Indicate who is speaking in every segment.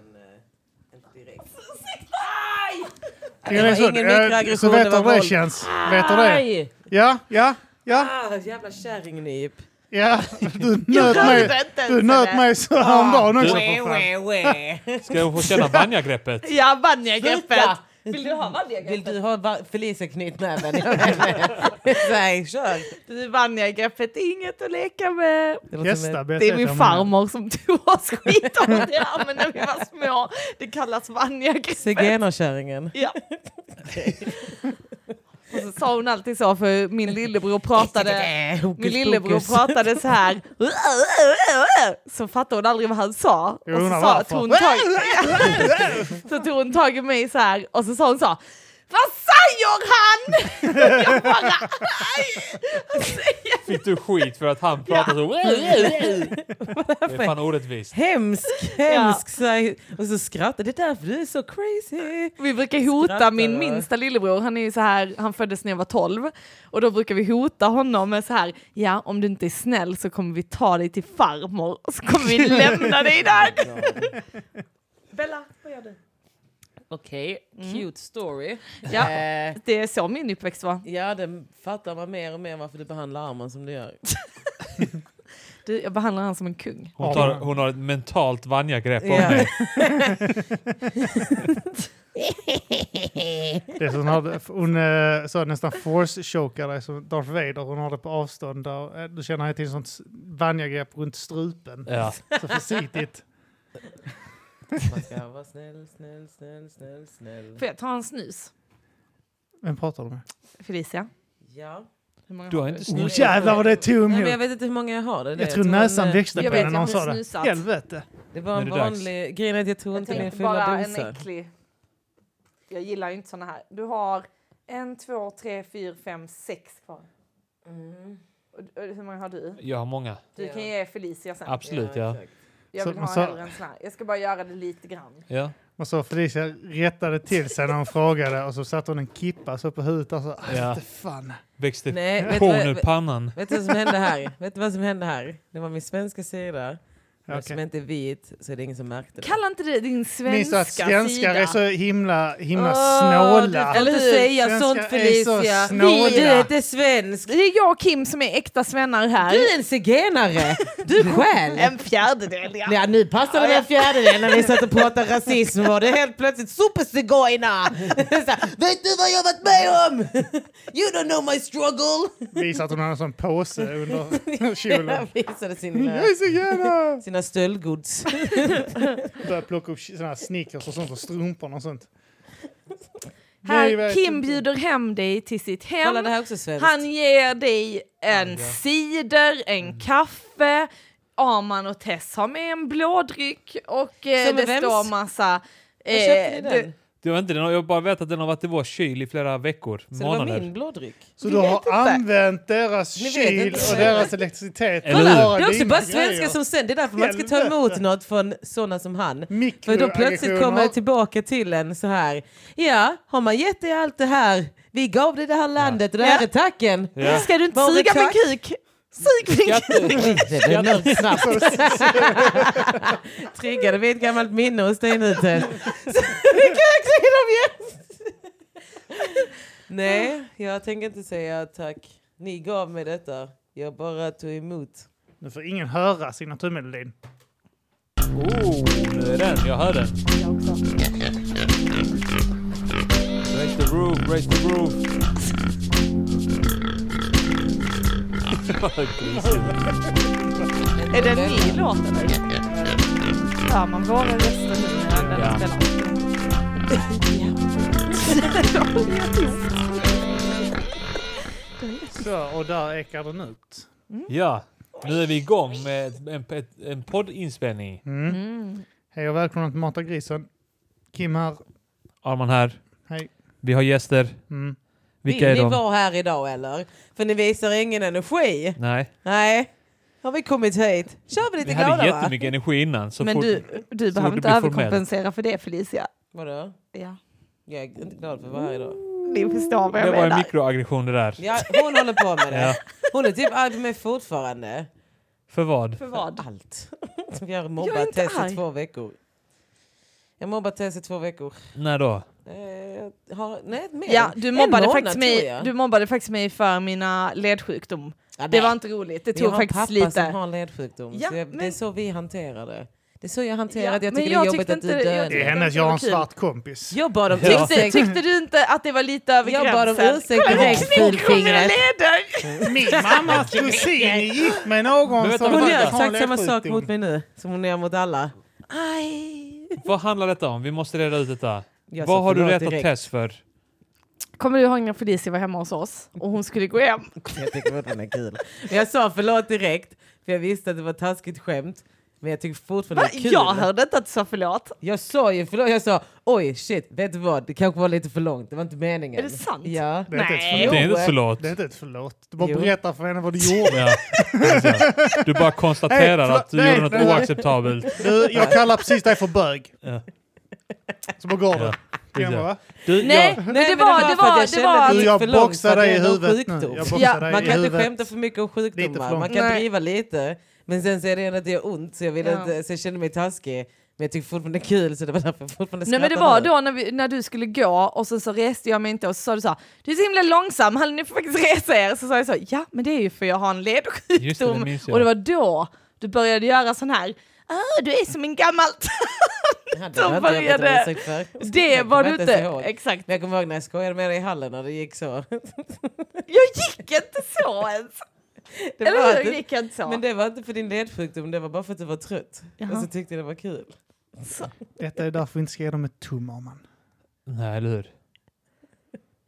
Speaker 1: eh, direkt.
Speaker 2: Det är
Speaker 1: var
Speaker 2: så-
Speaker 1: ingen
Speaker 2: eh,
Speaker 1: mikroaggression,
Speaker 2: Så
Speaker 1: det var
Speaker 2: vet du det
Speaker 1: våld.
Speaker 2: känns? Vet du det?
Speaker 1: Aj!
Speaker 2: Ja, ja, ja,
Speaker 1: Ah, jävla kärringnyp.
Speaker 2: ja. Du nöt mig, du nöt mig så häromdagen också.
Speaker 3: Du-
Speaker 2: för fan.
Speaker 3: Ska jag få känna banjagreppet?
Speaker 4: Ja, Vanja-greppet!
Speaker 1: Sluta!
Speaker 4: Vill du ha
Speaker 1: Vill
Speaker 4: Vanja-greppet?
Speaker 1: du ha va- Felicia knytnäven? Jag vet inte. Nej, kör.
Speaker 4: Du, Vanja-greppet är inget att leka med.
Speaker 1: Det låter som
Speaker 2: Gästa,
Speaker 1: ett-
Speaker 2: vet
Speaker 4: Det är
Speaker 2: jag
Speaker 4: min
Speaker 2: om-
Speaker 4: farmor som tog oss skit om det här men när vi var små. Det kallas Vanja-greppet.
Speaker 1: Zigenarkärringen.
Speaker 4: Ja. Och så sa hon alltid så för min lillebror pratade min lillebror pratade så här. Så fattade hon aldrig vad han sa. Och
Speaker 2: Jag
Speaker 4: så,
Speaker 2: undrar
Speaker 4: sa,
Speaker 2: varför.
Speaker 4: tog hon tag, så tog hon tag i mig så här och så sa hon så. Vad säger han? Jag bara, aj!
Speaker 3: Fick du skit för att han pratade så? Det är fan orättvist.
Speaker 1: Hemsk, hemsk. säg- Och så skrattar Det är därför du är så crazy.
Speaker 4: Vi brukar hota
Speaker 1: Skrattar
Speaker 4: min
Speaker 1: du?
Speaker 4: minsta lillebror, han är ju så här, han föddes när jag var 12 och då brukar vi hota honom med så här, ja om du inte är snäll så kommer vi ta dig till farmor och så kommer vi lämna dig där. Bella, vad gör du?
Speaker 1: Okej, cute story.
Speaker 4: Ja,
Speaker 1: Eh,
Speaker 4: det är så min uppväxt var.
Speaker 1: ja, det fattar man mer och mer varför du behandlar armen som du gör.
Speaker 4: Du, jag behandlar han som en kung.
Speaker 3: Hon, tar, hon har ett mentalt vanjagrepp om
Speaker 1: Ja.
Speaker 3: mig.
Speaker 2: Det är som hon hade, hon eh, så nästan force-chokar dig som Darth Vader. Hon har det på avstånd. Där, eh, du känner henne till sånt s- vanja-grepp runt strupen.
Speaker 3: Ja.
Speaker 2: Så försiktigt.
Speaker 1: Man ska vara snäll, snäll, snäll, snäll, snäll.
Speaker 4: Får jag ta en snus?
Speaker 2: Vem pratar du med?
Speaker 4: Felicia?
Speaker 1: Ja.
Speaker 4: Hur många
Speaker 3: Du har inte
Speaker 2: Oh,
Speaker 3: snusat.
Speaker 2: jävlar vad det är tom
Speaker 1: Nej, men
Speaker 2: jag,
Speaker 1: jag vet inte eh, hur många jag har. Det, är det.
Speaker 2: jag tror näsan
Speaker 1: en-
Speaker 2: växte
Speaker 4: Jag
Speaker 2: på
Speaker 4: vet,
Speaker 2: den när
Speaker 4: jag
Speaker 2: hon
Speaker 4: har
Speaker 2: sa det.
Speaker 4: snusat.
Speaker 2: Helvete.
Speaker 1: Det var
Speaker 3: Nu
Speaker 1: en
Speaker 3: är det dags.
Speaker 1: vanlig... Grejen är att jag tror
Speaker 4: Jag
Speaker 1: inte min
Speaker 4: tänkte
Speaker 1: fulla
Speaker 4: bara en
Speaker 1: dosa.
Speaker 4: äcklig. Jag gillar ju inte såna här. Du har en, två, tre, fyra, fem, sex kvar.
Speaker 1: Mm.
Speaker 4: Och, och, hur många har du?
Speaker 3: Jag har många.
Speaker 4: Du
Speaker 1: Ja.
Speaker 4: kan ge Felicia sen.
Speaker 3: Absolut, ja.
Speaker 1: exakt.
Speaker 4: Jag
Speaker 2: Så-
Speaker 4: vill ha
Speaker 2: så-
Speaker 4: hellre en sån här. Jag ska bara göra det lite grann.
Speaker 3: ja.
Speaker 2: Och så Felicia rättade till sig när hon frågade och så satte hon en kippa så på huvudet. Och så, ah,
Speaker 3: Ja.
Speaker 2: inte fan.
Speaker 3: Växte
Speaker 1: Nej, vet du
Speaker 3: korn ur
Speaker 1: vad-
Speaker 3: pannan.
Speaker 1: Vet du vad som hände här? Vet du vad som hände här? Det var min svenska sida. Eftersom jag inte är vit så är det ingen som märkte det.
Speaker 4: Kalla inte det din
Speaker 2: Minns du
Speaker 4: svenska
Speaker 2: att svenskar
Speaker 4: sida.
Speaker 2: är så himla, himla
Speaker 4: Åh,
Speaker 2: snåla?
Speaker 4: du-
Speaker 1: Eller
Speaker 4: Eller
Speaker 1: inte
Speaker 4: hur?
Speaker 1: säga
Speaker 2: Svenskar
Speaker 1: sånt
Speaker 2: är så
Speaker 1: Felicia!
Speaker 2: snåla.
Speaker 1: Du är inte svensk!
Speaker 4: Det är jag och Kim som är äkta svennar här.
Speaker 1: Du är en zigenare! Du själv!
Speaker 4: En fjärdedel, ja.
Speaker 1: Ja, nu passade den fjärdedelen när vi satt och pratade rasism var det helt plötsligt superzigoina! Så här, Vet du vad jag varit med om? You don't know my struggle!
Speaker 2: Visar att hon har en sån påse under kjolen.
Speaker 1: Jag visade
Speaker 2: Jag
Speaker 1: sina,
Speaker 2: är zigenare!
Speaker 1: sina stöldgods.
Speaker 2: Börjar plocka upp såna här sneakers och sånt och strumporna och sånt. Nej,
Speaker 4: Här,
Speaker 2: vet
Speaker 4: Kim
Speaker 2: inte.
Speaker 4: bjuder hem dig till sitt hem.
Speaker 1: Kolla, det här är också svenskt.
Speaker 4: Han ger dig en cider,
Speaker 2: Mm.
Speaker 4: en kaffe. Arman och Tess har med en blådryck och eh,
Speaker 1: Som är
Speaker 4: det
Speaker 1: vems?
Speaker 4: står massa... eh,
Speaker 1: Var köpte ni den?
Speaker 4: det-
Speaker 3: Det var inte den, jag bara vet att den har varit i vår kyl i flera veckor,
Speaker 1: Så det var
Speaker 3: månader.
Speaker 1: min blådryck.
Speaker 2: Så du har använt deras
Speaker 1: Ni vet
Speaker 2: kyl
Speaker 1: inte.
Speaker 2: och deras elektricitet.
Speaker 3: Eller
Speaker 2: för
Speaker 3: hur?
Speaker 2: att
Speaker 1: Det
Speaker 2: klara
Speaker 1: är också
Speaker 2: dina
Speaker 1: bara
Speaker 2: grejer.
Speaker 1: svenskar som sänder. Det är därför man ska ta emot
Speaker 2: Helvete.
Speaker 1: något från sådana som han. För då plötsligt
Speaker 2: Mikroaggressioner.
Speaker 1: kommer det tillbaka till en så här. Ja, har man gett dig allt det här? Vi gav dig det här landet och det här
Speaker 4: Ja.
Speaker 1: är tacken.
Speaker 3: Ja.
Speaker 4: Ska du inte
Speaker 1: Var det
Speaker 4: suga min
Speaker 1: tack?
Speaker 4: kuk? Sug min kuk!
Speaker 1: Det blev något snabbt. Triggade vid ett gammalt minne hos dig nu Tess. Så vi kan också ge dem igen. Nej, jag tänker inte säga tack. Ni gav mig detta. Jag bara tog emot.
Speaker 2: Nu får ingen höra signaturmelodin.
Speaker 3: Oh, det är den, jag hör den. Raise the roof, raise the roof. Vad grisigt.
Speaker 4: Är det en ny låt eller? Hör man våra röster nu när den
Speaker 3: Ja.
Speaker 4: spelar?
Speaker 2: Så, och där ekar den ut.
Speaker 3: ja, nu är vi igång med ett- en, ett, en poddinspelning.
Speaker 2: Mm. Hej och välkomna till Mata Grisen. Kim här.
Speaker 3: Arman här,
Speaker 2: Hej.
Speaker 3: vi har gäster.
Speaker 2: Mm.
Speaker 3: Vilka är
Speaker 1: Vill ni
Speaker 3: de?
Speaker 1: vara här idag eller? För ni visar ingen energi.
Speaker 3: Nej,
Speaker 1: Nej, har vi kommit hit? Kör vi lite
Speaker 3: vi
Speaker 1: glada
Speaker 3: hade
Speaker 1: va?
Speaker 3: jättemycket energi innan. Så
Speaker 4: Men
Speaker 3: fort,
Speaker 4: du, du
Speaker 3: fort det
Speaker 4: behöver inte
Speaker 3: blir formellt.
Speaker 4: överkompensera för det Felicia.
Speaker 1: Vadå?
Speaker 4: Ja.
Speaker 1: Jag är inte glad för att vara här idag.
Speaker 4: Ni förstår vad
Speaker 3: det
Speaker 4: jag
Speaker 3: var en
Speaker 4: menar.
Speaker 3: mikroaggression det där.
Speaker 1: Ja, hon håller på med
Speaker 3: Ja.
Speaker 1: det. Hon är typ arg på mig fortfarande.
Speaker 3: För vad?
Speaker 4: För vad?
Speaker 1: Allt. Vi har
Speaker 4: Jag är
Speaker 1: mobbat
Speaker 4: inte
Speaker 1: Tess
Speaker 4: arg.
Speaker 1: i två veckor. Jag mobbade Tess i två veckor.
Speaker 3: När då?
Speaker 1: Eh, jag har, nej, mer.
Speaker 4: Ja, du
Speaker 1: En
Speaker 4: mobbade,
Speaker 1: månad,
Speaker 4: faktiskt
Speaker 1: tror
Speaker 4: mig,
Speaker 1: jag.
Speaker 4: du mobbade faktiskt mig för mina ledsjukdom.
Speaker 1: Ja,
Speaker 4: Det
Speaker 1: nej.
Speaker 4: var inte roligt, det
Speaker 1: Vi har
Speaker 4: tog
Speaker 1: en
Speaker 4: faktiskt
Speaker 1: pappa
Speaker 4: lite.
Speaker 1: som har ledsjukdom.
Speaker 4: Ja,
Speaker 1: så jag, Det är
Speaker 4: men-
Speaker 1: så vi hanterar det. Det är så jag hanterar
Speaker 4: Ja,
Speaker 1: att jag
Speaker 4: men
Speaker 1: tycker
Speaker 4: jag
Speaker 1: det är jobbigt
Speaker 4: tyckte
Speaker 1: att du
Speaker 4: inte-
Speaker 1: dödar.
Speaker 4: jag
Speaker 2: Det är
Speaker 4: tyckte-
Speaker 1: Jag,
Speaker 2: hennes,
Speaker 4: inte
Speaker 2: jag
Speaker 4: det
Speaker 2: har
Speaker 4: var
Speaker 2: en
Speaker 4: kul.
Speaker 2: svart kompis.
Speaker 1: jag bad om
Speaker 3: Ja.
Speaker 4: Tyckte,
Speaker 1: ursäkt.
Speaker 4: tyckte du inte att det var lite över
Speaker 1: Jag bad om
Speaker 4: gränsen?
Speaker 1: ursäkt
Speaker 4: Kolla,
Speaker 1: direkt,
Speaker 4: jag knäcker på mina
Speaker 1: fulfingret.
Speaker 4: leder!
Speaker 2: Min mammas kusin är gift med
Speaker 3: Men
Speaker 2: någon
Speaker 3: vänta,
Speaker 2: som
Speaker 3: hon
Speaker 1: Hon gör
Speaker 2: faktiskt har en
Speaker 1: exakt samma sak
Speaker 2: ledsjukdom.
Speaker 1: mot mig nu som hon gör mot alla.
Speaker 4: Aj.
Speaker 3: Vad handlar detta om? Vi måste reda ut detta.
Speaker 1: Jag sa
Speaker 3: Vad har du
Speaker 1: förlåt
Speaker 3: rättat
Speaker 1: direkt.
Speaker 3: Tess för?
Speaker 4: Kommer du ihåg när Felicia var hemma hos oss och hon skulle gå hem?
Speaker 1: Jag tycker fortfarande det är kul. Men jag sa förlåt direkt, för jag visste att det var ett taskigt skämt. Men jag tycker fortfarande
Speaker 4: Va?
Speaker 1: det är kul.
Speaker 4: Jag hörde inte att du sa förlåt.
Speaker 1: Jag sa ju förlåt, jag sa oj shit, vet du vad, det kanske var lite för långt, det var inte meningen.
Speaker 4: Är det sant?
Speaker 1: Ja.
Speaker 2: Det är inte ett
Speaker 4: Nej.
Speaker 2: förlåt.
Speaker 3: Det
Speaker 1: eh,
Speaker 3: är inte förlåt.
Speaker 2: Det är inte ett förlåt. Du bara
Speaker 1: Jo.
Speaker 2: berättar för henne vad du gjorde.
Speaker 3: Ja. precis. Du bara konstaterar
Speaker 2: Nej,
Speaker 3: att du
Speaker 2: förlåt.
Speaker 3: gjorde något
Speaker 2: Nej, nej.
Speaker 3: oacceptabelt.
Speaker 2: Du, jag kallar precis dig för bög.
Speaker 3: Ja.
Speaker 2: Så bara går
Speaker 3: Ja.
Speaker 2: du. Kan jag bara,
Speaker 3: Du,
Speaker 4: Nej,
Speaker 3: jag-
Speaker 4: men det var... Det var, det var
Speaker 2: Du,
Speaker 1: gick
Speaker 2: jag
Speaker 1: för långt
Speaker 2: boxar
Speaker 1: för att
Speaker 2: dig i
Speaker 1: det är någon
Speaker 2: huvudet nu.
Speaker 1: sjukdom.
Speaker 2: Jag boxar
Speaker 4: Ja,
Speaker 2: dig
Speaker 1: Man
Speaker 2: i
Speaker 1: kan inte
Speaker 2: huvudet.
Speaker 1: skämta för mycket om
Speaker 2: Lite
Speaker 1: sjukdomar,
Speaker 2: för
Speaker 1: man
Speaker 2: långt.
Speaker 1: kan
Speaker 4: Nej.
Speaker 1: driva lite. Men sen så är det ändå att det gör ont så jag, ville
Speaker 4: Ja.
Speaker 1: inte, så jag kände mig taskig. Men jag tycker fortfarande det är kul så det var därför jag fortfarande
Speaker 4: Nej men det
Speaker 1: skrattar
Speaker 4: var
Speaker 1: nu.
Speaker 4: då när, vi, när du skulle gå och sen så reste jag mig inte och så sa du så här, du är så himla långsam, hallå ni får faktiskt resa er. Så sa jag så, ja men det är ju för jag har en ledsjukdom.
Speaker 3: Just det, det minns jag.
Speaker 4: och det var då du började göra sån här, ah, du är som en gammal...
Speaker 1: Ja, det
Speaker 4: då
Speaker 1: var inte jag
Speaker 4: började-
Speaker 1: bett om ursäkt för.
Speaker 4: det
Speaker 1: Jag
Speaker 4: var du
Speaker 1: kommer inte ens
Speaker 4: inte,
Speaker 1: ihåg.
Speaker 4: exakt.
Speaker 1: Men jag kommer ihåg när jag skojade med dig i hallen när det gick så.
Speaker 4: Jag gick inte så ens.
Speaker 1: Det var
Speaker 4: Eller hur?
Speaker 1: inte-
Speaker 4: Jag gick inte så.
Speaker 1: Men det var inte för din ledsjukdom, det var bara för att du var trött.
Speaker 4: Jaha.
Speaker 1: Och så tyckte jag det var kul.
Speaker 2: Detta är därför vi inte ska ge dem ett tumme om man.
Speaker 3: Nej, eller hur?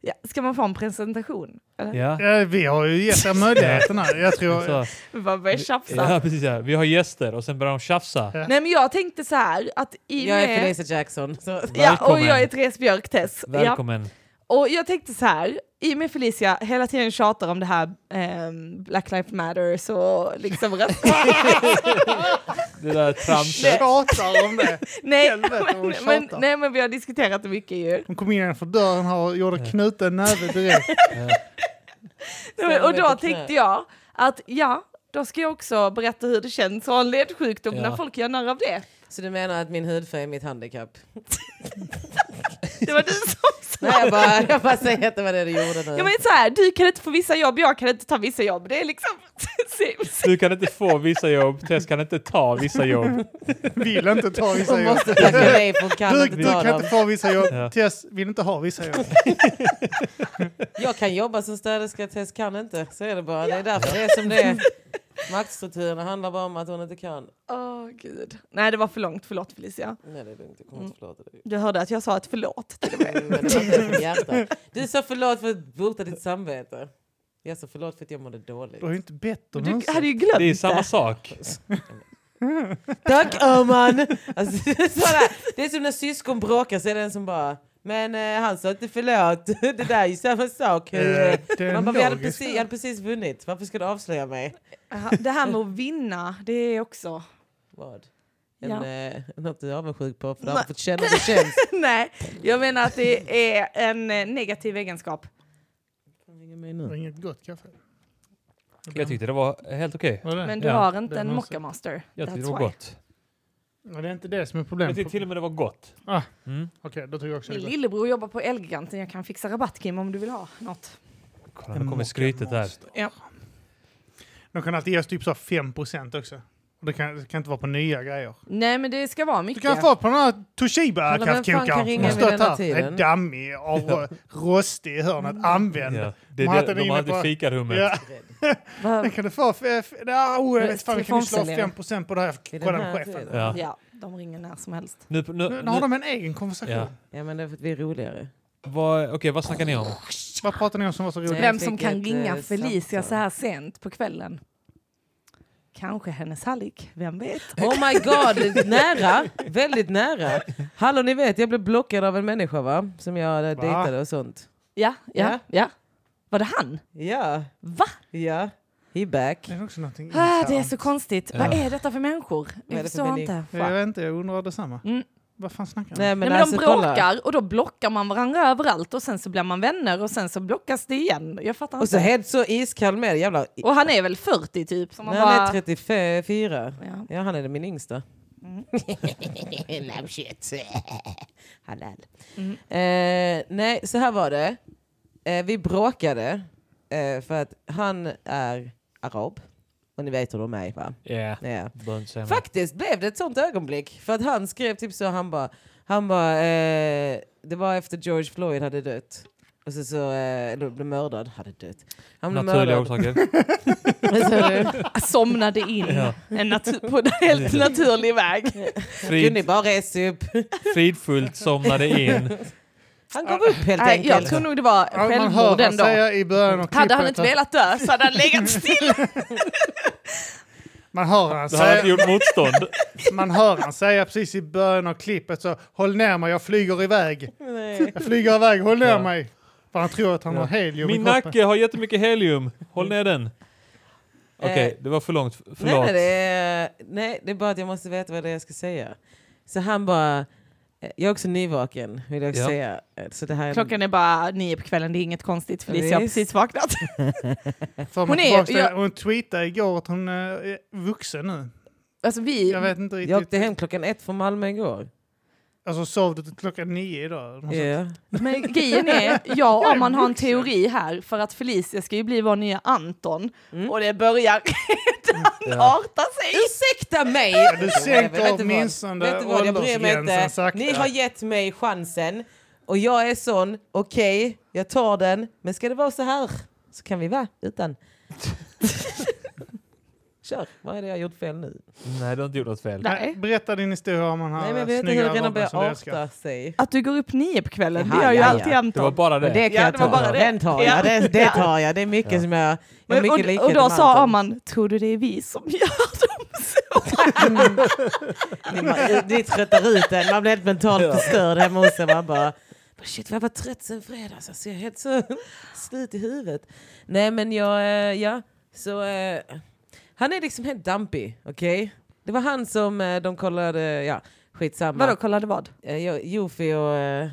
Speaker 4: ja, ska man få en presentation? Eller?
Speaker 3: Ja.
Speaker 2: Ja, vi har ju gett er möjligheten här. Jag tror...
Speaker 3: Så.
Speaker 4: Vi bara börjar tjafsa.
Speaker 3: Ja, precis. Ja. Vi har gäster och sen börjar de tjafsa.
Speaker 4: Nej men jag tänkte så här att i
Speaker 1: Jag är
Speaker 4: med-
Speaker 1: Felicia Jackson. Så.
Speaker 4: Ja, och
Speaker 3: Välkommen.
Speaker 4: jag är Therese Björk Tess. Ja.
Speaker 3: Välkommen.
Speaker 4: Och jag tänkte så här, i och med Felicia hela tiden tjatar om det här ehm, Black Lives Matter så liksom rasism.
Speaker 3: Det där tramset.
Speaker 2: Tjatar om det.
Speaker 4: nej,
Speaker 2: Helvete, hon
Speaker 4: men, men,
Speaker 2: tjatar.
Speaker 4: nej men vi har diskuterat det mycket ju.
Speaker 2: Hon kom in genom för dörren här och gjorde knuten näve direkt.
Speaker 1: Ställer
Speaker 4: och
Speaker 1: mig
Speaker 4: då
Speaker 1: på knä.
Speaker 4: tänkte jag att ja, då ska jag också berätta hur det känns att ha en ledsjukdom
Speaker 3: Ja.
Speaker 4: när folk gör narr av det.
Speaker 1: så du menar att min hudfärg är mitt handikapp?
Speaker 4: Det var du som sa.
Speaker 1: Nej, jag bara, jag bara säger att det var det du gjorde nu.
Speaker 4: Jag menar så här, du kan inte få vissa jobb, jag kan inte ta vissa jobb. Det är liksom...
Speaker 3: Du kan inte få vissa jobb, Tess kan inte ta vissa jobb.
Speaker 2: Vill inte ta vissa
Speaker 1: Hon
Speaker 2: jobb.
Speaker 1: måste tacka nej för hon kan
Speaker 2: Du,
Speaker 1: inte
Speaker 2: du
Speaker 1: ta
Speaker 2: kan
Speaker 1: dem.
Speaker 2: inte ta vissa jobb.
Speaker 3: Ja.
Speaker 2: Tess vill inte ha vissa jobb.
Speaker 1: Jag kan jobba som städerska, Tess kan inte. Så är det bara. Det är därför det är som det är. Maktstrukturerna handlar bara om att hon inte kan.
Speaker 4: Åh gud. Nej det var för långt, förlåt Felicia.
Speaker 1: Nej, det är lugnt. Jag kommer inte förlåta dig.
Speaker 4: Du hörde att jag sa ett förlåt.
Speaker 1: Men det var inte ens mitt hjärta. Du sa förlåt för att bota ditt samvete. Jag sa förlåt för att jag mådde dåligt.
Speaker 2: Du har ju inte bett om
Speaker 4: Du
Speaker 2: ursäkt.
Speaker 4: hade ju glömt
Speaker 3: Det är samma sak.
Speaker 1: Tack Öhman! Alltså, det, är sådär, det är som när syskon bråkar så är det en som bara Men eh, han sa inte förlåt, det där är ju samma sak. Hur, eh,
Speaker 2: Eh, det är
Speaker 1: man bara, vi hade
Speaker 2: logiskt.
Speaker 1: precis, jag hade precis vunnit, varför ska du avslöja mig?
Speaker 4: Ja, Det här med att vinna, det är också...
Speaker 1: Vad? En,
Speaker 4: Ja.
Speaker 1: eh, något du är avundsjuk på för du
Speaker 4: Nej.
Speaker 1: har fått känna hur det känns.
Speaker 4: Nej, jag menar att det är en eh, negativ egenskap.
Speaker 1: Fan, hänger med
Speaker 2: Det
Speaker 1: nu.
Speaker 2: var Inget gott kaffe.
Speaker 3: Jag tyckte det var helt okej.
Speaker 2: Vad är det?
Speaker 4: Men du
Speaker 3: Ja,
Speaker 4: har inte
Speaker 2: det
Speaker 4: en
Speaker 2: måste-
Speaker 4: Mocha Master.
Speaker 3: Jag tyckte
Speaker 4: That's
Speaker 3: det var
Speaker 4: why.
Speaker 3: gott.
Speaker 2: Ja, det är inte det som är
Speaker 3: Jag
Speaker 2: problemet.
Speaker 3: tyckte till och med det var gott.
Speaker 2: Ah.
Speaker 3: Mm.
Speaker 2: Okej, då tog jag också det
Speaker 4: Min
Speaker 2: gott.
Speaker 4: lillebror jobbar på Elgiganten, jag kan fixa rabatt Kim om du vill ha något.
Speaker 3: Kolla, nu kommer skrytet här.
Speaker 4: Ja.
Speaker 2: De kan alltid ge oss typ så här 5% också. Och det kan, det kan inte vara på nya grejer.
Speaker 4: Nej men det ska vara
Speaker 2: Du
Speaker 4: mycket.
Speaker 2: kan få på den här
Speaker 1: Kolla, vem fan kan
Speaker 2: Toshiba-kaffekokaren
Speaker 1: ringa
Speaker 2: som har
Speaker 1: vid
Speaker 2: stått
Speaker 1: denna tiden?
Speaker 2: här. Den
Speaker 1: Mm.
Speaker 2: är dammig och rostig i hörnet. Använd
Speaker 3: Ja.
Speaker 2: den.
Speaker 3: Det
Speaker 2: De har
Speaker 3: är det,
Speaker 2: alltid
Speaker 3: de har
Speaker 2: inne på-
Speaker 3: alltid fikarhummet.
Speaker 2: Ja,
Speaker 4: Va-
Speaker 2: den kan du få. f- f- Ja, oh, jag vet fan, vi kan ju slå
Speaker 4: Telefonsäljare.
Speaker 2: 5% på det här. Jag får
Speaker 1: den
Speaker 2: kolla med
Speaker 1: här
Speaker 2: chefen.
Speaker 1: tiden?
Speaker 3: Ja.
Speaker 4: Ja, de ringer när som helst.
Speaker 3: Nu, nu,
Speaker 2: Nu,
Speaker 3: nu,
Speaker 2: nu har de en egen konversation.
Speaker 3: Ja.
Speaker 1: Ja men det är för att vi är roligare.
Speaker 3: vad, okej, vad snackar ni om?
Speaker 2: Vad pratar ni om som var så roligt?
Speaker 1: Nej,
Speaker 4: Vem
Speaker 1: jag
Speaker 4: som
Speaker 1: fick
Speaker 4: kan
Speaker 1: ett,
Speaker 4: ringa
Speaker 1: eh,
Speaker 4: Felicia
Speaker 1: samtal.
Speaker 4: så här sent på kvällen? Kanske hennes hallick, vem vet?
Speaker 1: Oh my god, nära. Väldigt nära. Hallå ni vet, jag blev blockad av en människa va? Som jag eh,
Speaker 2: Va?
Speaker 1: dejtade och sånt.
Speaker 4: Ja, ja,
Speaker 1: Ja.
Speaker 4: ja. Var det han?
Speaker 1: Ja,
Speaker 4: Va?
Speaker 1: ja. He back.
Speaker 2: Det är också någonting
Speaker 4: Ah,
Speaker 2: internt.
Speaker 4: det är så konstigt. Vad är detta för människor?
Speaker 1: Vad
Speaker 4: Jag
Speaker 1: är det för
Speaker 4: förstår
Speaker 1: människor?
Speaker 4: inte.
Speaker 2: Jag vet inte, jag undrar detsamma.
Speaker 4: Mm.
Speaker 2: Vad fan snackar ni
Speaker 1: Nej,
Speaker 2: om?
Speaker 1: men
Speaker 4: Nej, men
Speaker 1: alltså,
Speaker 4: de
Speaker 1: kolla.
Speaker 4: bråkar och då blockar man varandra överallt och sen så blir man vänner och sen så blockas det igen. Jag fattar
Speaker 1: Och så
Speaker 4: inte.
Speaker 1: helt så iskall med jävla...
Speaker 4: Och han är väl 40 typ? Så man
Speaker 1: Nej,
Speaker 4: bara...
Speaker 1: han är 34.
Speaker 4: Ja.
Speaker 1: Ja, han är min yngsta.
Speaker 4: Mm.
Speaker 1: Lammkött. Halal.
Speaker 4: Mm.
Speaker 1: Eh, nej, så här var det. Eh, vi bråkade eh, för att han är arab. Och ni vet hur de är va?
Speaker 3: Ja,
Speaker 1: Ja.
Speaker 3: bönsämja.
Speaker 1: Faktiskt blev det ett sånt ögonblick. För att han skrev typ så, han bara, han bara, eh, det var efter George Floyd hade dött. Och så, så eh, eller blev mördad, hade dött. Han blev
Speaker 3: Naturliga
Speaker 1: mördad.
Speaker 3: orsaker.
Speaker 1: Vad sa du?
Speaker 4: Somnade in
Speaker 3: Ja.
Speaker 4: en natu- på en helt naturlig väg.
Speaker 1: Kunde ju
Speaker 3: Frid,
Speaker 1: bara resa upp.
Speaker 3: fridfullt somnade in.
Speaker 1: Han gav upp
Speaker 2: Ah,
Speaker 1: helt
Speaker 4: Nej, jag
Speaker 1: enkelt.
Speaker 4: tror nog det var
Speaker 2: Ja, man hör
Speaker 4: självmord
Speaker 2: han
Speaker 4: den dagen.
Speaker 2: säga i början och
Speaker 4: Hade han
Speaker 2: klippet
Speaker 4: inte
Speaker 2: att-
Speaker 4: velat dö så hade han legat still.
Speaker 2: Man hör han
Speaker 3: Det hade inte
Speaker 2: säga,
Speaker 3: gjort motstånd.
Speaker 2: man hör han säga precis i början av klippet så håll ner mig, jag flyger iväg.
Speaker 1: Nej.
Speaker 2: Jag flyger iväg, håll ner
Speaker 3: Ja.
Speaker 2: mig. För han tror att han
Speaker 3: Ja.
Speaker 2: har helium
Speaker 3: Min
Speaker 2: i kroppen.
Speaker 3: nacke har jättemycket helium. Håll ner den. Okej,
Speaker 1: Eh.
Speaker 3: det var för långt. F-
Speaker 1: Nej,
Speaker 3: Förlåt.
Speaker 1: nej, det är, nej, det är bara att jag måste veta vad det är jag ska säga. Så han bara, eh, jag är också nyvaken vill jag också
Speaker 3: Ja.
Speaker 1: säga. Eh, Så det här är
Speaker 4: Klockan är bara nio på kvällen, det är inget konstigt. Felicia har
Speaker 1: Visst.
Speaker 4: precis vaknat.
Speaker 2: För
Speaker 4: Hon
Speaker 2: hon,
Speaker 4: är-
Speaker 2: är, till,
Speaker 4: jag-
Speaker 2: hon tweetade igår att hon eh, är vuxen nu.
Speaker 4: Alltså vi,
Speaker 2: Jag vet inte
Speaker 1: jag åkte
Speaker 2: riktigt.
Speaker 1: hem klockan ett från Malmö igår.
Speaker 2: Alltså sov du till klockan nio idag?
Speaker 1: Ja.
Speaker 3: Alltså.
Speaker 2: Yeah.
Speaker 4: men grejen är, jag och
Speaker 2: Jag är
Speaker 4: Arman har en
Speaker 2: vuxen.
Speaker 4: teori här för att Felicia ska ju bli vår nya Anton
Speaker 1: Mm.
Speaker 4: och det börjar redan
Speaker 3: Ja.
Speaker 4: arta sig.
Speaker 1: Ursäkta mig!
Speaker 2: Du
Speaker 1: Vet du
Speaker 2: sänkte
Speaker 1: vad?
Speaker 2: åtminstone
Speaker 1: Vet du vad, jag bryr mig
Speaker 2: åldersgränsen
Speaker 1: inte.
Speaker 2: sakta.
Speaker 1: Ni har gett mig chansen och jag är sån, okej, jag tar den, men ska det vara så här så kan vi vara utan. Kör, vad är det jag har gjort fel nu?
Speaker 3: Nej, du har inte gjort något fel.
Speaker 4: Nej.
Speaker 2: Nej. Berätta din historia om han har
Speaker 1: Nej men jag vet inte hur
Speaker 2: snygga
Speaker 1: jag redan
Speaker 2: öron
Speaker 1: börjar
Speaker 2: som du älskar.
Speaker 1: arta sig.
Speaker 4: Att du går upp nio på kvällen, det
Speaker 1: Ja,
Speaker 4: gör ju
Speaker 1: ja,
Speaker 4: alltid
Speaker 1: ja.
Speaker 3: Det
Speaker 4: Anton.
Speaker 3: var bara det.
Speaker 1: Men det kan
Speaker 4: Ja,
Speaker 1: jag
Speaker 4: det
Speaker 1: ta.
Speaker 4: var bara det.
Speaker 1: Den tar
Speaker 4: Ja.
Speaker 1: jag. Det, det tar jag. Det är mycket
Speaker 3: Ja.
Speaker 1: som jag... jag har
Speaker 4: Men,
Speaker 1: mycket
Speaker 4: och,
Speaker 1: likhet
Speaker 4: och då
Speaker 1: med
Speaker 4: sa
Speaker 1: Anton.
Speaker 4: Arman, tror du det är vi som gör dem så?
Speaker 1: Ni, bara- ni tröttar ut en. Man blir helt mentalt förstörd hemma hos en. Man bara... Shit vad jag var trött sen fredags. Alltså, jag är helt så slut i huvudet. Nej men jag... eh, Ja. Så... eh, Han är liksom helt dampig. Okej? Det var han som eh, de kollade... Ja. Skitsamma.
Speaker 4: Vadå, kollade vad?
Speaker 1: Eh, Jo- Jofi och eh,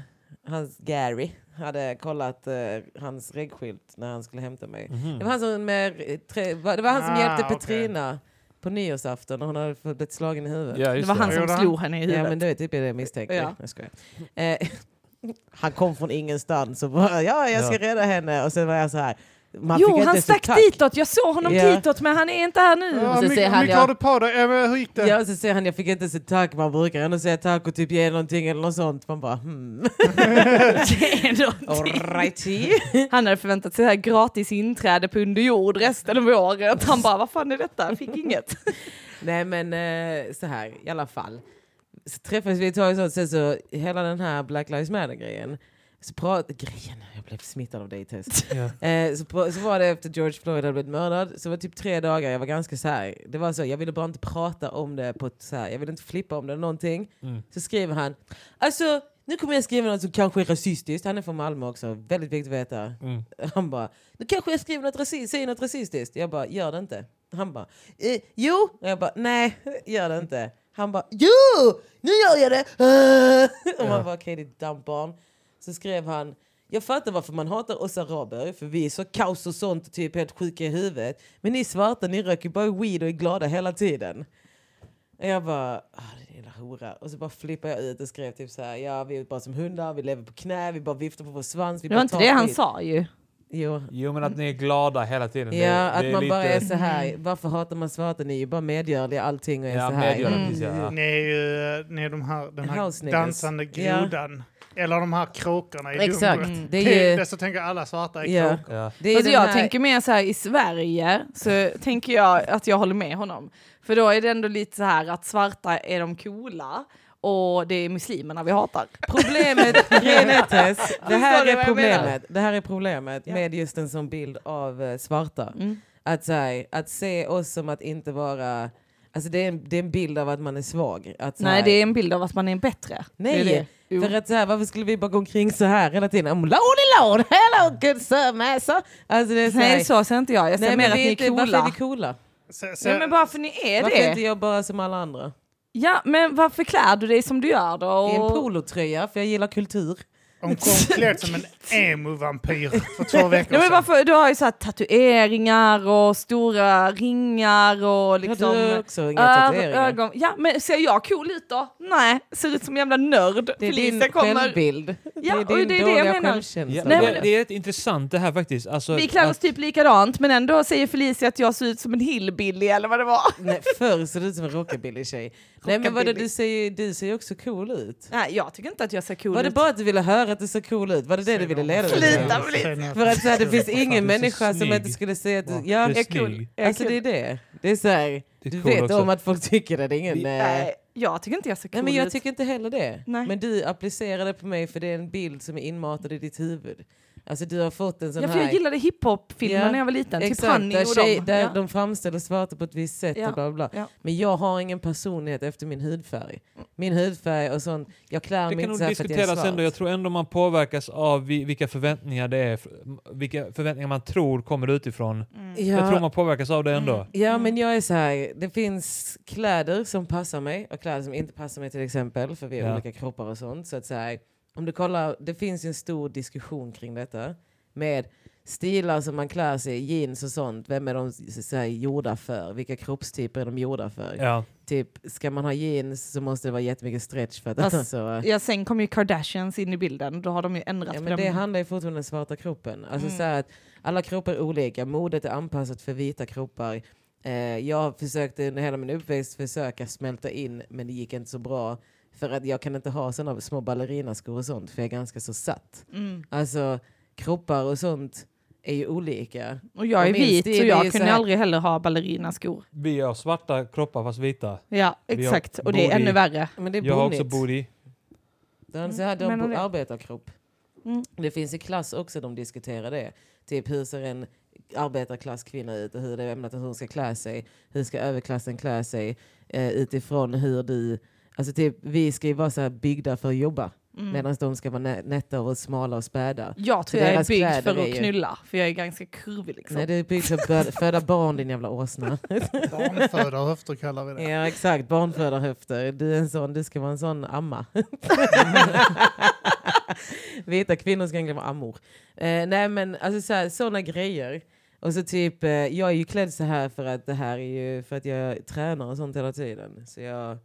Speaker 1: hans Gary hade kollat eh, hans reggskylt när han skulle hämta mig. Det var han som, med, tre, va- det var han som
Speaker 2: Ah,
Speaker 1: hjälpte
Speaker 2: okej.
Speaker 1: Petrina på nyårsafton när hon hade fått- blivit slagen i huvudet.
Speaker 3: Ja,
Speaker 4: Det
Speaker 3: just
Speaker 4: var han
Speaker 2: Vad
Speaker 4: som
Speaker 2: gjorde han?
Speaker 4: slog henne i
Speaker 1: Ja, men
Speaker 4: huvudet.
Speaker 1: det är typ det jag misstänkte.
Speaker 4: Ja.
Speaker 1: Jag skojar. Eh, han kom från ingenstans och bara ja, jag ska
Speaker 3: Ja.
Speaker 1: rädda henne. Och sen var jag så här. Man fick
Speaker 4: Jo,
Speaker 1: inte
Speaker 4: han
Speaker 1: ens ett
Speaker 4: stack
Speaker 1: tack.
Speaker 4: ditåt, jag såg honom
Speaker 1: Ja.
Speaker 4: ditåt men han är inte här nu.
Speaker 2: Ja,
Speaker 1: Och så
Speaker 2: mycket
Speaker 1: säger han,
Speaker 2: mycket
Speaker 1: ja.
Speaker 2: har du på dig? Ja, men Hur gick det?
Speaker 1: Ja, och så säger han jag fick inte ens ett tack. Man brukar ändå säga tack och typ ge någonting eller något sånt. Man bara hmm.
Speaker 4: Det är någonting.
Speaker 1: Alrighty.
Speaker 4: Han hade förväntat sig så här gratis inträde på underjord resten av året. Han bara, vad fan är detta? Jag fick inget.
Speaker 1: Nej men eh, så här i alla fall. Så träffades vi ett tag och sånt, sen så hela den här Black Lives Matter grejen. Så pra- grejen, jag blev smittad av dig Tess.
Speaker 3: Ja.
Speaker 1: Eh, så, pra- så var det efter George Floyd hade blivit mördad. Så det var typ tre dagar, jag var ganska så här. Det var så, jag ville bara inte prata om det på ett så här, jag ville inte flippa om det eller någonting.
Speaker 3: Mm.
Speaker 1: Så skriver han, alltså nu kommer jag skriva något som kanske är rasistiskt. Han är från Malmö också, väldigt viktigt att veta.
Speaker 3: Mm.
Speaker 1: Han bara, nu kanske jag skriver något rasistiskt, säger något rasistiskt. Jag bara, gör det inte. Han bara, eh, jo. Och jag bara, nej, gör det inte. Han bara, jo, nu gör jag det. Och man
Speaker 3: Ja.
Speaker 1: bara, okej ditt dampbarn. Så skrev han, jag fattar varför man hatar oss araber, för vi är så kaos och sånt och typ helt sjuka i huvudet. Men ni svarta, ni röker bara weed och är glada hela tiden. Och jag bara, ah, det är jävla hora. Och så bara flippade jag ut och skrev typ så här, ja vi är bara som hundar, vi lever på knä, vi bara viftar på vår svans. Vi
Speaker 4: Det
Speaker 1: bara
Speaker 4: var inte
Speaker 1: tar
Speaker 4: det han
Speaker 1: skit."
Speaker 4: sa ju.
Speaker 1: Jo,
Speaker 3: Jo, men att ni är glada hela tiden.
Speaker 1: Ja,
Speaker 3: det,
Speaker 1: att
Speaker 3: det är
Speaker 1: man
Speaker 3: lite...
Speaker 1: bara är så här. Varför hatar man svarta? Ni är ju bara medgörliga allting och är
Speaker 3: Ja,
Speaker 1: så här.
Speaker 3: medgörliga,
Speaker 1: Mm.
Speaker 3: precis, ja.
Speaker 2: Ni är ju eh, ni är de här, den
Speaker 1: House
Speaker 2: här
Speaker 1: niggas.
Speaker 2: dansande
Speaker 1: Ja.
Speaker 2: grodan. Eller de här kråkorna i
Speaker 1: Exakt. Mm,
Speaker 2: Dumbo.
Speaker 1: Det är ju...
Speaker 2: Det så tänker alla svarta är
Speaker 1: Ja.
Speaker 2: kråkor.
Speaker 3: Ja.
Speaker 1: Det är
Speaker 4: Alltså
Speaker 1: den
Speaker 4: jag
Speaker 1: här-
Speaker 4: tänker mer så här i Sverige så tänker jag att jag håller med honom. För då är det ändå lite så här att svarta är de coola och det är muslimerna vi hatar.
Speaker 1: Problemet, grejen är, Tess, det här
Speaker 4: du
Speaker 1: är
Speaker 4: vad jag menar?
Speaker 1: problemet, det här är problemet
Speaker 4: Ja. Mm.
Speaker 1: med just en sån bild av eh, svarta. Att, så här, att se oss som att inte vara... Alltså det är en, det är en bild av att man är svag. Att så
Speaker 4: Nej,
Speaker 1: här,
Speaker 4: det är en bild av att man är bättre.
Speaker 1: Nej,
Speaker 4: det är det. Jo.
Speaker 1: För att så här, varför skulle vi bara gå omkring så här hela tiden? Um, Lordy lord, hello good sir, master. Alltså det är så här,
Speaker 4: Nej, så ser inte jag. Jag ser
Speaker 1: Nej,
Speaker 4: mer
Speaker 1: men
Speaker 4: att
Speaker 1: vi
Speaker 4: ni är
Speaker 1: inte- Varför är
Speaker 4: coola.
Speaker 1: vi coola?
Speaker 2: Så, så,
Speaker 4: Nej, men bara för ni är
Speaker 1: Varför är inte
Speaker 4: det.
Speaker 1: jag bara som alla andra?
Speaker 4: Ja, men varför klär du dig som du gör då?
Speaker 1: I en
Speaker 4: Och-
Speaker 1: polotröja, för jag gillar kultur.
Speaker 2: Hon kom klädd som en emo-vampyr för två veckor
Speaker 4: Ja, men
Speaker 2: sedan.
Speaker 4: varför, du har ju så här tatueringar och stora ringar och liksom...
Speaker 1: Har du också inga
Speaker 4: Öron-
Speaker 1: tatueringar?
Speaker 4: ögon. Ja, men ser jag cool ut då? Nej, ser ut som en jävla nörd.
Speaker 1: Det är
Speaker 4: Felicia
Speaker 1: din
Speaker 4: kommer.
Speaker 1: självbild.
Speaker 4: Ja,
Speaker 1: det är
Speaker 4: och
Speaker 1: din
Speaker 4: det är det jag
Speaker 1: dåliga
Speaker 4: menar.
Speaker 1: självkänsla.
Speaker 3: Ja,
Speaker 4: Nej,
Speaker 3: det,
Speaker 4: men-
Speaker 3: det är rätt intressant det här faktiskt. Alltså,
Speaker 4: Vi klär
Speaker 3: att-
Speaker 4: oss typ likadant, men ändå säger Felicia att jag ser ut som en hillbilly eller vad det var.
Speaker 1: Nej, förr såg du ut som en rockabilly-tjej. Nej men vadå,
Speaker 4: Rockabilly.
Speaker 1: du ser ju du ser ju också cool ut.
Speaker 4: Nej, jag tycker inte att jag ser cool
Speaker 1: Var det
Speaker 4: ut.
Speaker 1: bara att du ville höra att du såg cool ut? Var det det du ville leda
Speaker 4: Sluta,
Speaker 1: till?
Speaker 4: Felicia.
Speaker 1: För att så här, det finns ingen
Speaker 3: du är så
Speaker 1: människa som
Speaker 3: snygg.
Speaker 1: inte skulle säga att du...
Speaker 3: Wow,
Speaker 1: Ja,
Speaker 3: du är
Speaker 1: jag-
Speaker 4: cool.
Speaker 3: snygg.
Speaker 4: Jag är
Speaker 1: alltså
Speaker 4: cool.
Speaker 1: det är det. Det är så här,
Speaker 3: Det är
Speaker 1: du
Speaker 3: cool
Speaker 1: vet
Speaker 3: också.
Speaker 1: om att folk tycker det, det är ingen... eh, Nej.
Speaker 4: Nej, jag tycker inte jag ser cool
Speaker 1: Nej men jag
Speaker 4: ut.
Speaker 1: tycker inte heller det.
Speaker 4: Nej.
Speaker 1: Men du applicerar det på mig för det är en bild som är inmatad i ditt huvud. Alltså du har fått en sån
Speaker 4: Ja, för
Speaker 1: här...
Speaker 4: jag gillade hiphop-filmer
Speaker 1: Ja,
Speaker 4: när jag var liten. Typ
Speaker 1: Exakt,
Speaker 4: Honey
Speaker 1: där,
Speaker 4: och
Speaker 1: tjej,
Speaker 4: dem.
Speaker 1: där
Speaker 4: Ja.
Speaker 1: de framställer svarta på ett visst sätt.
Speaker 4: Ja,
Speaker 1: Och bla bla.
Speaker 4: ja. Mm.
Speaker 1: Men jag har ingen personlighet efter min hudfärg. Min hudfärg och sånt, jag klär
Speaker 3: Det
Speaker 1: mig
Speaker 3: kan
Speaker 1: inte
Speaker 3: nog
Speaker 1: så här för att jag är
Speaker 3: diskuteras
Speaker 1: svart.
Speaker 3: ändå. Jag tror ändå man påverkas av vi- vilka förväntningar det är, vilka förväntningar man tror kommer utifrån.
Speaker 4: Mm.
Speaker 3: Jag tror
Speaker 1: ja, Mm.
Speaker 3: man påverkas av det ändå.
Speaker 1: ja men jag är så här, det finns kläder som passar mig och kläder som inte passar mig till exempel. För vi har
Speaker 3: Ja.
Speaker 1: olika kroppar och sånt. Så att så här, om du kollar, det finns ju en stor diskussion kring detta. Med stilar som man klär sig i, jeans och sånt. Vem är de så här, gjorda för? Vilka kroppstyper är de gjorda för?
Speaker 3: Ja.
Speaker 1: Typ, ska man ha jeans så måste det vara jättemycket stretch för att
Speaker 4: Fast-
Speaker 1: alltså,
Speaker 4: Ja, sen kom ju Kardashians in i bilden. Då har de ju ändrat
Speaker 1: Ja,
Speaker 4: på
Speaker 1: men det
Speaker 4: dem.
Speaker 1: handlar ju fortfarande om den svarta kroppen. Alltså
Speaker 4: Mm.
Speaker 1: så här att alla kroppar är olika, modet är anpassat för vita kroppar. Eh, jag försökte under hela min uppväxt försöka smälta in men det gick inte så bra. För att jag kan inte ha sådana små ballerinaskor och sånt för jag är ganska så satt.
Speaker 4: Mm.
Speaker 1: Alltså kroppar och sånt är ju olika.
Speaker 4: Och jag är
Speaker 1: Och minst,
Speaker 4: vit
Speaker 1: det är
Speaker 4: så
Speaker 1: det
Speaker 4: jag
Speaker 1: ju
Speaker 4: kunde
Speaker 1: så här-
Speaker 4: aldrig heller ha ballerinaskor.
Speaker 3: Vi har svarta kroppar fast vita.
Speaker 4: Ja,
Speaker 3: Vi har
Speaker 4: exakt. Och det är
Speaker 3: booty.
Speaker 4: ännu värre.
Speaker 1: Men det är
Speaker 3: Jag har också
Speaker 1: bonnigt.
Speaker 3: booty.
Speaker 1: Den, så här, de
Speaker 4: menar
Speaker 1: på
Speaker 4: det.
Speaker 1: arbetarkropp.
Speaker 4: Mm.
Speaker 1: Det finns i klass också de diskuterar det. Typ hur ser en arbetarklasskvinna ut och hur det är ämnat att hon ska klä sig. Hur ska överklassen klä sig eh, utifrån hur du... Alltså typ, vi ska ju vara så här byggda för att jobba
Speaker 4: Mm.
Speaker 1: medan de ska vara nä- nätta och smala och späda.
Speaker 4: Jag
Speaker 1: Så
Speaker 4: tror jag är
Speaker 1: deras
Speaker 4: byggd
Speaker 1: kläder
Speaker 4: för
Speaker 1: är
Speaker 4: att
Speaker 1: ju-
Speaker 4: knulla, för jag är ganska kurvig liksom.
Speaker 1: Nej, du är byggd för att bör- föda barn din jävla åsna.
Speaker 2: Barnfödare och höfter kallar vi det.
Speaker 1: ja exakt, barnfödarhöfter. Du är en sån, du ska vara en sån amma. Vita kvinnor ska egentligen vara ammor. Eh, nej men alltså så här, såna grejer. Och så typ, eh, jag är ju klädd så här för att det här är ju för att jag tränar och sånt hela tiden. Så jag,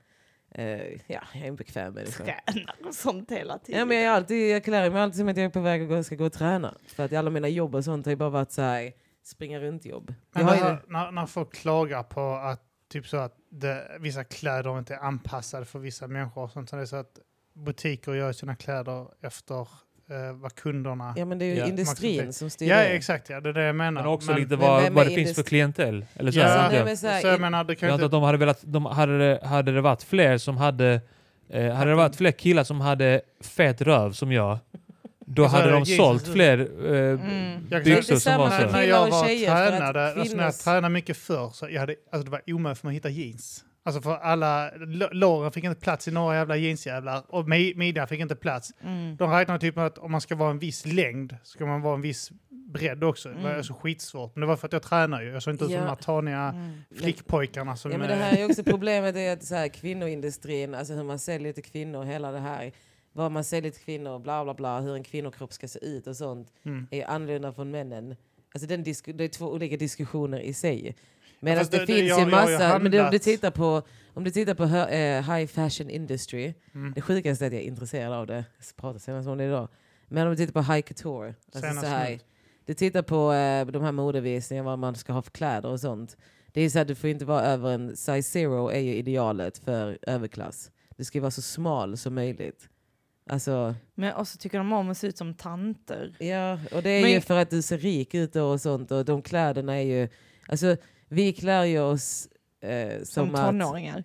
Speaker 1: eh, ja, jag är en bekväm människa.
Speaker 4: Tränar och sånt hela tiden.
Speaker 1: Ja, men jag, är alltid, jag klär mig alltid som att jag är på väg att gå, ska gå och träna. För att alla mina jobb och sånt har ju bara varit så här, springa runt jobb. Jag
Speaker 2: Men
Speaker 1: har
Speaker 2: det
Speaker 1: ju
Speaker 2: här, när, när folk klagar på att typ så att det, vissa kläder inte är anpassade för vissa människor och sånt, så det är så att butiker gör sina kläder efter eh, vad kunderna... Ja,
Speaker 1: Ja men det är ju
Speaker 3: Ja,
Speaker 1: industrin
Speaker 2: maximalt.
Speaker 1: som styr det.
Speaker 2: exakt, ja, det är det jag menar.
Speaker 3: Men också lite
Speaker 1: men
Speaker 3: vad,
Speaker 1: vem
Speaker 3: vad
Speaker 1: är
Speaker 3: det finns för
Speaker 1: industri-
Speaker 3: klientell. Eller så,
Speaker 2: Ja.
Speaker 3: här,
Speaker 2: Ja.
Speaker 3: vet
Speaker 1: Nej,
Speaker 3: Alltså, jag.
Speaker 1: men så här,
Speaker 2: så jag menar, det kan
Speaker 3: Jag
Speaker 2: ju
Speaker 3: antar att
Speaker 2: inte...
Speaker 3: de hade velat, de hade, det- hade det varit fler som hade, eh, hade det varit fler killar som hade fet röv som jag, då
Speaker 2: Jag sa
Speaker 3: hade de
Speaker 2: Jesus.
Speaker 3: sålt fler eh,
Speaker 4: Mm.
Speaker 2: Jag kan-
Speaker 1: Det är
Speaker 3: byxor som
Speaker 1: samma
Speaker 3: var
Speaker 1: med
Speaker 3: så.
Speaker 2: När
Speaker 1: killar
Speaker 2: jag
Speaker 1: och
Speaker 2: var
Speaker 1: tjejer för att
Speaker 2: tränade, alltså när jag
Speaker 1: kvinnors-
Speaker 2: tränade mycket förr, så jag hade, alltså det var omöjligt för mig att hitta jeans. Alltså för alla, l- låren fick inte plats i några jävla jeansjävlar och mi- midjan fick inte plats.
Speaker 4: Mm.
Speaker 2: De räknar typ med att om man ska vara en viss längd så ska man vara en viss bredd också. Det var
Speaker 4: Mm.
Speaker 2: alltså skitsvårt. Men det var för att jag tränar ju. Jag såg inte ut som de
Speaker 1: Ja.
Speaker 2: här taniga
Speaker 4: Mm.
Speaker 2: flickpojkarna som... eh,
Speaker 1: Ja, men det här är också problemet är att så här, kvinnoindustrin, alltså hur man säljer till kvinnor, hela det här, vad man säljer till kvinnor, bla bla bla, hur en kvinnokropp ska se ut och sånt,
Speaker 2: Mm.
Speaker 1: är annorlunda från männen. Alltså den disk- det är två olika diskussioner i sig.
Speaker 2: Ja,
Speaker 1: Men
Speaker 2: fast
Speaker 1: det,
Speaker 2: det- det-
Speaker 1: finns
Speaker 2: jag- jag
Speaker 1: ju
Speaker 2: har ju
Speaker 1: massa, men det, om du
Speaker 2: handlat-
Speaker 1: tittar på, om du tittar på hö, eh, high fashion industry,
Speaker 2: Mm.
Speaker 1: det sjukaste är att jag är intresserad av det, jag pratade senast om det idag. Men om du tittar på high couture, alltså
Speaker 2: Senast
Speaker 1: så här,
Speaker 2: nu.
Speaker 1: du tittar på eh, de här modevisningarna, vad man ska ha för kläder och sånt. Det är så att du får inte vara över en size zero är ju idealet för överklass. Du ska ju vara så smal som möjligt. Alltså,
Speaker 4: Men och så tycker de om att se ut som tanter.
Speaker 1: ja, och det är
Speaker 4: Men-
Speaker 1: ju för att du ser rik ut då och sånt och de kläderna är ju, alltså vi klär ju oss eh, som,
Speaker 4: Som,
Speaker 1: att...
Speaker 4: tonåringar.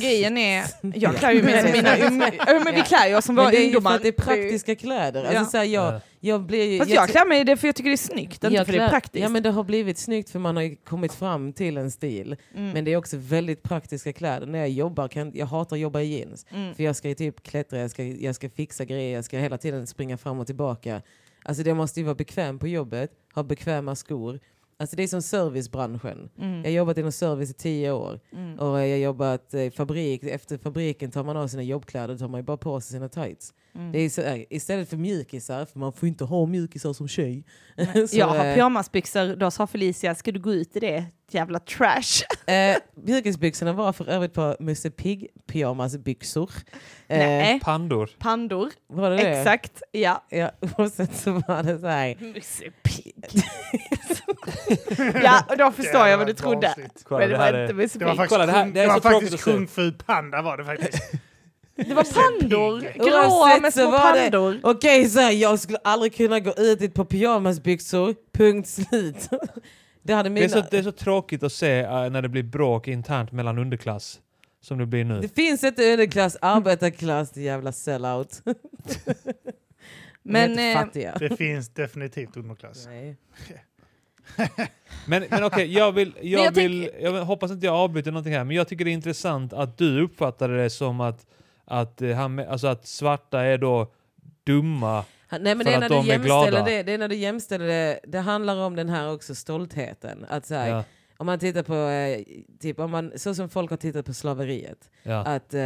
Speaker 4: grejen är, jag
Speaker 1: Ja.
Speaker 4: klär ju mig som mina ungdomar. Ja, Men vi
Speaker 1: Ja.
Speaker 4: klär ju oss som
Speaker 1: Men
Speaker 4: våra
Speaker 1: det är ju för
Speaker 4: ungdomar.
Speaker 1: att det är praktiska kläder. Alltså,
Speaker 4: Ja.
Speaker 1: så här, jag,
Speaker 3: eh,
Speaker 1: jag blir ju,
Speaker 4: Fast jag klär mig i det för jag tycker det är snyggt, inte
Speaker 1: jag
Speaker 4: för det är
Speaker 1: klär-
Speaker 4: praktiskt.
Speaker 1: Ja men det har blivit snyggt för man har ju kommit fram till en stil.
Speaker 4: Mm.
Speaker 1: Men det är också väldigt praktiska kläder. När jag jobbar, kan, jag hatar att jobba i jeans.
Speaker 4: Mm.
Speaker 1: För jag ska ju typ klättra, jag ska, jag ska fixa grejer, jag ska hela tiden springa fram och tillbaka. Alltså det måste ju vara bekväm på jobbet, ha bekväma skor. Alltså det är som servicebranschen.
Speaker 4: Mm.
Speaker 1: Jag har jobbat inom service i tio år.
Speaker 4: Mm.
Speaker 1: Och jag har jobbat eh, i fabrik. Efter fabriken tar man av sina jobbkläder, då tar man ju bara på sig sina tights.
Speaker 4: Mm.
Speaker 1: Det är så, här, istället för mjukisar, för man får inte ha mjukisar som tjej. Så,
Speaker 4: jag har
Speaker 1: eh,
Speaker 4: pyjamasbyxor, då sa Felicia, ska du gå ut i det? Jävla trash.
Speaker 1: Eh, mjukisbyxorna var för övrigt på Musse Pigg pyjamasbyxor.
Speaker 4: Nej,
Speaker 3: Pandor.
Speaker 4: pandor.
Speaker 1: var Eh, det det?
Speaker 4: Exakt, ja.
Speaker 1: Ja, och sen så var det så här.
Speaker 4: ja, och då förstår jag vad du
Speaker 2: Jävla
Speaker 4: trodde.
Speaker 2: konstigt.
Speaker 3: Kolla,
Speaker 4: men
Speaker 3: det
Speaker 4: det
Speaker 3: här
Speaker 4: var
Speaker 3: är-
Speaker 4: inte Musse
Speaker 2: Det var
Speaker 4: Pigg.
Speaker 2: faktiskt,
Speaker 3: Kolla, det här-
Speaker 2: kung-
Speaker 3: det här är
Speaker 2: det var
Speaker 3: så
Speaker 2: faktiskt
Speaker 3: tråkigt att se.
Speaker 2: Kung Fu Panda var det faktiskt.
Speaker 4: Det var pandor, gråa
Speaker 1: Oavsett
Speaker 4: med
Speaker 1: så
Speaker 4: små
Speaker 1: var det-
Speaker 4: pandor.
Speaker 1: Okej, så här, jag skulle aldrig kunna gå ut i ett par pyjamasbyxor. Punkt slut. Det hade
Speaker 3: Det är,
Speaker 1: mina...
Speaker 3: så, det är så tråkigt att se eh, när det blir bråk internt mellan underklass. Som det blir nu.
Speaker 1: Det finns inte underklass, arbetarklass, det jävla sellout. De
Speaker 4: Men
Speaker 1: heter
Speaker 4: eh,
Speaker 1: fattiga.
Speaker 2: Det finns definitivt underklass.
Speaker 1: Nej.
Speaker 3: Men, men okej, jag vill... Jag,
Speaker 4: jag
Speaker 3: vill jag hoppas inte jag avbryter någonting här, men jag tycker det är intressant att du uppfattade det som att, att, eh, han, alltså att svarta är då dumma.
Speaker 1: Han- Nej, men det
Speaker 3: För
Speaker 1: är,
Speaker 3: att
Speaker 1: när
Speaker 3: de
Speaker 1: du
Speaker 3: är
Speaker 1: jämställer
Speaker 3: glada.
Speaker 1: det, det är när du jämställer det. Det handlar om den här också stoltheten. Att så här,
Speaker 3: Ja,
Speaker 1: Om man tittar på, eh, typ, om man, så som folk har tittat på slaveriet.
Speaker 3: ja.
Speaker 1: Att eh,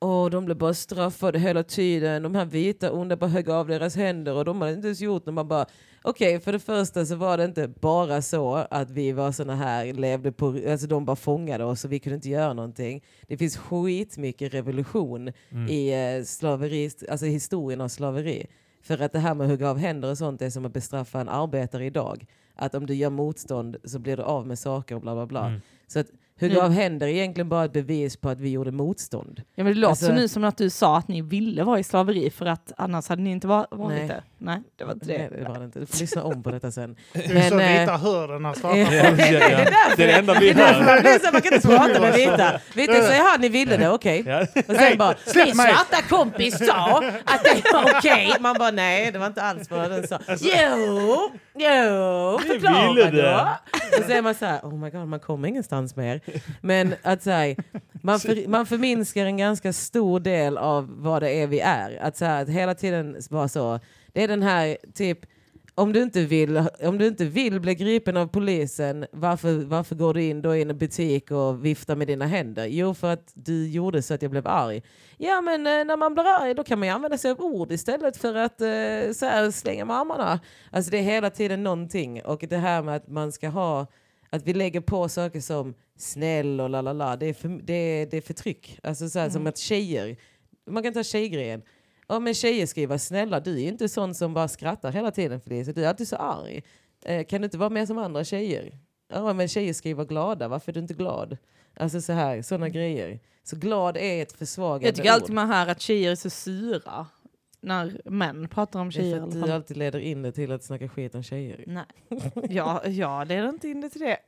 Speaker 1: åh, de blev bara straffade hela tiden. De här vita onda bara högg av deras händer och de hade inte ens gjort något. Man bara, okej, för det första så var det inte bara så att vi var såna här, levde på, alltså de bara fångade oss och vi kunde inte göra någonting. Det finns skitmycket revolution
Speaker 3: Mm.
Speaker 1: i eh, slaveri, alltså historien av slaveri. För att det här med att hugga av händer och sånt är som att bestraffa en arbetare idag. Att om du gör motstånd så blir du av med saker och bla bla bla.
Speaker 3: Mm.
Speaker 1: Så att hugga
Speaker 4: Mm.
Speaker 1: av händer är egentligen bara ett bevis på att vi gjorde motstånd.
Speaker 4: ja, men det låter
Speaker 1: Alltså-
Speaker 4: nu som att du sa att ni ville vara i slaveri för att annars hade ni inte var- varit
Speaker 1: Nej.
Speaker 4: det. Nej, det var inte
Speaker 1: Nej,
Speaker 4: det.
Speaker 1: det var det inte. Du får lyssna om på detta sen.
Speaker 2: Det är så
Speaker 1: Men, eh,
Speaker 2: vita hör den här svarta.
Speaker 1: Ja.
Speaker 3: Ja, ja. Det är det enda vi hör.
Speaker 1: Man blir så här, man kan inte prata med vita. Vita säger jaha, ni ville det, okej.
Speaker 3: Ja.
Speaker 1: Och sen bara,
Speaker 2: släpp
Speaker 1: min
Speaker 2: mig."
Speaker 1: svarta kompis sa att det var okej. Man bara, nej det var inte alls vad den sa. Jo, jo,
Speaker 3: Vi
Speaker 1: förklara
Speaker 3: ville
Speaker 1: då.
Speaker 3: det.
Speaker 1: Och så är man så här, oh my god, man kommer ingenstans mer. Men att så här, man, för, man förminskar en ganska stor del av vad det är vi är. Att, så här, att hela tiden vara så, det är den här typ, om du, inte vill, om du inte vill bli gripen av polisen, varför, varför går du in då i en butik och viftar med dina händer? Jo, för att du gjorde så att jag blev arg. Ja, men eh, när man blir arg då kan man ju använda sig av ord istället för att eh, så här, slänga med armarna. Alltså det är hela tiden någonting. Och det här med att man ska ha, att vi lägger på saker som snäll och la la la, det är för- det är det är förtryck. Alltså så här, som att tjejer, man kan ta tjejgrejen. Ja men tjejer ska ju vara snälla, du är ju inte sån som bara skrattar hela tiden för det. Så du är alltid så arg. Eh, kan du inte vara mer som andra tjejer? Ja men tjejer ska ju vara glada, varför är du inte glad? Alltså så här, sådana grejer. Så glad är ett försvagande
Speaker 4: Mm. Jag tycker alltid
Speaker 1: ord.
Speaker 4: man hör att tjejer är så sura när män pratar om
Speaker 1: Det är
Speaker 4: tjejer.
Speaker 1: för att
Speaker 4: i
Speaker 1: du
Speaker 4: alla fall.
Speaker 1: alltid leder in det till att snacka skit om tjejer.
Speaker 4: Nej, jag, jag leder inte in det till det.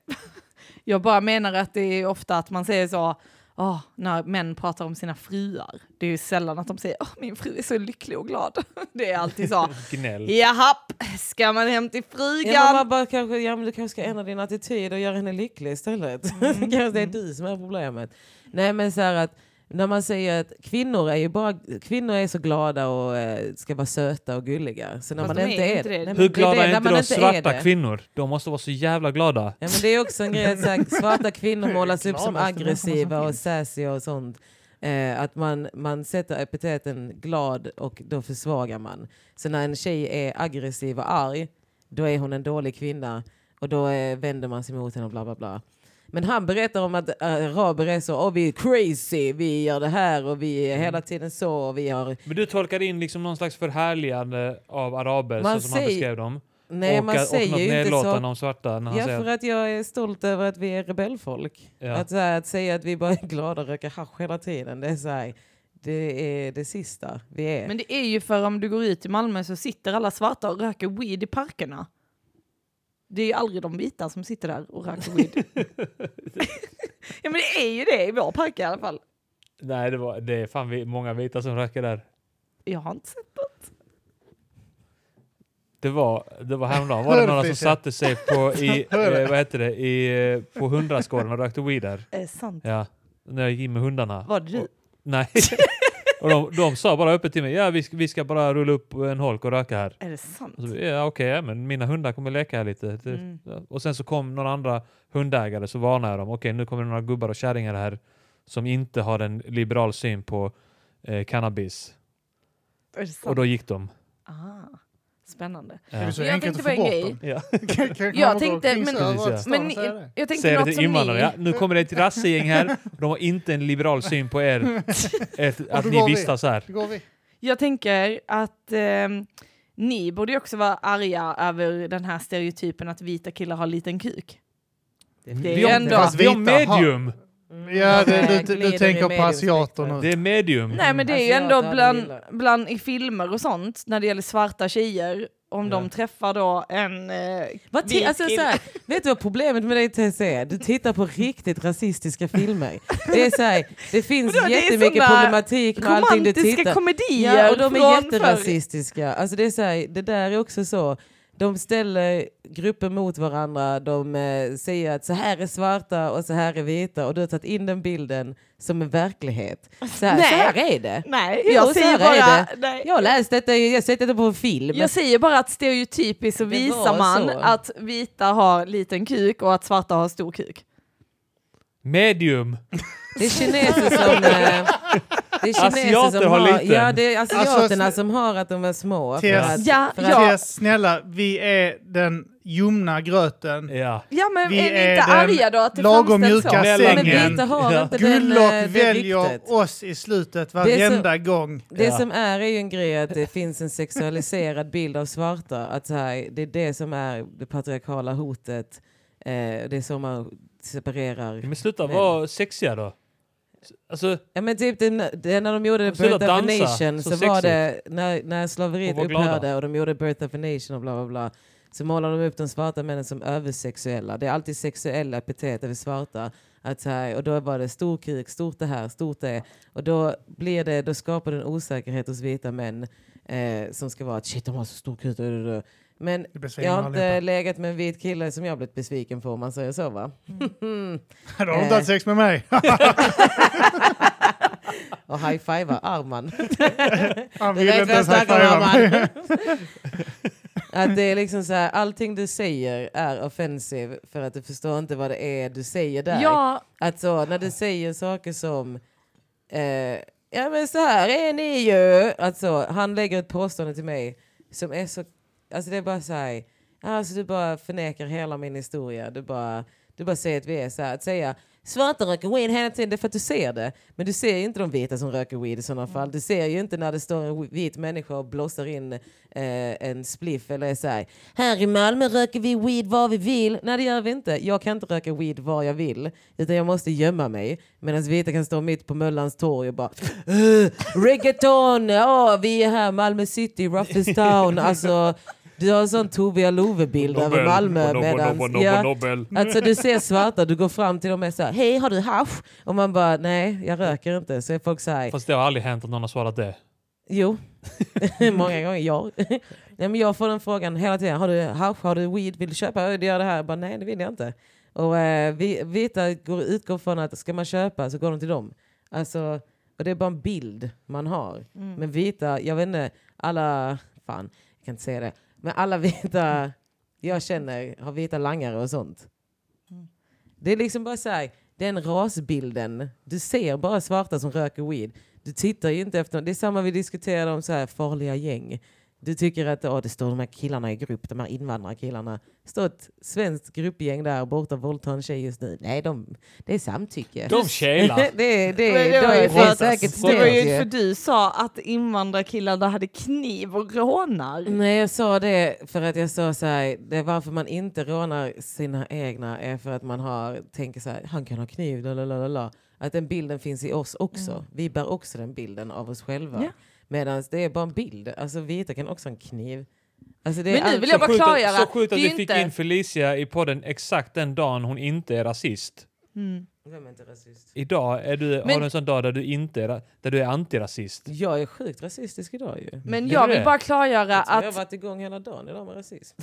Speaker 4: Jag bara menar att det är ofta att man säger så, "Åh, när män pratar om sina fruar. Det är ju sällan att de säger, oh, min fru är så lycklig och glad. Det är alltid så,
Speaker 3: Gnäll.
Speaker 4: jahapp, ska man hem till frugan?
Speaker 1: Ja, men man bara kanske, ja, men du kanske ska ändra din attityd och göra henne lycklig istället.
Speaker 4: Mm.
Speaker 1: kanske det är du som är problemet. Nej men så här att när man säger att kvinnor är ju bara kvinnor är så glada och eh, ska vara söta och gulliga. Så när
Speaker 4: Fast
Speaker 1: man
Speaker 4: de
Speaker 1: inte
Speaker 4: är ju
Speaker 1: är
Speaker 4: inte
Speaker 1: det.
Speaker 4: det.
Speaker 1: Nej, men
Speaker 3: Hur
Speaker 1: det
Speaker 3: glada
Speaker 1: det, när
Speaker 3: är inte
Speaker 1: man
Speaker 3: de
Speaker 1: inte är
Speaker 3: svarta
Speaker 1: det.
Speaker 3: kvinnor? De måste vara så jävla glada.
Speaker 1: Ja, men det är också en grej att så här, svarta kvinnor målas upp som
Speaker 2: Gladaste människan som
Speaker 1: aggressiva och
Speaker 2: finns.
Speaker 1: sassy och sånt. Eh, att man, man sätter epiteten glad och då försvagar man. Så när en tjej är aggressiv och arg, då är hon en dålig kvinna. Och då eh, vänder man sig mot henne och bla bla bla. Men han berättar om att eh, araber är så, oh, vi är crazy, vi gör det här och vi är
Speaker 3: Mm.
Speaker 1: hela tiden så. Och vi har...
Speaker 3: Men du tolkar in liksom någon slags förhärligande av araber
Speaker 1: Man
Speaker 3: så som han
Speaker 1: säger-
Speaker 3: beskrev dem.
Speaker 1: Nej,
Speaker 3: och,
Speaker 1: man
Speaker 3: att- och
Speaker 1: säger
Speaker 3: något
Speaker 1: ju inte så.
Speaker 3: nedlåtande om svarta när han
Speaker 1: Ja,
Speaker 3: säger
Speaker 1: för att jag är stolt över att vi är rebellfolk.
Speaker 3: Ja.
Speaker 1: Att, så här, att säga att vi bara är glada och röker hasch hela tiden, det är, så här, det, är det sista vi är.
Speaker 4: Men det är ju för om du går ut i Malmö så sitter alla svarta och röker weed i parkerna. Det är ju aldrig de vita som sitter där och röker weed. ja men det är ju det i vår park i alla fall.
Speaker 3: Nej, det, var, det är fan vi, många vita som röker där.
Speaker 4: Jag har inte sett något.
Speaker 3: Det var, det var häromdagen var det några som satte sig på, i, eh, vad heter det, i, eh, på hundraskålen och rökte weed där.
Speaker 4: Är eh, sant?
Speaker 3: Ja, när jag gick in med hundarna.
Speaker 4: Var det du?
Speaker 3: Nej. Och de, de sa bara öppet till mig, ja vi ska, vi ska bara rulla upp en holk och röka här.
Speaker 4: Är det sant?
Speaker 3: Och så, ja, okej, ja, men mina hundar kommer leka här lite. Alltså, Det-
Speaker 4: Mm.
Speaker 3: ja. Och sen så kom några andra hundägare så varnade jag dem. Okej, nu kommer det några gubbar och kärringar här som inte har en liberal syn på eh, cannabis.
Speaker 4: Är det
Speaker 3: Och
Speaker 4: sant?
Speaker 3: då gick de.
Speaker 4: Ah, spännande.
Speaker 2: Är
Speaker 3: Ja.
Speaker 2: det så
Speaker 4: Jag
Speaker 2: enkelt
Speaker 4: tänkte
Speaker 2: att
Speaker 4: på
Speaker 2: få
Speaker 4: en
Speaker 2: bort
Speaker 4: grej.
Speaker 2: dem?
Speaker 3: Ja.
Speaker 2: Kan, kan
Speaker 4: Jag
Speaker 2: man gå
Speaker 4: tänkte,
Speaker 2: kring
Speaker 4: men-
Speaker 2: så här
Speaker 3: Precis,
Speaker 2: rakt
Speaker 3: ja.
Speaker 2: stan
Speaker 4: Men
Speaker 2: och säga det?
Speaker 4: jag, jag tänkte
Speaker 3: Säger
Speaker 4: något
Speaker 3: vi till
Speaker 4: som
Speaker 3: invandrare,
Speaker 4: ni...
Speaker 3: ja, nu kommer det ett rassegäng här. De har inte en liberal syn på er, ett, att
Speaker 2: då
Speaker 3: ni
Speaker 2: går vi.
Speaker 3: vistas här.
Speaker 2: Då går vi.
Speaker 4: Jag tänker att ehm, ni borde ju också vara arga över den här stereotypen att vita killar har liten kuk. Det är
Speaker 3: Vi
Speaker 4: ju
Speaker 3: har,
Speaker 4: ändå-
Speaker 3: fast vi har
Speaker 2: vita har-
Speaker 3: medium!
Speaker 2: Ja, det, du,
Speaker 1: Glider
Speaker 2: du
Speaker 1: i
Speaker 2: tänker på
Speaker 1: medium
Speaker 2: asiater
Speaker 1: spektrum.
Speaker 2: nu.
Speaker 3: Det är medium.
Speaker 4: Nej men det är ju
Speaker 1: Asiater
Speaker 4: ändå
Speaker 1: hade
Speaker 4: bland,
Speaker 1: gillat.
Speaker 4: bland i filmer och sånt, när det gäller svarta tjejer, om
Speaker 3: Ja.
Speaker 4: de träffar då en... Eh,
Speaker 1: Vad ti-
Speaker 4: vit
Speaker 1: alltså,
Speaker 4: kille.
Speaker 1: så här, vet du vad problemet med dig TC är? Du tittar på riktigt rasistiska filmer. Det, är så här, det finns
Speaker 4: Vadå, det är
Speaker 1: jättemycket
Speaker 4: såna
Speaker 1: problematik med allting du
Speaker 4: Romantiska
Speaker 1: tittar
Speaker 4: komedier
Speaker 1: Ja, och de är
Speaker 4: från förr.
Speaker 1: jätterasistiska. Alltså det, är så här, det där är också så. De ställer grupper mot varandra. De eh, säger att så här är svarta och så här är vita. Och du har tagit in den bilden som en verklighet. Så här,
Speaker 4: Nej.
Speaker 1: så här är det.
Speaker 4: Nej,
Speaker 1: Jo,
Speaker 4: jag
Speaker 1: så
Speaker 4: säger
Speaker 1: här är
Speaker 4: bara...
Speaker 1: det.
Speaker 4: Nej.
Speaker 1: Jag har läst detta, jag har sett detta på en film.
Speaker 4: Jag säger bara att stereotypiskt så
Speaker 1: Det
Speaker 4: visar
Speaker 1: var
Speaker 4: man
Speaker 1: så.
Speaker 4: att vita har liten kuk och att svarta har stor kuk.
Speaker 3: Medium!
Speaker 1: Det är kineser som... eh, Det är kineser
Speaker 3: Asiater
Speaker 1: som
Speaker 3: har
Speaker 1: har,
Speaker 3: liten.
Speaker 1: Ja, det är asiaterna
Speaker 2: Alltså,
Speaker 1: som har att de är små. För
Speaker 2: Tess.
Speaker 1: att,
Speaker 4: Ja,
Speaker 1: för att-
Speaker 4: ja,
Speaker 2: Tess, snälla, vi är den ljumna gröten.
Speaker 3: Ja.
Speaker 4: ja men
Speaker 2: Vi
Speaker 4: är ni
Speaker 2: är
Speaker 4: inte
Speaker 2: den
Speaker 4: arga då att det
Speaker 2: lagom
Speaker 4: framställs så?
Speaker 2: mjuka
Speaker 3: Men
Speaker 1: Men
Speaker 2: sängen.
Speaker 1: vita har
Speaker 3: Ja.
Speaker 1: inte den, eh, det
Speaker 2: Gullok
Speaker 1: ryktet.
Speaker 2: väljer oss i slutet
Speaker 1: så-
Speaker 2: varenda gång.
Speaker 1: Det
Speaker 3: Ja.
Speaker 1: som är är ju en grej att det finns en sexualiserad bild av svarta. Att så här, det är det som är det patriarkala hotet. Eh, det är så man separerar.
Speaker 3: Men sluta
Speaker 1: Men-
Speaker 3: vara sexiga då. Alltså,
Speaker 1: Ja, men typ det, det, när de gjorde
Speaker 3: Och sluta
Speaker 1: Birth of a
Speaker 3: dansa,
Speaker 1: Nation
Speaker 3: så
Speaker 1: så, var
Speaker 3: sexigt.
Speaker 1: det när, när
Speaker 3: Och
Speaker 1: slaveriet
Speaker 3: var glada.
Speaker 1: upphörde och de gjorde Birth of a Nation och bla bla bla. Så målar de upp de svarta männen som översexuella. Det är alltid sexuella epitet över svarta. Att så här, och då var det stor kuk, stort det här, stort det. Och då, blir det, då skapar det en osäkerhet hos vita män eh, som ska vara att shit de har så stor kuk. Men
Speaker 2: Du blir
Speaker 1: jag
Speaker 2: svinen
Speaker 1: har inte
Speaker 2: allihopa.
Speaker 1: legat med en vit kille som jag blivit besviken på om man säger så va?
Speaker 2: Då har de
Speaker 4: eh,
Speaker 2: inte haft sex med mig.
Speaker 1: och high-fivar Arman.
Speaker 2: Han
Speaker 1: Det
Speaker 2: vill
Speaker 1: där
Speaker 2: inte
Speaker 1: är
Speaker 2: ens
Speaker 1: första
Speaker 2: high-fiva mig.
Speaker 1: gången Att det är liksom så här, allting du säger är offensive för att du förstår inte vad det är du säger där.
Speaker 4: Ja,
Speaker 1: Att så, när du säger saker som eh, ja men så här är ni ju. Alltså, han lägger ett påstående till mig som är så, alltså det är bara så här, alltså du bara förnekar hela min historia. Du bara, du bara säger att vi är så här, att säga svarta röker weed hela tiden, det är för att du ser det. Men du ser ju inte de vita som röker weed i sådana fall. Du ser ju inte när det står en vit människa och blåser in eh, en spliff eller är så här, här i Malmö röker vi weed var vi vill. Nej det gör vi inte. Jag kan inte röka weed var jag vill. Utan jag måste gömma mig. Medan vita kan stå mitt på Möllans torg och bara "Eh, reggaeton, ja vi är här Malmö city, Ruffles town. Alltså, du har en sån Tobias Love-bild över Malmö. medans, ja, Alltså du ser svarta, du går fram till dem och är så här, hej har du hasch? Och man bara, nej jag röker inte. Så är folk så här,
Speaker 3: Fast det har aldrig hänt att någon har svarat det.
Speaker 1: jo. Många gånger ja. nej, men jag får den frågan hela tiden, har du hasch, har du weed, vill du köpa? Vill du göra det här? Jag bara, nej det vill jag inte. Och eh, vi, vita går, utgår från att ska man köpa så går de till dem. Alltså, och det är bara en bild man har.
Speaker 4: Mm.
Speaker 1: Men vita, jag vet inte, alla, fan jag kan inte säga det. Men alla vita jag känner har vita langare och sånt. Det är liksom bara så här, den rasbilden. Du ser bara svarta som röker weed. Du tittar ju inte efter, det är samma vi diskuterade om så här farliga gäng. Du tycker att åh, det står de här killarna i grupp, de här invandrarkillarna. Det står ett svenskt gruppgäng där borta och våldtar en tjej just nu. Nej, de, det är samtycke.
Speaker 3: De tjelar.
Speaker 1: det, det,
Speaker 4: Men
Speaker 1: det,
Speaker 4: det var ju
Speaker 1: det
Speaker 4: för
Speaker 1: är
Speaker 4: att-
Speaker 1: säkert
Speaker 4: det var ju
Speaker 1: stöd,
Speaker 4: för du sa att invandrarkillarna hade kniv och rånar.
Speaker 1: Nej, jag sa det för att jag sa så här, det är varför man inte rånar sina egna är för att man har, tänker så här, han kan ha kniv, la, la, la, la, la. Att den bilden finns i oss också. Vi bär också den bilden av oss själva.
Speaker 4: Mm. Ja.
Speaker 1: Medan det är bara en bild. Alltså vita kan också ha en kniv. Alltså, det är
Speaker 4: Men nu
Speaker 1: allt
Speaker 4: vill jag
Speaker 1: som-
Speaker 4: bara
Speaker 3: Sjukt att-
Speaker 4: klargöra,
Speaker 3: så sjukt att
Speaker 4: det är
Speaker 3: vi
Speaker 4: ju
Speaker 3: fick
Speaker 4: inte-
Speaker 3: in Felicia i podden exakt den dagen hon inte är rasist.
Speaker 4: Mm.
Speaker 1: Vem är inte rasist?
Speaker 3: Idag är du, har
Speaker 4: Men-
Speaker 3: du en sån dag där du, inte är, ra- där du är antirasist.
Speaker 1: Jag är sjukt rasistisk idag ju.
Speaker 4: Men
Speaker 3: Är
Speaker 4: jag
Speaker 3: det
Speaker 4: vill
Speaker 3: det?
Speaker 4: bara klargöra
Speaker 1: Jag tror jag har
Speaker 4: Mm. att
Speaker 1: varit igång hela dagen idag med rasism.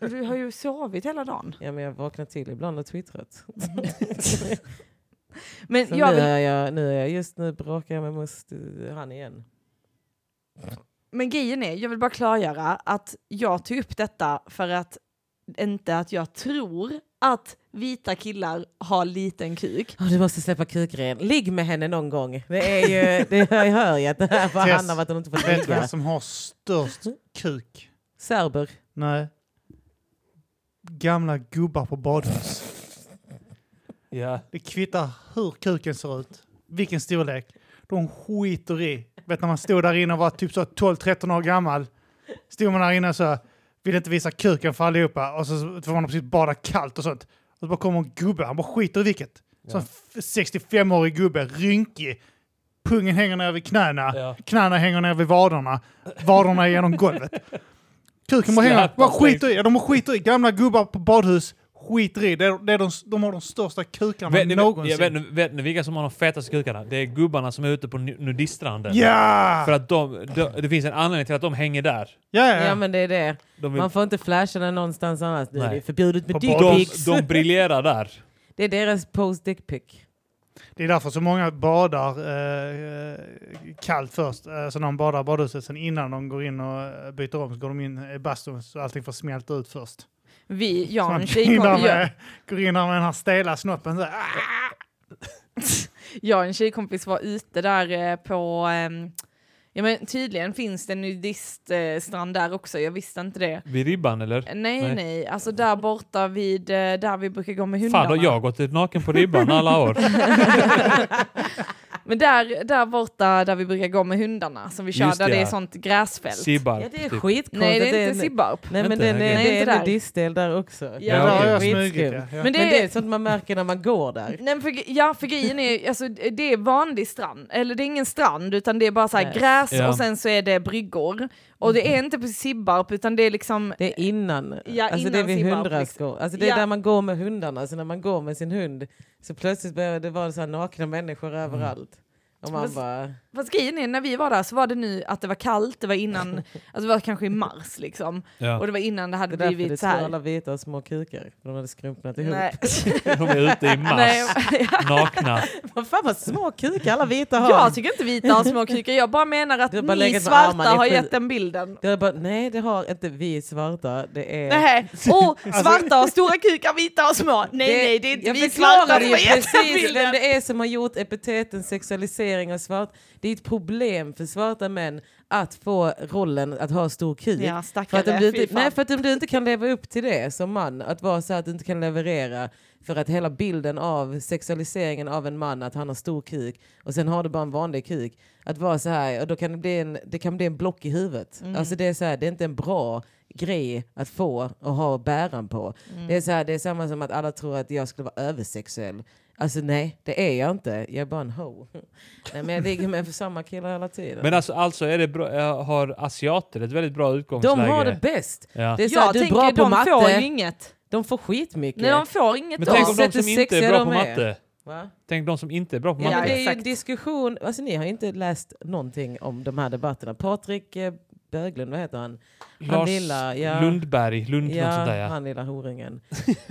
Speaker 4: du har ju sovit hela dagen.
Speaker 1: Ja, men jag vaknar till ibland och twittrat.
Speaker 4: Men
Speaker 1: Så
Speaker 4: jag
Speaker 1: nu,
Speaker 4: vill,
Speaker 1: är jag, nu är jag just nu bråkar jag med must, han igen.
Speaker 4: men grejen är, jag vill bara klargöra att jag tog upp detta för att inte att jag tror att vita killar har liten kuk.
Speaker 1: Åh, du måste släppa kukren. Ligg med henne någon gång. Det är ju, det hör, jag hör ju att det här bara
Speaker 2: Tess.
Speaker 1: handlar om att hon inte fått
Speaker 2: Vet du
Speaker 1: ligga.
Speaker 2: vem som har störst kuk?
Speaker 1: Serber.
Speaker 2: Nej. Gamla gubbar på badhus.
Speaker 3: Ja.
Speaker 2: Det kvittar hur kuken ser ut, vilken storlek. De skiter i. Vet när man stod där inne och var typ så 12-13 år gammal. Stod man där inne och så ville inte visa kuken för allihopa och så var man precis bada kallt och sånt. Och så bara kommer en gubbe, han bara skiter i vilket. Som en 65-årig gubbe, rynkig. Pungen hänger ner vid knäna,
Speaker 3: Ja.
Speaker 2: knäna hänger ner vid vaderna, vaderna är genom golvet. Kuken bara hänger,
Speaker 3: Släpar
Speaker 2: bara skiter i, ja, de skiter i. Gamla gubbar på badhus skiter i. Det är, det är de, de har de största kukarna
Speaker 3: Vet ni,
Speaker 2: någonsin.
Speaker 3: jag vet, ni- vet ni vilka som har de fetaste kukarna? Det är gubbarna som är ute på nu- nudiststranden.
Speaker 2: Ja!
Speaker 3: För att de, de, det finns en anledning till att de hänger där.
Speaker 2: Ja, ja,
Speaker 1: Ja
Speaker 2: ja.
Speaker 1: men det är det.
Speaker 3: De, är,
Speaker 1: Man får inte flasha den någonstans annars. Nu är Det
Speaker 3: Nej.
Speaker 1: är förbjudet med
Speaker 2: På bad-
Speaker 3: de,
Speaker 1: dickpics.
Speaker 3: de briljerar där.
Speaker 1: Det är deras post dickpic.
Speaker 2: Det är därför så många badar eh, kallt först. Eh, så de badar i badhuset, sen innan de går in och eh, byter om så går de in i bastun så allting får smälta ut först.
Speaker 4: Vi, jag
Speaker 2: Så
Speaker 4: och
Speaker 2: man
Speaker 4: en
Speaker 2: går in där
Speaker 4: tjejkompis, jag,
Speaker 2: med, går in där med den här stela snoppen. Så, här, ah!
Speaker 4: jag och en tjejkompis var ute där eh, på, ehm, ja men tydligen finns det en nudiststrand där också, jag visste inte det.
Speaker 3: Vid ribban eller?
Speaker 4: Nej, nej,
Speaker 3: Nej.
Speaker 4: alltså där borta vid, eh, där vi brukar gå med hundarna.
Speaker 3: Fan, då har jag gått ut naken på ribban alla år.
Speaker 4: Men där, där borta där vi brukar gå med hundarna som vi kör,
Speaker 3: Just
Speaker 4: där
Speaker 3: det,
Speaker 4: det är
Speaker 3: ja.
Speaker 4: sånt gräsfält.
Speaker 3: Sibbar.
Speaker 1: Ja det är
Speaker 3: typ.
Speaker 1: skitkonstigt.
Speaker 4: Nej, det är
Speaker 1: är
Speaker 4: inte
Speaker 1: en-
Speaker 4: Sibbarp.
Speaker 1: Nej men
Speaker 3: Inte?
Speaker 1: det, det,
Speaker 3: Okej.
Speaker 4: Nej,
Speaker 1: det
Speaker 4: inte
Speaker 1: är
Speaker 4: där.
Speaker 1: en nudistdel där också.
Speaker 4: Ja,
Speaker 2: Där
Speaker 3: okej.
Speaker 2: har jag
Speaker 1: Skitskum.
Speaker 2: smugit. Ja. Ja.
Speaker 4: Men det,
Speaker 1: Men det är
Speaker 4: är...
Speaker 1: sånt man märker när man går där.
Speaker 4: Nej, men för, ja, för grejen är alltså, det är vanlig strand, eller det är ingen strand utan det är bara så här
Speaker 1: Nej. Mm.
Speaker 4: gräs
Speaker 3: Ja.
Speaker 4: och sen så är det bryggor. Och det är inte på Sibbarp utan det är liksom,
Speaker 1: Det är innan.
Speaker 4: Ja,
Speaker 1: alltså det är
Speaker 4: innan
Speaker 1: vid
Speaker 4: Sibbarp,
Speaker 1: hundraskor. Alltså det är
Speaker 4: Ja.
Speaker 1: där man går med hundarna. Så när man går med sin hund så plötsligt börjar det vara så här nakna människor
Speaker 2: Mm.
Speaker 1: överallt. Och man
Speaker 4: Fast-
Speaker 1: bara...
Speaker 4: fast grejen är när vi var där så var det nu att det var kallt, det var innan, alltså det var kanske i mars liksom.
Speaker 3: Ja.
Speaker 4: Och det var innan det
Speaker 1: Det
Speaker 4: hade
Speaker 1: är därför det
Speaker 4: blivit så
Speaker 1: står alla
Speaker 4: här.
Speaker 1: vita och små kukar. för De hade skrumpnat ihop.
Speaker 4: Nej.
Speaker 3: De är ute i mars,
Speaker 4: Nej,
Speaker 3: nakna.
Speaker 1: Vad fan vad små kukar alla vita har.
Speaker 4: Jag tycker inte vita har små kukar, jag bara menar att
Speaker 1: Du har bara
Speaker 4: ni
Speaker 1: legat med
Speaker 4: svarta
Speaker 1: armarna i
Speaker 4: har
Speaker 1: skit.
Speaker 4: gett den bilden.
Speaker 1: det är bara, nej det har inte vi svarta. Det är...
Speaker 4: Nej, oh, svarta har stora kukar, vita har små. Nej, nej, det är inte
Speaker 1: Alltså- jag
Speaker 4: vi svarta
Speaker 1: förklarade
Speaker 4: som har
Speaker 1: ju
Speaker 4: gett den
Speaker 1: precis
Speaker 4: bilden.
Speaker 1: vem det är som har gjort epiteten sexualisering av svart. Det är ett problem för svarta män att få rollen att ha stor kuk.
Speaker 4: Ja,
Speaker 1: För
Speaker 4: stackare.
Speaker 1: att, om du
Speaker 4: fy
Speaker 1: inte,
Speaker 4: fan.
Speaker 1: nej, för att om du inte kan leva upp till det som man, att vara så här att du inte kan leverera för att hela bilden av sexualiseringen av en man, att han har stor kuk och sen har du bara en vanlig kuk. Att vara så här, och då kan det bli en, det kan bli en block i huvudet.
Speaker 4: Mm.
Speaker 1: Alltså det är så här, det är inte en bra grej att få och ha bäran på.
Speaker 4: Mm.
Speaker 1: Det, är så här, det är samma som att alla tror att jag skulle vara översexuell. Alltså nej, det är jag inte. Jag är bara en ho. Nej, men jag ligger med samma killar hela tiden.
Speaker 3: Men alltså, alltså är det bra, eh, har asiater ett väldigt bra
Speaker 1: de
Speaker 3: utgångsläge?
Speaker 1: har det bäst.
Speaker 3: Ja.
Speaker 1: Det är så här,
Speaker 4: jag
Speaker 1: du är
Speaker 4: tänker
Speaker 1: bra på
Speaker 4: de
Speaker 1: matte.
Speaker 4: får ju inget.
Speaker 1: De får skitmycket.
Speaker 4: Nej, de får inget
Speaker 3: Men
Speaker 4: då.
Speaker 3: tänk om de
Speaker 1: Sättet
Speaker 3: som inte är
Speaker 1: sexiga
Speaker 3: bra
Speaker 1: de
Speaker 3: på
Speaker 1: är.
Speaker 3: matte?
Speaker 1: Va?
Speaker 3: Tänk de som inte är bra på
Speaker 1: Ja,
Speaker 4: Ja,
Speaker 1: men
Speaker 3: matte.
Speaker 1: det är ju en
Speaker 4: exakt.
Speaker 1: diskussion. Alltså, ni har ju inte läst någonting om de här debatterna. Patrik eh, Böglund, vad heter han? Han
Speaker 3: Lars
Speaker 1: lilla, ja.
Speaker 3: Lundberg, Lund, något sånt där,
Speaker 1: Ja,
Speaker 3: ja.
Speaker 1: han lilla horingen.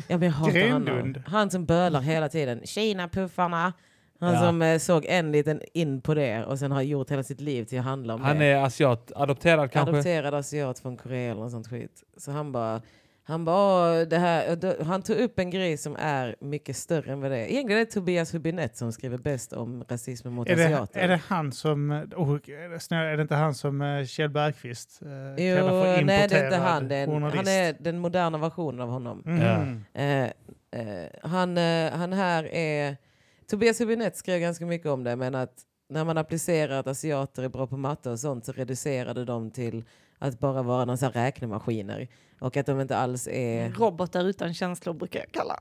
Speaker 1: Ja, men jag hatar
Speaker 2: Grönlund.
Speaker 1: honom. Han som bölar hela tiden. Kina-puffarna. Han
Speaker 3: Ja.
Speaker 1: som eh, såg en liten in på det och sen har gjort hela sitt liv till att handla om
Speaker 3: Han
Speaker 1: det.
Speaker 3: är asiat, adopterad kanske?
Speaker 1: Adopterad asiat från Korea eller något sånt skit. Så han bara, han bara, "Åh, det här, och då- han tog upp en grej som är mycket större än vad det är. Egentligen är det Tobias Hubinett som skriver bäst om rasismen mot
Speaker 2: Är det,
Speaker 1: asiater.
Speaker 2: är det han som... Oh, snälla, är det inte han som eh, Kjell Bergqvist eh,
Speaker 1: Jo,
Speaker 2: kallar för importerad
Speaker 1: nej det är inte han. Det är en,
Speaker 2: journalist?
Speaker 1: han är den moderna versionen av honom.
Speaker 2: Mhm.
Speaker 1: Eh, eh, han, eh, han här är... Tobias Hübinette skrev ganska mycket om det, men att när man applicerar att asiater är bra på matte och sånt så reducerar du dem till att bara vara några så här räknemaskiner. Och att de inte alls
Speaker 2: Mm.
Speaker 1: är...
Speaker 4: Robotar utan känslor brukar jag kalla.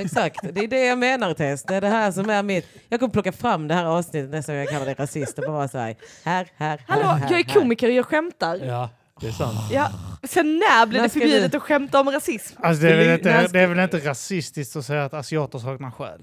Speaker 1: Exakt, det är det jag menar Tess. Det är det här som är mitt... Jag kommer plocka fram det här avsnittet nästa gång jag kallar dig rasist och bara vara så här, här, här, här,
Speaker 4: Hallå,
Speaker 1: här,
Speaker 4: jag är
Speaker 1: här.
Speaker 4: komiker och jag skämtar.
Speaker 3: Ja, det är
Speaker 2: Ah.
Speaker 3: sant.
Speaker 4: Ja. Sen när blev
Speaker 1: När
Speaker 4: det
Speaker 1: ska
Speaker 4: förbjudet
Speaker 1: du-
Speaker 4: att skämta om rasism?
Speaker 2: Alltså, det, är väl
Speaker 1: När
Speaker 2: inte,
Speaker 1: ska-
Speaker 2: det är väl inte rasistiskt att säga att asiater saknar själ?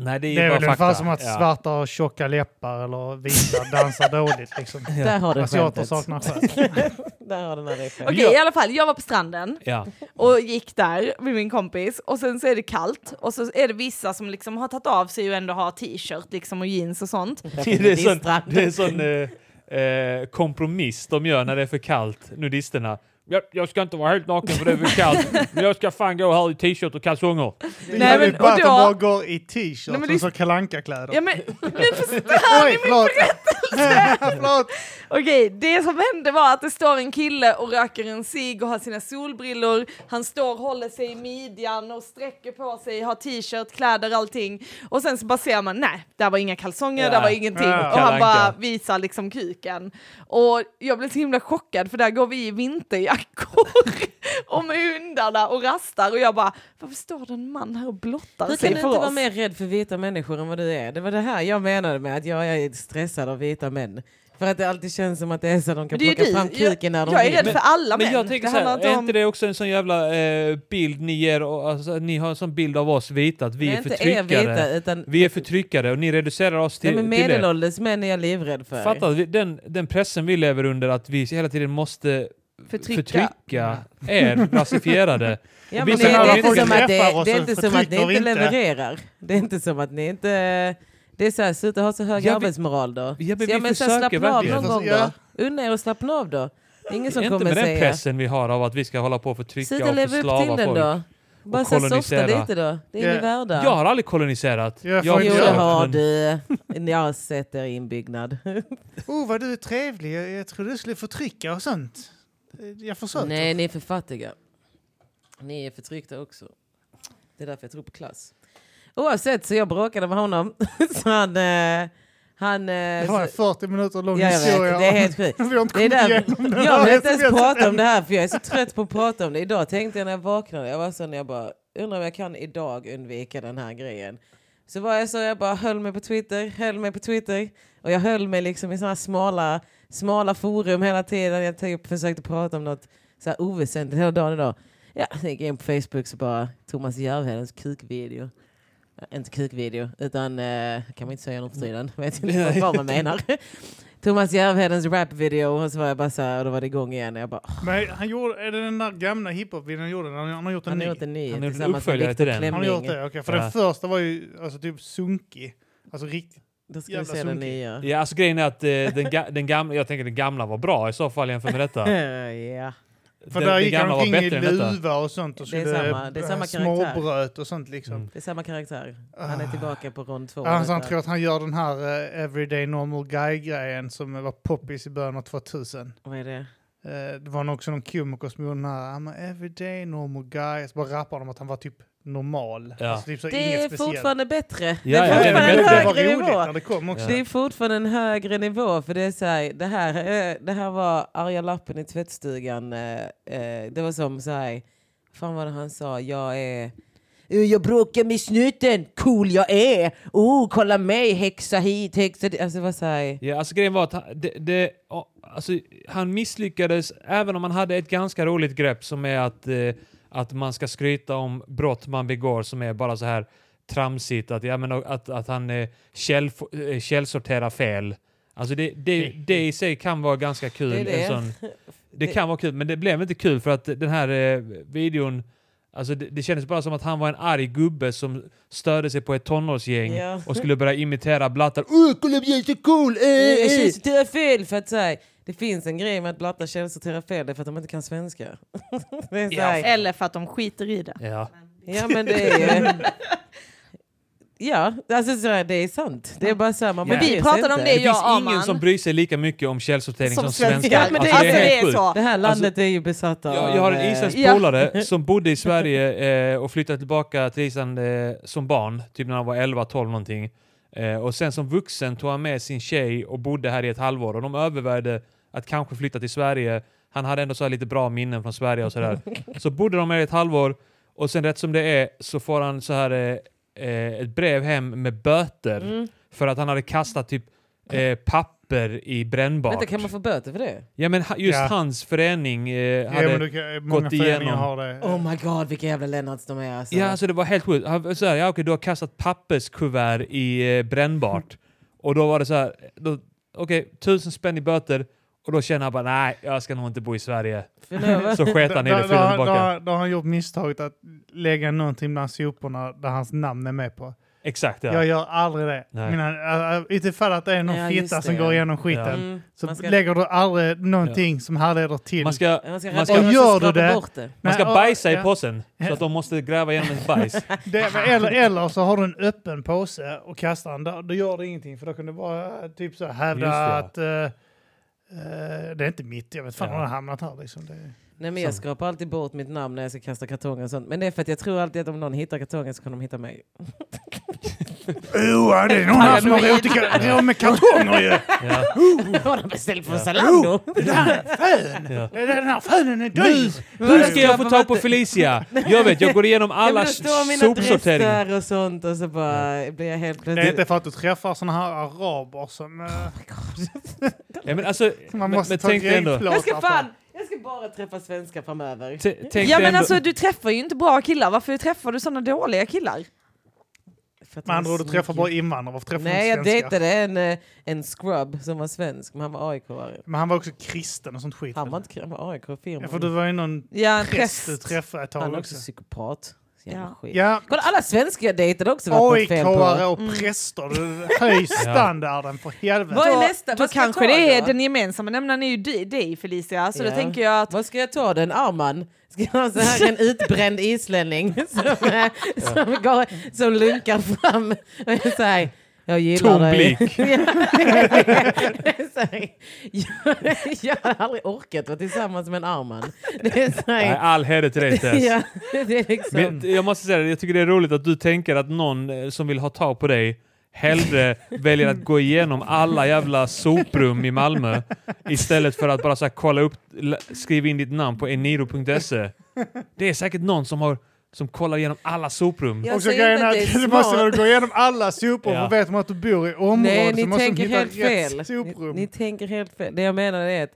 Speaker 3: Nej, det är ju
Speaker 2: Det är
Speaker 3: bara
Speaker 2: väl ungefär
Speaker 3: fakta.
Speaker 2: som att
Speaker 3: Ja.
Speaker 2: svarta har tjocka läppar eller vita dansar dåligt. Liksom.
Speaker 1: Där har du
Speaker 2: Asiater
Speaker 1: skämtet.
Speaker 2: saknar själ.
Speaker 1: Där har den här regeln.
Speaker 4: Okej, i alla fall, jag var på stranden
Speaker 3: Ja.
Speaker 4: och gick där med min kompis och sen så är det kallt och så är det vissa som liksom har tagit av sig och ändå har t-shirt liksom och jeans och sånt.
Speaker 3: Det är sån, det är sån eh, eh, kompromiss de gör när det är för kallt, nudisterna. Jag, jag ska inte vara helt naken för det är för kallt, men jag ska fan gå här i t-shirt och kalsonger.
Speaker 2: Nej, men,
Speaker 4: men-
Speaker 2: bara
Speaker 4: och
Speaker 2: att de
Speaker 4: då-
Speaker 2: bara går i
Speaker 4: Nej,
Speaker 2: t-shirts
Speaker 4: men
Speaker 2: och
Speaker 4: det-
Speaker 2: så kalankakläder.
Speaker 4: Ja men nu förstör
Speaker 2: Oj,
Speaker 4: ni min
Speaker 2: förlåt! förlåt.
Speaker 4: Okej, det som hände var att det står en kille och röker en cigg och har sina solbrillor. Han står, håller sig i midjan och sträcker på sig, har t-shirt, kläder, allting. Och sen så bara ser man, nej, där var inga kalsonger,
Speaker 3: Ja.
Speaker 4: där var ingenting.
Speaker 2: Ja.
Speaker 4: Och han
Speaker 3: Kalle Anka.
Speaker 4: bara visar liksom kuken. Och jag blev så himla chockad för där går vi i vinterjackor och med hundarna och rastar och jag bara, varför står det en man här och blottar
Speaker 1: Hur
Speaker 4: sig
Speaker 1: kan du
Speaker 4: för
Speaker 1: inte
Speaker 4: oss?
Speaker 1: vara mer rädd för vita människor än vad du är? Det var det här jag menade med att jag är stressad av vita män. För att det alltid känns som att det är så att de kan
Speaker 4: Men det är ju
Speaker 1: plocka
Speaker 4: du.
Speaker 1: fram kuken när
Speaker 4: jag,
Speaker 1: de
Speaker 4: jag är
Speaker 1: vill.
Speaker 4: rädd för alla män.
Speaker 3: Men jag tänker
Speaker 4: Det
Speaker 3: så här,
Speaker 4: handlar
Speaker 3: är
Speaker 4: om-
Speaker 3: inte det också en sån jävla eh, bild ni ger, och, alltså, att ni har en sån bild av oss vita, att vi
Speaker 1: Men
Speaker 3: är
Speaker 1: inte
Speaker 3: förtryckare.
Speaker 1: vita, utan
Speaker 3: Vi är förtryckare och ni reducerar oss till,
Speaker 1: Nej, men
Speaker 3: till det.
Speaker 1: medelålders män är jag livrädd för.
Speaker 3: Fattar du? Den, den pressen vi lever under, att vi hela tiden måste
Speaker 4: Förtrycka.
Speaker 3: förtrycka er, rasifierade.
Speaker 1: Ja,
Speaker 3: Och
Speaker 1: men
Speaker 3: vissa
Speaker 1: det, det,
Speaker 3: när
Speaker 1: är
Speaker 3: folk
Speaker 1: inte som att
Speaker 2: träffar
Speaker 1: det,
Speaker 2: oss
Speaker 1: det är
Speaker 2: så
Speaker 1: inte som att ni
Speaker 2: förtrycker vi
Speaker 1: inte
Speaker 2: inte.
Speaker 1: levererar. Det är inte som att ni inte... Det är så här, sluta ha så hög
Speaker 3: Ja, vi-
Speaker 1: arbetsmoral då.
Speaker 3: Ja, men
Speaker 1: så, ja,
Speaker 3: vi
Speaker 1: men så här,
Speaker 3: försöker
Speaker 1: slappna av
Speaker 3: verkligen.
Speaker 1: någon gång
Speaker 2: Ja.
Speaker 1: då. Unna er att slappna av då. Det är ingen som
Speaker 3: inte
Speaker 1: kommer
Speaker 3: med den
Speaker 1: säga...
Speaker 3: pressen vi har av att vi ska hålla på och förtrycka
Speaker 1: Sluta
Speaker 3: och
Speaker 1: leva upp
Speaker 3: förslava
Speaker 1: till den
Speaker 3: folk.
Speaker 1: då. Bara
Speaker 3: Och
Speaker 1: så här, softa
Speaker 3: kolonisera.
Speaker 1: lite då. Det är
Speaker 2: Ja.
Speaker 1: ni värda.
Speaker 3: Jag har aldrig koloniserat.
Speaker 2: Ja,
Speaker 3: jag har
Speaker 2: fan,
Speaker 1: Jo,
Speaker 2: gör
Speaker 1: det
Speaker 3: försökt,
Speaker 1: har
Speaker 3: men-
Speaker 1: du. Jag har sett er inbyggnad.
Speaker 2: Oh, vad du är trevlig. Jag, jag trodde du skulle förtrycka och sånt. Jag försöker.
Speaker 1: Nej, ni är för fattiga. Ni är förtryckta också. Det är därför jag tror på klass. Oavsett, så jag bråkade med honom. så han... Eh, han eh,
Speaker 2: Det
Speaker 1: så-
Speaker 2: var en 40 minuter lång
Speaker 1: Ja, jag
Speaker 2: historia.
Speaker 1: vet, det är helt sjukt.
Speaker 2: Vi har inte
Speaker 1: Det är
Speaker 2: kommit
Speaker 1: där,
Speaker 2: igenom den.
Speaker 1: jag vill inte
Speaker 2: här
Speaker 1: ens prata om det här för jag är så trött på att prata om det. Idag tänkte jag när jag vaknade, jag var så när jag bara undrar om jag kan idag undvika den här grejen. Så var jag så, jag bara höll mig på Twitter, höll mig på Twitter och jag höll mig liksom i sådana smala, smala forum hela tiden. Jag typ försökte prata om något så här oväsentligt hela dagen idag. Ja, så gick jag in på Facebook så bara Thomas Järvhedens kukvideo. Ja, Inte kukvideo, utan eh, kan man inte säga nu för tiden. Vet inte vad man menar. Thomas Järvhedens rapvideo och så var jag bara så här, och då var det igång igen. Jag bara, åh,
Speaker 2: Men han gjorde, är det den där gamla hiphop-videon han gjorde? Han, han har gjort en
Speaker 1: han
Speaker 2: ny.
Speaker 1: har gjort en ny
Speaker 3: Han har gjort en
Speaker 1: tillsammans med
Speaker 3: uppföljare
Speaker 1: Viktor
Speaker 3: till den.
Speaker 1: Klemming.
Speaker 2: han har gjort det, okej. För
Speaker 3: Ja.
Speaker 2: den första var ju alltså, typ sunkig. Alltså riktigt.
Speaker 1: Då ska vi
Speaker 2: Jävla
Speaker 1: se den
Speaker 2: sunkig.
Speaker 1: nya.
Speaker 3: Ja, alltså grejen är att eh, den, ga- den gamla, jag tänker den gamla var bra i så fall jämför med detta. Den,
Speaker 1: Eh, ja.
Speaker 2: För där
Speaker 3: den
Speaker 2: gick han
Speaker 3: gamla
Speaker 2: omkring i
Speaker 3: än detta.
Speaker 2: luva och sånt. Och
Speaker 1: Det är
Speaker 2: skulle,
Speaker 1: samma- det är samma
Speaker 2: eh,
Speaker 1: karaktär.
Speaker 2: Småbröt och sånt liksom.
Speaker 3: Mm.
Speaker 1: Det är samma karaktär. Han är tillbaka på rond två.
Speaker 2: Alltså, Ah. han
Speaker 1: detta.
Speaker 2: tror att han gör den här eh, everyday normal guy-grejen som var poppis i början av 2000.
Speaker 1: Vad är det?
Speaker 2: Eh, det var nog också någon komiker som gjorde den här I'm a everyday normal guy. Så bara rappade de att han var typ normal.
Speaker 3: Ja.
Speaker 2: Alltså, typ så
Speaker 1: Det
Speaker 2: inget
Speaker 1: är
Speaker 2: speciellt.
Speaker 1: fortfarande bättre.
Speaker 3: Ja,
Speaker 1: det
Speaker 3: ja,
Speaker 1: är
Speaker 3: det är
Speaker 1: fortfarande en
Speaker 3: bättre.
Speaker 2: det var
Speaker 1: högre
Speaker 2: roligt
Speaker 1: nivå.
Speaker 2: när det kom också.
Speaker 1: Det är fortfarande en högre nivå för det är så här, det här, eh, det här var arga lappen i tvättstugan. eh, eh, Det var som så här, fan vad det han sa, jag är... "Eh, Jag bråkar med snuten, cool jag är! Oh, kolla mig, häxa hit, häxa dit. Alltså det var så här,
Speaker 3: Ja, alltså grejen var att han, det, det, ja, alltså, han misslyckades även om han hade ett ganska roligt grepp som är att, eh, att man ska skryta om brott man begår som är bara så här tramsigt. Att, ja, men, att, att han eh, käll, eh, källsorterar fel. Alltså det, det, det i sig kan vara ganska kul.
Speaker 1: Det är det.
Speaker 3: En sån, det
Speaker 1: Det-
Speaker 3: kan vara kul, men det blev inte kul för att den här eh, videon, alltså det, det kändes bara som att han var en arg gubbe som störde sig på ett tonårsgäng
Speaker 1: Ja.
Speaker 3: och skulle börja imitera blattar. Åh, kolla jag är så cool! Eh,
Speaker 1: jag
Speaker 3: eh.
Speaker 1: källsorterar fel! För att så här, det finns en grej med att blattar källsorterar fel, det är för att de inte kan svenska. det är så här,
Speaker 4: Eller för att de skiter i det.
Speaker 3: Ja.
Speaker 1: Ja men det är ju... Ja, alltså så här, det är sant. Det är bara så här, man
Speaker 3: Men
Speaker 1: bryr
Speaker 4: vi
Speaker 1: sig
Speaker 4: pratade om
Speaker 1: inte.
Speaker 4: det
Speaker 3: Det
Speaker 4: Ja,
Speaker 3: finns ingen
Speaker 4: Aman.
Speaker 3: som bryr sig lika mycket om källsortering som, svenskar.
Speaker 1: liksom Ja, men det-
Speaker 3: Alltså,
Speaker 1: alltså,
Speaker 3: helt
Speaker 4: det är
Speaker 3: sjukt.
Speaker 4: så.
Speaker 1: Det här
Speaker 3: Alltså,
Speaker 1: landet är ju besatt av...
Speaker 3: Jag, jag har en
Speaker 1: eh,
Speaker 3: isländsk
Speaker 4: Ja.
Speaker 3: polare som bodde i Sverige eh, och flyttade tillbaka till Island eh, som barn, typ när han var 11-12 någonting. Eh, och sen som vuxen tog han med sin tjej och bodde här i ett halvår och de övervägde att kanske flytta till Sverige. Han hade ändå så här lite bra minnen från Sverige och sådär. Så bodde de här i ett halvår och sen rätt som det är så får han så här
Speaker 1: Mm.
Speaker 3: eh, eh, ett brev hem med böter för att han hade kastat typ eh, papper super i brännbart.
Speaker 1: Vänta, kan man få böter för det?
Speaker 3: Ja, men ha- just
Speaker 2: Ja.
Speaker 3: hans förening eh,
Speaker 2: Ja,
Speaker 3: hade...
Speaker 2: men du, kan- många
Speaker 3: gått
Speaker 2: föreningar
Speaker 3: igenom.
Speaker 2: har det.
Speaker 1: Oh my god, vilka jävla Lennarts de är alltså.
Speaker 3: Ja, alltså det var helt sjukt. Han- Så här, ja, okej, du har kastat papperskuvert i eh, brännbart. Och då var det så här, då- okej, tusen spänn i böter. Och då känner han bara, nej, jag ska nog inte bo i Sverige.
Speaker 1: Förlåt.
Speaker 3: Så sket han i det
Speaker 2: Då-
Speaker 3: och
Speaker 2: då,
Speaker 3: flyttade
Speaker 2: har- då,
Speaker 3: tillbaka.
Speaker 2: har- då har han gjort misstaget att lägga någonting bland soporna där hans namn är med på.
Speaker 3: Exakt, ja.
Speaker 2: Jag gör aldrig det.
Speaker 3: Nej.
Speaker 2: Mina, äh, Utifall att det är någon
Speaker 1: Ja, just
Speaker 2: fitta
Speaker 1: det,
Speaker 2: som
Speaker 1: ja.
Speaker 2: går igenom skiten
Speaker 3: Ja.
Speaker 1: Mm,
Speaker 2: så
Speaker 1: man ska-
Speaker 2: lägger du aldrig någonting som härleder till...
Speaker 3: Man ska,
Speaker 1: Man ska
Speaker 3: man
Speaker 1: rädda Mm.
Speaker 3: ska,
Speaker 1: dem
Speaker 2: Och gör
Speaker 1: som skrapar
Speaker 2: du det?
Speaker 1: bort det.
Speaker 3: man ska
Speaker 2: Nej, och-
Speaker 3: bajsa i
Speaker 2: ja.
Speaker 3: påsen. Så att de måste gräva igenom ens bajs.
Speaker 2: Det, eller, eller så har du en öppen påse och kastar den. Då, då gör det ingenting för då kan du bara eh, typ så här hävda
Speaker 3: Just det.
Speaker 2: att eh, eh, det är inte mitt, jag vet fan
Speaker 3: Ja.
Speaker 2: har det hamnat här liksom. Det,
Speaker 1: Nej, men jag
Speaker 3: Så.
Speaker 1: skrapar alltid bort mitt namn när jag ska kasta kartonger och sånt. Men det är för att jag tror alltid att om någon hittar kartongen så kommer de hitta mig.
Speaker 2: oh, det är någon här som har rott i ka- det har med kartonger ju!
Speaker 3: Ja.
Speaker 1: Har de beställt från Zalando?
Speaker 3: Ja.
Speaker 2: Det är Den här fönen är dyr!
Speaker 3: Hur ska jag få tag på Felicia? Jag vet, jag går igenom
Speaker 1: Ja, men
Speaker 3: alla
Speaker 1: då står mina
Speaker 3: sopsorteringar.
Speaker 1: dräkter och sånt och så bara blir jag helt
Speaker 2: Det är
Speaker 1: plötsligt...
Speaker 2: inte för att du träffar såna här araber som eh,
Speaker 3: Ja, men alltså,
Speaker 2: man
Speaker 3: men,
Speaker 2: måste
Speaker 3: men
Speaker 2: ta
Speaker 3: tänk dig ändå.
Speaker 2: grejpplåtar
Speaker 1: Jag ska
Speaker 2: på.
Speaker 1: fan... Jag ska bara träffa svenskar framöver.
Speaker 3: T- Tänk
Speaker 4: Ja men
Speaker 3: dig ändå-
Speaker 4: alltså du träffar ju inte bra killar, varför träffar du sådana dåliga killar?
Speaker 1: För att
Speaker 2: Med
Speaker 1: de är
Speaker 2: andra ord, du
Speaker 1: snygga.
Speaker 2: träffar bara invandrare. Varför träffar
Speaker 1: Nej,
Speaker 2: du
Speaker 1: jag
Speaker 2: inte svenskar?
Speaker 1: dejtade en, eh, en scrub som var svensk, men han var aik -are.
Speaker 2: Men han var också kristen och sånt skit.
Speaker 1: Han var inte han var aik
Speaker 2: Ja,
Speaker 1: firman
Speaker 2: för du var ju någon
Speaker 4: Ja, en
Speaker 2: präst du
Speaker 4: präst.
Speaker 2: träffade ett
Speaker 1: Han
Speaker 2: tag
Speaker 1: är också
Speaker 2: också.
Speaker 1: psykopat. Så jävla
Speaker 4: Ja.
Speaker 1: skit.
Speaker 2: Ja,
Speaker 1: Kolla, alla svenskar jag dejtade också varit något fel
Speaker 2: AIK-are
Speaker 1: på.
Speaker 2: och präster. Du, höj standarden för helvete.
Speaker 1: Mm. Vad är
Speaker 4: Då-
Speaker 1: nästa?
Speaker 4: Då
Speaker 1: Vad ska jag
Speaker 4: kanske
Speaker 1: ta
Speaker 4: det är
Speaker 1: då?
Speaker 4: den gemensamma nämnaren är ju di- dig Felicia, så
Speaker 1: Ja.
Speaker 4: då tänker jag att
Speaker 1: Vad ska jag ta den? Arman? Ska jag ha så här en utbränd islänning som, eh, som, går, som lunkar fram och är så här, jag gillar
Speaker 3: Tom
Speaker 1: dig.
Speaker 3: blick.
Speaker 1: Ja. Så här, jag, jag har aldrig orkat vara tillsammans med en Arman. Det är så
Speaker 3: Nej,
Speaker 1: här,
Speaker 3: all heder till dig Tess.
Speaker 1: ja, det är liksom...
Speaker 3: Men jag måste säga det, jag tycker det är roligt att du tänker att någon eh, som vill ha tag på dig hellre väljer att gå igenom alla jävla soprum i Malmö istället för att bara så här, kolla upp, l- skriva in ditt namn på eniro.se. Det är säkert någon som, har, som kollar igenom alla soprum.
Speaker 1: Ja. Jag
Speaker 2: Och så
Speaker 1: säger
Speaker 2: grejen är
Speaker 1: inte att
Speaker 2: att
Speaker 1: det är
Speaker 2: du måste
Speaker 1: smart.
Speaker 2: väl gå igenom alla sopor
Speaker 3: Ja.
Speaker 2: för vet man att du bor i området
Speaker 1: Nej,
Speaker 2: så
Speaker 1: ni
Speaker 2: måste de
Speaker 1: tänker
Speaker 2: hitta
Speaker 1: helt
Speaker 2: rätt
Speaker 1: fel. Ni,
Speaker 2: soprum.
Speaker 1: ni tänker helt fel. Det jag menar är att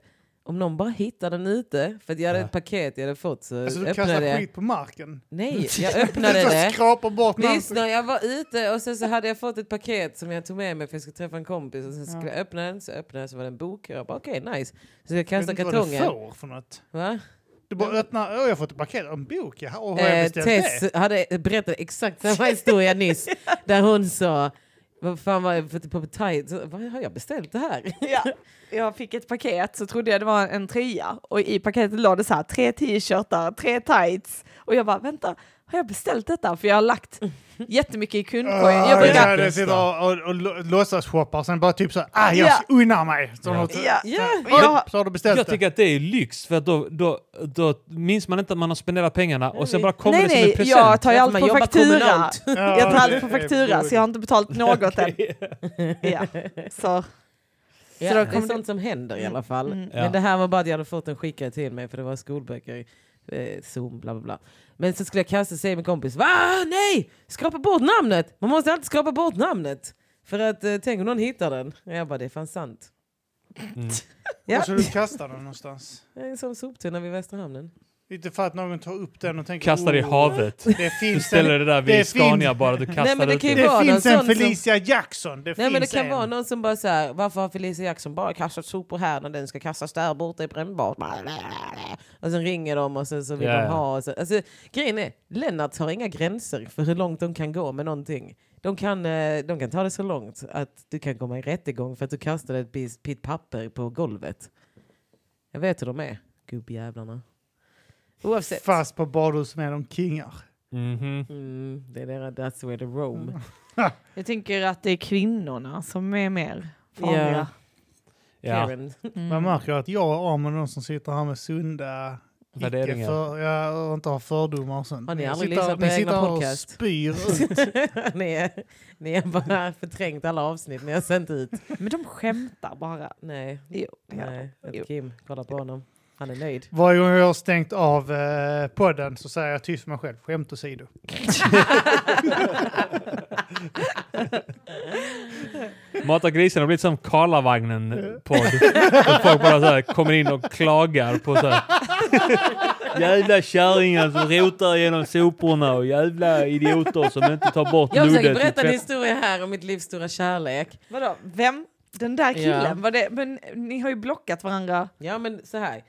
Speaker 1: om någon bara hittar den ute, för att jag hade
Speaker 3: Ja.
Speaker 1: ett paket jag hade fått så
Speaker 2: alltså du kastar
Speaker 1: öppnade jag.
Speaker 2: skit på marken.
Speaker 1: Nej, jag
Speaker 2: Du
Speaker 1: öppnade
Speaker 2: bara
Speaker 1: det.
Speaker 2: skrapar bort
Speaker 1: Lyssna, jag var ute och sen så hade jag fått ett paket som jag tog med mig för jag skulle träffa en kompis. Och sen skulle jag öppna den, så öppnade jag så var det en bok. Jag bara okej, nice. Så jag kastade
Speaker 2: Du vad
Speaker 1: kartongen.
Speaker 2: du får för något.
Speaker 1: Va?
Speaker 2: Du bara öppnar, åh jag har fått ett paket, en bok, ja, och har jag
Speaker 1: Mm. Eh,
Speaker 2: beställt
Speaker 1: Tess
Speaker 2: det?
Speaker 1: hade berättat exakt samma historia nyss. Där hon sa, vad fan var det för på Thai? Så, Vad har jag beställt det här?
Speaker 4: Ja, jag fick ett paket så trodde jag det var en tröja och i paketet låg det så här tre t-shirtar, tre tights och jag bara vänta, har jag beställt detta? För jag har lagt jättemycket i kundkorgen. Jag
Speaker 2: Ah,
Speaker 4: brukar,
Speaker 2: ja, det sitter och, och, och lo- låtsas-shoppar, sen bara typ så här, ah, jag
Speaker 4: Ja.
Speaker 2: unnar mig. Så,
Speaker 3: Ja.
Speaker 2: något,
Speaker 4: ja,
Speaker 1: Ja.
Speaker 4: jag,
Speaker 2: så har du beställt
Speaker 3: Jag tycker att det är lyx, för att då, då, då minns man inte att man har spenderat pengarna och sen bara kommer
Speaker 4: nej,
Speaker 3: det som en
Speaker 4: nej,
Speaker 3: present.
Speaker 4: jag tar ju
Speaker 1: Därför
Speaker 4: allt
Speaker 1: man
Speaker 4: på
Speaker 1: jobbar
Speaker 4: faktura.
Speaker 1: kommunalt.
Speaker 2: det. Ja,
Speaker 4: Jag tar
Speaker 2: det
Speaker 4: allt på
Speaker 2: är
Speaker 4: faktura
Speaker 2: roligt.
Speaker 4: så jag har inte betalt något än. Ja. Så.
Speaker 1: Ja,
Speaker 4: Så då
Speaker 1: det är
Speaker 4: kommer det- Mm.
Speaker 1: sånt som händer i alla fall.
Speaker 3: Ja.
Speaker 1: Men det här var bara att jag hade fått den skickad till mig för det var skolböcker. Eh, Zoom, bla bla bla. Men så skulle jag kasta sig min kompis. Va? Nej! Skrapa bort namnet! Man måste alltid skrapa bort namnet. För att eh, tänk om någon hittar den. Och jag bara, det är fan sant.
Speaker 3: Mm.
Speaker 1: Ja,
Speaker 2: Och så Alltså, du kastar den någonstans.
Speaker 1: det är en sån soptunna vid Västra hamnen.
Speaker 2: Inte för att någon tar upp den och tänker...
Speaker 3: Kastar i
Speaker 2: "Oh,
Speaker 3: havet.
Speaker 2: Det
Speaker 3: Du
Speaker 2: finns en
Speaker 3: ställer det där
Speaker 2: det
Speaker 3: vid
Speaker 2: är fint.
Speaker 3: Scania bara, du kastar
Speaker 1: Nej, men det
Speaker 3: ut
Speaker 1: kan ju
Speaker 3: det.
Speaker 1: vara-
Speaker 2: Det
Speaker 1: någon
Speaker 2: finns
Speaker 1: sån
Speaker 2: en
Speaker 1: som-
Speaker 2: Felicia Jackson. Det
Speaker 1: Nej
Speaker 2: finns
Speaker 1: men det kan
Speaker 2: en.
Speaker 1: vara någon som bara såhär, varför har Felicia Jackson bara kastat sopor här när den ska kastas där borta i brännbart? Och sen ringer de och sen så vill
Speaker 3: Ja, ja.
Speaker 1: de ha. Och så, alltså, grejen är, Lennart har inga gränser för hur långt de kan gå med någonting. De kan, eh, de kan ta det så långt att du kan komma i rättegång för att du kastade ett bis- bit papper på golvet. Jag vet hur de är, gubbjävlarna. Oavsett.
Speaker 2: Fast på badhus med de kingar.
Speaker 3: Mhm.
Speaker 1: Mm, det är deras that's where the roam.
Speaker 4: Jag tänker att det är kvinnorna som är mer farliga.
Speaker 3: Ja.
Speaker 1: Karen.
Speaker 2: Man märker att jag och Arman är de som sitter här med sunda icke
Speaker 3: Värderingar.
Speaker 2: För, ja, och inte har fördomar och sånt.
Speaker 1: Har ni
Speaker 2: Jag
Speaker 1: aldrig
Speaker 2: sitter-
Speaker 1: lyssnat på
Speaker 2: ni
Speaker 1: egna
Speaker 2: sitter här
Speaker 1: podcast?
Speaker 2: och spyr ut.
Speaker 1: ni, är, ni har bara förträngt alla avsnitt ni har sänt ut.
Speaker 4: Men de skämtar bara.
Speaker 1: Nej,
Speaker 4: Jo, ja.
Speaker 1: nej. att
Speaker 4: Jo.
Speaker 1: Kim, kolla på honom. Han är nöjd.
Speaker 2: Varje gång jag har stängt av eh, podden så säger jag tyst för mig själv, skämt åsido.
Speaker 3: Mata grisarna har blivit som Karlavagnen-podd. Där folk bara så här kommer in och klagar på så här. Jävla kärringar som rotar genom soporna och jävla idioter som inte tar bort
Speaker 1: Jag försöker
Speaker 3: nudel till
Speaker 1: berätta en
Speaker 3: tvätt.
Speaker 1: historia här om mitt livs stora kärlek.
Speaker 4: Vadå, vem? Den där killen?
Speaker 1: Ja.
Speaker 4: Var det, men ni har ju blockat varandra.
Speaker 1: Ja men så här.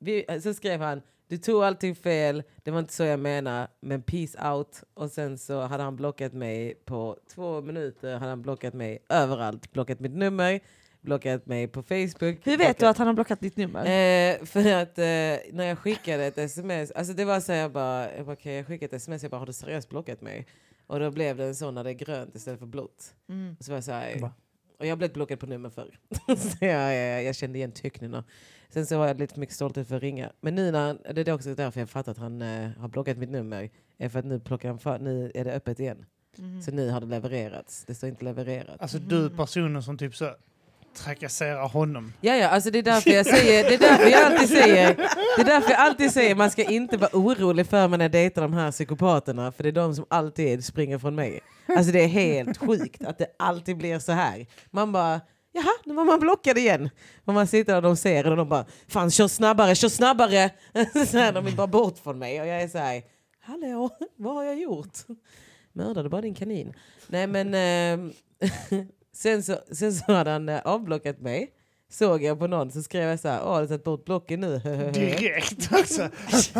Speaker 1: Vi, så skrev han, du tog allting fel, det var inte så jag menade, men peace out. Och sen så hade han blockat mig på två minuter, hade han blockat mig överallt. Blockat mitt nummer, blockat mig på Facebook.
Speaker 4: Hur vet
Speaker 1: blockat-
Speaker 4: du att han har blockat ditt nummer?
Speaker 1: Eh, för att eh, när jag skickade ett sms, alltså det var så här, jag bara, jag bara okej jag skickade ett sms, jag bara har du seriöst blockat mig? Och då blev det en sån när det är grönt istället för blått.
Speaker 4: Mm.
Speaker 1: Och så var jag så här,
Speaker 2: Va?
Speaker 1: och jag har blivit blockad på nummer förr. så jag, jag, jag kände igen tecknen. Sen så har jag lite för mycket stolthet för att ringa. Men nu när, det är också därför jag fattar att han eh, har blockat mitt nummer. Är för att nu, plockar han fa- nu är det öppet igen.
Speaker 4: Mm.
Speaker 1: Så nu har det levererats. Det står inte levererat.
Speaker 2: Alltså du personen som typ så trakasserar honom.
Speaker 1: Ja, ja, alltså det är därför jag säger, det är därför jag alltid säger, det är därför jag alltid säger man ska inte vara orolig för mig när jag dejtar de här psykopaterna, för det är de som alltid springer från mig. Alltså det är helt sjukt att det alltid blir så här. Man bara, jaha, nu var man blockad igen. Och man sitter och de ser en och de bara, fan kör snabbare, kör snabbare. så här, de vill bara bort från mig och jag är så här, hallå, vad har jag gjort? Mördade bara din kanin. Nej men, ehm, sen, så, sen så hade han eh, avblockat mig såg jag på någon så skrev jag så här, åh har du tagit bort blocken nu?
Speaker 2: Direkt alltså. också.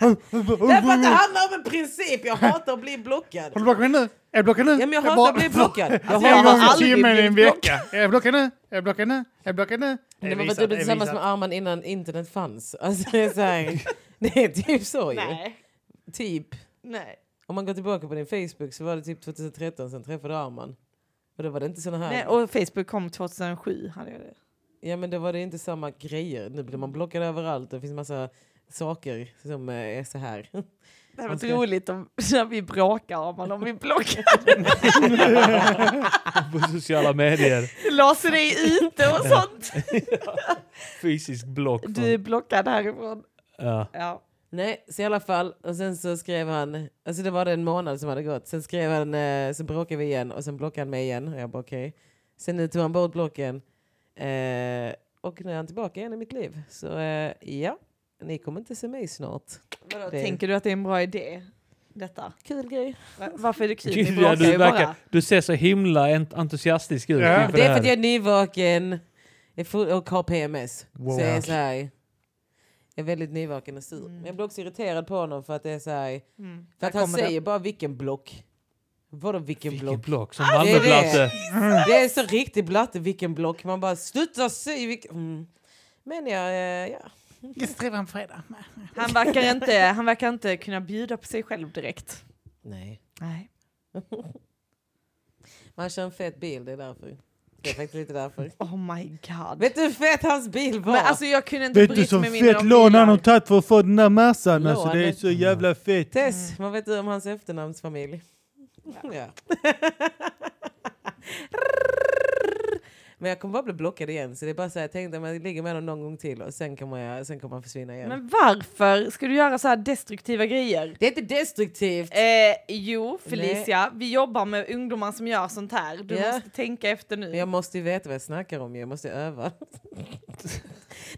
Speaker 1: Därför att det handlar om en princip, jag hatar att bli blockad.
Speaker 2: Har du blockat mig nu? Är jag blockad nu?
Speaker 1: Ja, men jag hatar
Speaker 2: bara- Alltså,
Speaker 1: att bli blockad. Alltså, Jag
Speaker 2: Jag har
Speaker 1: har
Speaker 2: blockat
Speaker 1: aldrig
Speaker 2: Jimmy i en
Speaker 1: blivit blockad.
Speaker 2: vecka. Är jag blockad nu? Är jag blockad nu? Är jag blockad nu?
Speaker 1: Men Det var för att
Speaker 2: visat,
Speaker 1: du blev
Speaker 2: är
Speaker 1: tillsammans
Speaker 2: visat.
Speaker 1: med Arman innan internet fanns. Alltså, det, är så här, det är typ så ju.
Speaker 4: Nej.
Speaker 1: Typ.
Speaker 4: Nej.
Speaker 1: Om man går tillbaka på din Facebook så var det typ 2013 sen träffade du Arman. Och då var det inte såna här...
Speaker 4: Nej. Och Facebook kom 2007. Hade jag det.
Speaker 1: Ja men då var det inte samma grejer. Nu blir man blockad överallt. Det finns massa saker som eh, är så här.
Speaker 4: det hade varit
Speaker 1: Okej.
Speaker 4: roligt om, när vi bråkar om man, om vi blockar.
Speaker 3: på sociala medier.
Speaker 4: Låser dig ute och sånt.
Speaker 3: Fysisk block. Från,
Speaker 4: Du är blockad härifrån.
Speaker 3: ja.
Speaker 4: Ja.
Speaker 1: Nej, så i alla fall. Och sen så skrev han, alltså det var det en månad som hade gått. Sen skrev han, eh, så bråkade vi igen och sen blockade han mig igen. Och jag bara okej. Sen nu tog han bort blocken. Eh, och nu är han tillbaka igen i mitt liv. Så eh, ja, ni kommer inte se mig snart.
Speaker 4: Vadå,
Speaker 1: Det-
Speaker 4: Tänker du att det är en bra idé? Detta.
Speaker 1: Kul grej.
Speaker 4: Va- Varför är det
Speaker 1: Typ,
Speaker 4: kul? Ni
Speaker 3: Ja,
Speaker 4: bråkar
Speaker 3: du,
Speaker 4: ju
Speaker 3: verkar,
Speaker 4: bara.
Speaker 3: du ser så himla ent- entusiastisk ut.
Speaker 2: Ja.
Speaker 3: inför
Speaker 1: Det är för
Speaker 3: här.
Speaker 1: att jag är nyvaken jag är full- och har PMS.
Speaker 2: Wow.
Speaker 1: Så jag är så här, jag är väldigt nyvaken och sur. Men jag blir också irriterad på honom för att det är så här,
Speaker 4: Mm.
Speaker 1: för att han
Speaker 4: Där Mm. kommer det.
Speaker 1: säger bara vilken block. Vadå vilken
Speaker 3: Vilken
Speaker 1: block?
Speaker 3: block som
Speaker 1: det är det.
Speaker 3: Malmöplatte.
Speaker 1: Det är så riktigt blatte vilken block. Man bara sluta säg vilken... Mm. Men jag, eh, ja.
Speaker 2: Jag skriver en fredag.
Speaker 4: Han, verkar inte, han verkar inte kunna bjuda på sig själv direkt.
Speaker 1: Nej.
Speaker 4: Nej.
Speaker 1: Man kör en fet bil, det är därför. Det är faktiskt lite därför.
Speaker 4: Oh my god.
Speaker 1: Vet du hur fet hans bil var?
Speaker 4: Men alltså jag kunde inte
Speaker 2: Vet du
Speaker 4: bryta
Speaker 2: som
Speaker 4: mig mindre
Speaker 2: fett
Speaker 4: om
Speaker 2: lån han
Speaker 4: bilar.
Speaker 2: har tagit för att få den där massan? Alltså det är
Speaker 1: Lånet.
Speaker 2: så jävla fett.
Speaker 1: Tess, vad vet du om hans efternamnsfamilj? Ja. Men jag kommer bara bli blockad igen. Så det är bara så här, jag tänkte att jag ligger med honom någon gång till och sen kommer, jag, sen kommer han försvinna igen.
Speaker 4: Men varför ska du göra så här destruktiva grejer?
Speaker 1: det är inte destruktivt.
Speaker 4: Eh, jo, Felicia, vi jobbar med ungdomar som gör sånt här. Du
Speaker 1: Ja.
Speaker 4: måste tänka efter nu.
Speaker 1: Men jag måste ju veta vad jag snackar om, jag måste öva.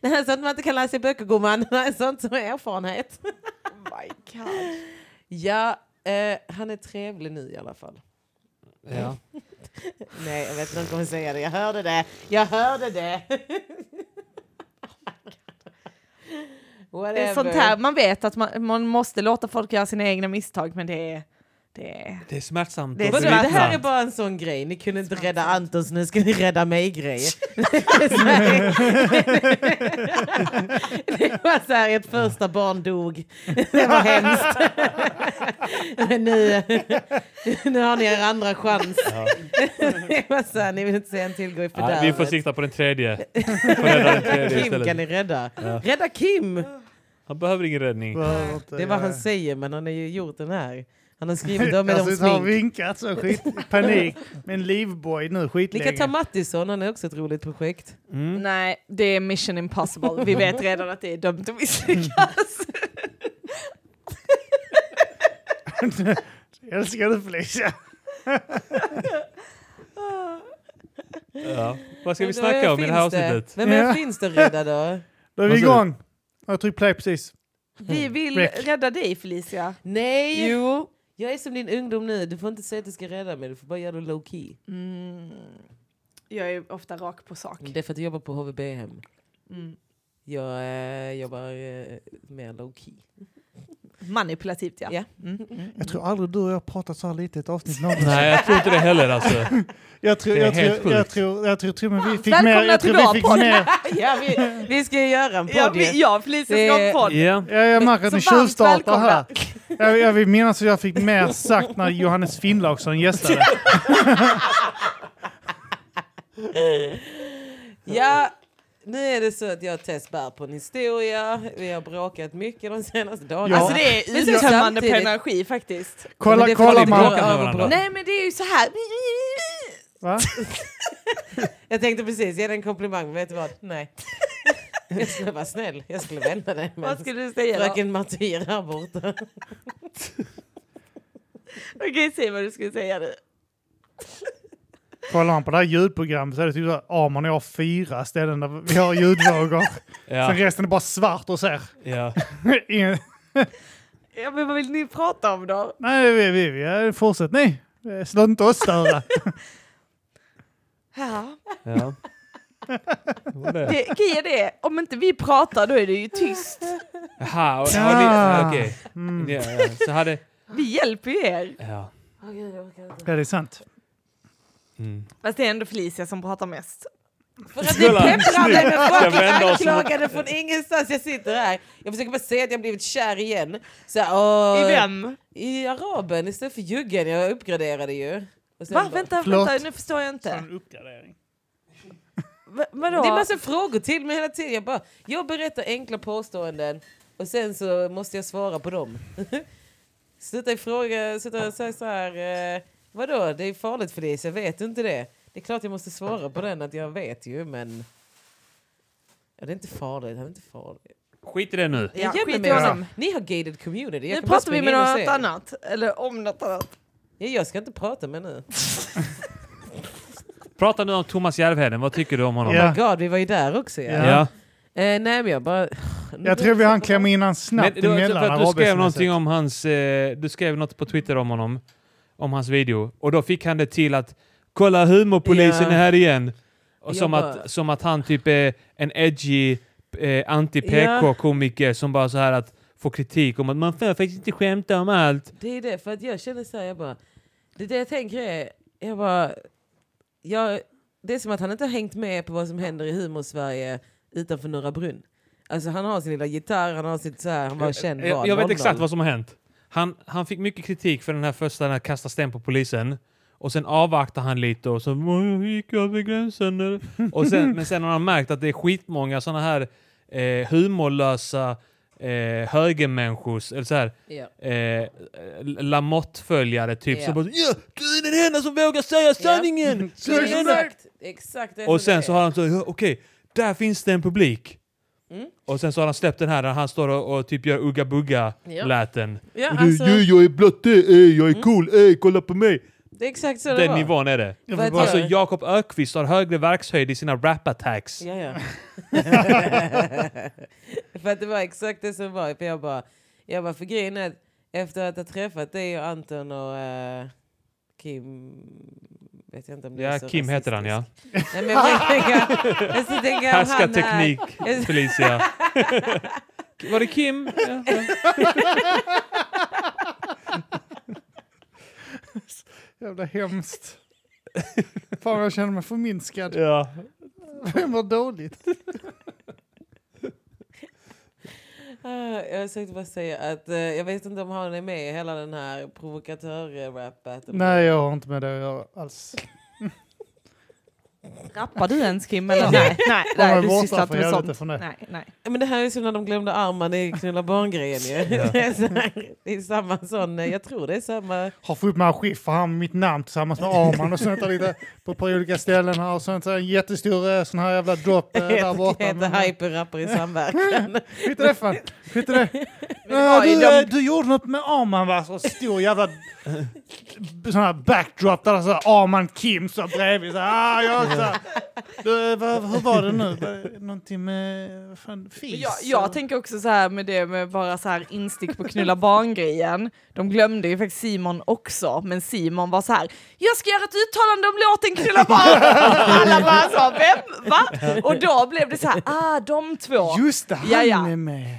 Speaker 1: Det här är sånt man inte kan läsa i böcker gumman, det här är sånt som är erfarenhet.
Speaker 4: Oh my god.
Speaker 1: Ja, eh, han är trevlig nu i alla fall.
Speaker 3: Ja.
Speaker 1: Nej, jag vet inte om jag kommer säga det, jag hörde det, jag hörde det. Oh
Speaker 4: Det är sånt här, man vet att man, man måste låta folk göra sina egna misstag, men det är... Det är
Speaker 3: Det är smärtsamt.
Speaker 4: Det är
Speaker 3: att
Speaker 1: Vadå, Alltså, det
Speaker 4: smärtsamt.
Speaker 3: bevittna.
Speaker 1: här är bara en sån grej, ni kunde inte rädda Antons, nu ska ni rädda mig-grej. det var så här, ert första barn dog, det var hemskt. Men nu, nu har ni er andra chans. Det var så här, ni vill inte se en tillgå i
Speaker 3: Ja, vi får
Speaker 1: fördärvet.
Speaker 3: sikta på den tredje. Får rädda den tredje
Speaker 1: Kim kan
Speaker 3: istället.
Speaker 1: ni rädda. Rädda Kim!
Speaker 3: Han behöver ingen räddning.
Speaker 2: Behöver inte
Speaker 1: Det är vad
Speaker 2: göra.
Speaker 1: han säger, men han har ju gjort den här. Han har skrivit om med om
Speaker 2: Alltså, han har
Speaker 1: smink.
Speaker 2: vinkat så skit, panik. Men livboj
Speaker 1: Ni
Speaker 2: nu
Speaker 1: kan ta
Speaker 2: skitlänge.
Speaker 1: Mattisson, han är också ett roligt projekt.
Speaker 4: Nej, det är mission impossible. Vi vet redan att det är dömt att misslyckas.
Speaker 1: Mm.
Speaker 2: Jag älskar dig Felicia.
Speaker 4: Ah,
Speaker 3: Ja. Vad ska vi
Speaker 1: Men då
Speaker 3: snacka om i det här
Speaker 1: finns det-
Speaker 3: avsnittet?
Speaker 1: Vem är
Speaker 2: Ja.
Speaker 1: finns det rädda då?
Speaker 2: Då är vi
Speaker 3: Vad sa du?
Speaker 2: igång. Jag tryckte play precis.
Speaker 1: Mm.
Speaker 4: Vi vill
Speaker 2: Wreck.
Speaker 4: rädda dig Felicia.
Speaker 1: Nej!
Speaker 4: Jo.
Speaker 1: Jag är som din ungdom nu. Du får inte säga att du ska rädda mig. Du får bara göra det low key.
Speaker 4: Mm. Jag är ofta rak på sak.
Speaker 1: Det är för att jag jobbar på HVB-hem.
Speaker 4: Mm.
Speaker 1: Jag eh, jobbar eh, mer low key.
Speaker 4: Manipulativt ja. Mm.
Speaker 1: Ja. Mm.
Speaker 2: Jag tror aldrig du och jag har pratat så här lite i ett avsnitt någonsin.
Speaker 3: Nej, jag tror inte det heller alltså.
Speaker 2: Jag tror,
Speaker 3: Det är
Speaker 2: jag, tror,
Speaker 3: helt
Speaker 2: jag,
Speaker 3: sjukt.
Speaker 2: tror, jag tror, jag tror till och med vi fick
Speaker 4: Välkomna
Speaker 2: mer. Jag tror
Speaker 4: till
Speaker 2: vi
Speaker 4: vår
Speaker 2: fick
Speaker 4: podd.
Speaker 2: mer.
Speaker 1: Ah, ja, vi, vi ska göra en podd
Speaker 4: Ja, vi,
Speaker 1: ju.
Speaker 4: ja Felicia ska ha en
Speaker 1: Det-
Speaker 4: podd.
Speaker 3: Ja.
Speaker 2: Ja, jag märker att
Speaker 4: Så
Speaker 2: ni
Speaker 4: varmt
Speaker 2: tjuvstartar
Speaker 4: välkomna.
Speaker 2: här. Jag, jag vill minnas att jag fick mer sagt när Johannes Finnlaugsson gästade.
Speaker 1: Ja, nu är det så att jag och Tess bär på en historia. Vi har bråkat mycket de senaste dagarna.
Speaker 2: Ja.
Speaker 4: Alltså det är
Speaker 1: Men sen
Speaker 4: uttömmande på
Speaker 1: samtidigt-
Speaker 4: energi faktiskt.
Speaker 1: Men
Speaker 2: Kolla,
Speaker 1: det är för
Speaker 2: kolla
Speaker 1: att vi
Speaker 3: man-
Speaker 1: bråkar
Speaker 2: man.
Speaker 1: med
Speaker 3: Nej,
Speaker 1: varandra.
Speaker 4: Nej men det är ju så här.
Speaker 2: Va?
Speaker 1: Jag tänkte precis ge dig en komplimang, men vet du vad? Nej. Jag skulle vara snäll. Jag skulle vända dig. Men
Speaker 4: Vad skulle du säga då?
Speaker 1: fröken Martyr här borta.
Speaker 4: Okej säg vad du skulle säga nu.
Speaker 2: Kollar man på det här ljudprogrammet så är det typ så här, Amon och jag har fyra ställen där vi har ljudvågor. Sen
Speaker 3: Ja.
Speaker 2: resten är bara svart och ser.
Speaker 3: Ja.
Speaker 2: Ingen,
Speaker 4: Ja men vad vill ni prata om då?
Speaker 2: nej, vi, vi, vi, ja, fortsätt ni. Eh, Slå inte oss störa.
Speaker 4: Ja.
Speaker 3: ja. Det var det.
Speaker 4: Det, grejen är det, om inte vi pratar då är det ju tyst.
Speaker 3: Jaha, och- och
Speaker 2: Ja.
Speaker 3: ni- ja, okej.
Speaker 2: Mm.
Speaker 3: Ja, ja. Så hade...
Speaker 4: Vi hjälper ju er.
Speaker 3: Ja.
Speaker 2: Ja, det är sant.
Speaker 3: Mm.
Speaker 4: Fast det är ändå Felicia som pratar mest.
Speaker 1: För att ni
Speaker 3: Snälla,
Speaker 1: pepprar mig med
Speaker 3: Ska
Speaker 1: fucking
Speaker 3: vända oss
Speaker 1: anklagade från ingenstans. Jag sitter här. Jag försöker bara säga att jag blivit kär igen. Så, åh,
Speaker 4: I vem?
Speaker 1: I araben istället för juggen. Jag uppgraderade ju. Och sen
Speaker 4: Va?
Speaker 1: bara-
Speaker 4: Vänta,
Speaker 2: Förlåt.
Speaker 4: vänta, nu förstår jag inte.
Speaker 2: uppgradering.
Speaker 4: Va, vadå?
Speaker 1: Det är massa frågor till mig hela tiden. Jag, bara, jag berättar enkla påståenden och sen så måste jag svara på dem. sluta i fråga, sluta säga så här. Eh, vadå, det är farligt för dig, så jag vet inte det. Det är klart jag måste svara på den, att jag vet ju, men... Ja, det är inte farligt, han är inte farlig.
Speaker 3: Skit i det nu.
Speaker 1: Jag
Speaker 4: Ja,
Speaker 1: jämmer
Speaker 4: skit i
Speaker 1: mig med
Speaker 4: honom.
Speaker 1: dem. Ni har gated community. Jag
Speaker 4: Nu
Speaker 1: kan bara
Speaker 4: pratar vi
Speaker 1: springa
Speaker 4: med
Speaker 1: in och se.
Speaker 4: något annat. Eller om något annat.
Speaker 1: Ja, jag ska inte prata med nu.
Speaker 3: Prata nu om Thomas Järvheden. Vad tycker du om honom?
Speaker 2: Ja.
Speaker 1: God, vi var ju där också. Ja.
Speaker 3: Ja.
Speaker 2: Ja.
Speaker 1: Eh, nej, men jag bara...
Speaker 2: Jag tror vi hann klämma in han snabbt
Speaker 3: Men det var också
Speaker 2: emellan.
Speaker 3: för att du skrev
Speaker 2: arabisk-
Speaker 3: någonting om hans... Eh, du skrev något på Twitter om honom. Om hans video. Och då fick han det till att kolla humorpolisen
Speaker 1: Ja.
Speaker 3: är här igen. Och som,
Speaker 1: Jag bara-
Speaker 3: att, som att han typ är en edgy eh, anti-PK-komiker som bara så här att får kritik om att man får faktiskt inte skämta om allt.
Speaker 1: Det är det, för att jag känner så här, jag bara... Det, det jag tänker är, jag bara... Jag, det är som att han inte har hängt med på vad som händer i humorsverige utanför Norra Brunn. Alltså han har sin lilla gitarr, han har sitt så här, han var känd
Speaker 3: Eh, jag,
Speaker 1: var
Speaker 3: jag vet
Speaker 1: 00.
Speaker 3: exakt vad som har hänt. Han, han fick mycket kritik för den här första, den här kasta sten på polisen. Och sen avvaktar han lite och så "Åh, gick jag över gränsen. nu?" Och sen, men sen har han märkt att det är skitmånga sådana här eh, humorlösa eh, högermänniskors, eller så här,
Speaker 1: Ja.
Speaker 3: eh, Lamotte-följare typ.
Speaker 1: Ja.
Speaker 3: Som bara ja, du är den enda som vågar säga sanningen!
Speaker 1: Det
Speaker 3: Du är
Speaker 1: är
Speaker 3: den enda."
Speaker 1: Exakt, det är exakt det
Speaker 3: Och
Speaker 1: som det
Speaker 3: sen så
Speaker 1: är.
Speaker 3: har han så, ja, okej, där finns det en publik.
Speaker 1: Mm.
Speaker 3: Och sen så har han släppt den här där han står och, och typ gör Ugga
Speaker 1: Ja.
Speaker 3: Bugga-läten.
Speaker 1: Ja,
Speaker 3: Och du,
Speaker 1: alltså,
Speaker 3: "Ja, jag är blatte, ey, jag är cool, ey, kolla på mig.
Speaker 1: det är exakt så det
Speaker 3: Den
Speaker 1: var.
Speaker 3: nivån är det.
Speaker 2: Jag
Speaker 1: Vad
Speaker 2: vill bara-
Speaker 1: heter
Speaker 3: Alltså
Speaker 1: Ja.
Speaker 3: Jakob Ökvist har högre verkshöjd i sina rap-attacks.
Speaker 1: Ja, ja. för att det var exakt det som var. För jag bara, jag bara för grejen är att efter att ha träffat dig och Anton och eh, Kim... Vet jag inte om det är
Speaker 3: Ja,
Speaker 1: så
Speaker 3: Kim heter han ja.
Speaker 1: Nej, men jag försöker tänka, jag försöker tänka om han är-
Speaker 3: Härskarteknik,
Speaker 1: Jag-
Speaker 3: Felicia. Var det Kim? Ja, ja.
Speaker 2: Jävla hemskt. Fan, jag känner mig förminskad.
Speaker 3: ja.
Speaker 2: Jag mår dåligt.
Speaker 1: Ah, Jag försökte bara säga att eh, jag vet inte om han är med i hela den här provokatör-rappet.
Speaker 2: Nej, jag har inte med det att göra alls.
Speaker 4: Rappar du ens Kim? Eller? Nej, nej,
Speaker 2: Håll mig
Speaker 4: nej, du
Speaker 2: borta
Speaker 4: sysslar inte
Speaker 2: för
Speaker 4: med
Speaker 2: helvete
Speaker 4: sånt.
Speaker 2: från det.
Speaker 4: Nej, nej.
Speaker 1: Men det här är som när de glömde armen i knulla barn-grejen ju.
Speaker 3: Ja.
Speaker 1: Det är så här- det är samma sån, eh, jag tror det är samma...
Speaker 2: Har fått upp mig en skiff för han mitt namn tillsammans med Arman och sånt där lite på ett par olika ställen här och sånt där. En jättestor eh, sån här jävla dropp eh, där borta.
Speaker 1: Heter
Speaker 2: Men, eh,
Speaker 1: hyperrapper i samverkan.
Speaker 2: Skit i det fan. Skit i det.
Speaker 4: var
Speaker 2: Nej,
Speaker 4: ju
Speaker 2: du,
Speaker 4: de-
Speaker 2: eh, du gjorde något med Arman va? Så stor jävla sån här backdrop där så här Arman Kim så här bredvid. Så här, ah, jag så här, Du, vad, hur var det nu? Var- Någonting med vad fan, fis?
Speaker 4: Men Jag, jag tänker också så här med det med bara så här instick på knulla barn-grejen. De glömde ju faktiskt Simon också, men Simon var så här. Jag ska göra ett uttalande om låten knulla barn! Alla bara sa vem? Va? Och då blev det så här, ah de två.
Speaker 2: Just det, han
Speaker 4: Ja, ja.
Speaker 2: är med.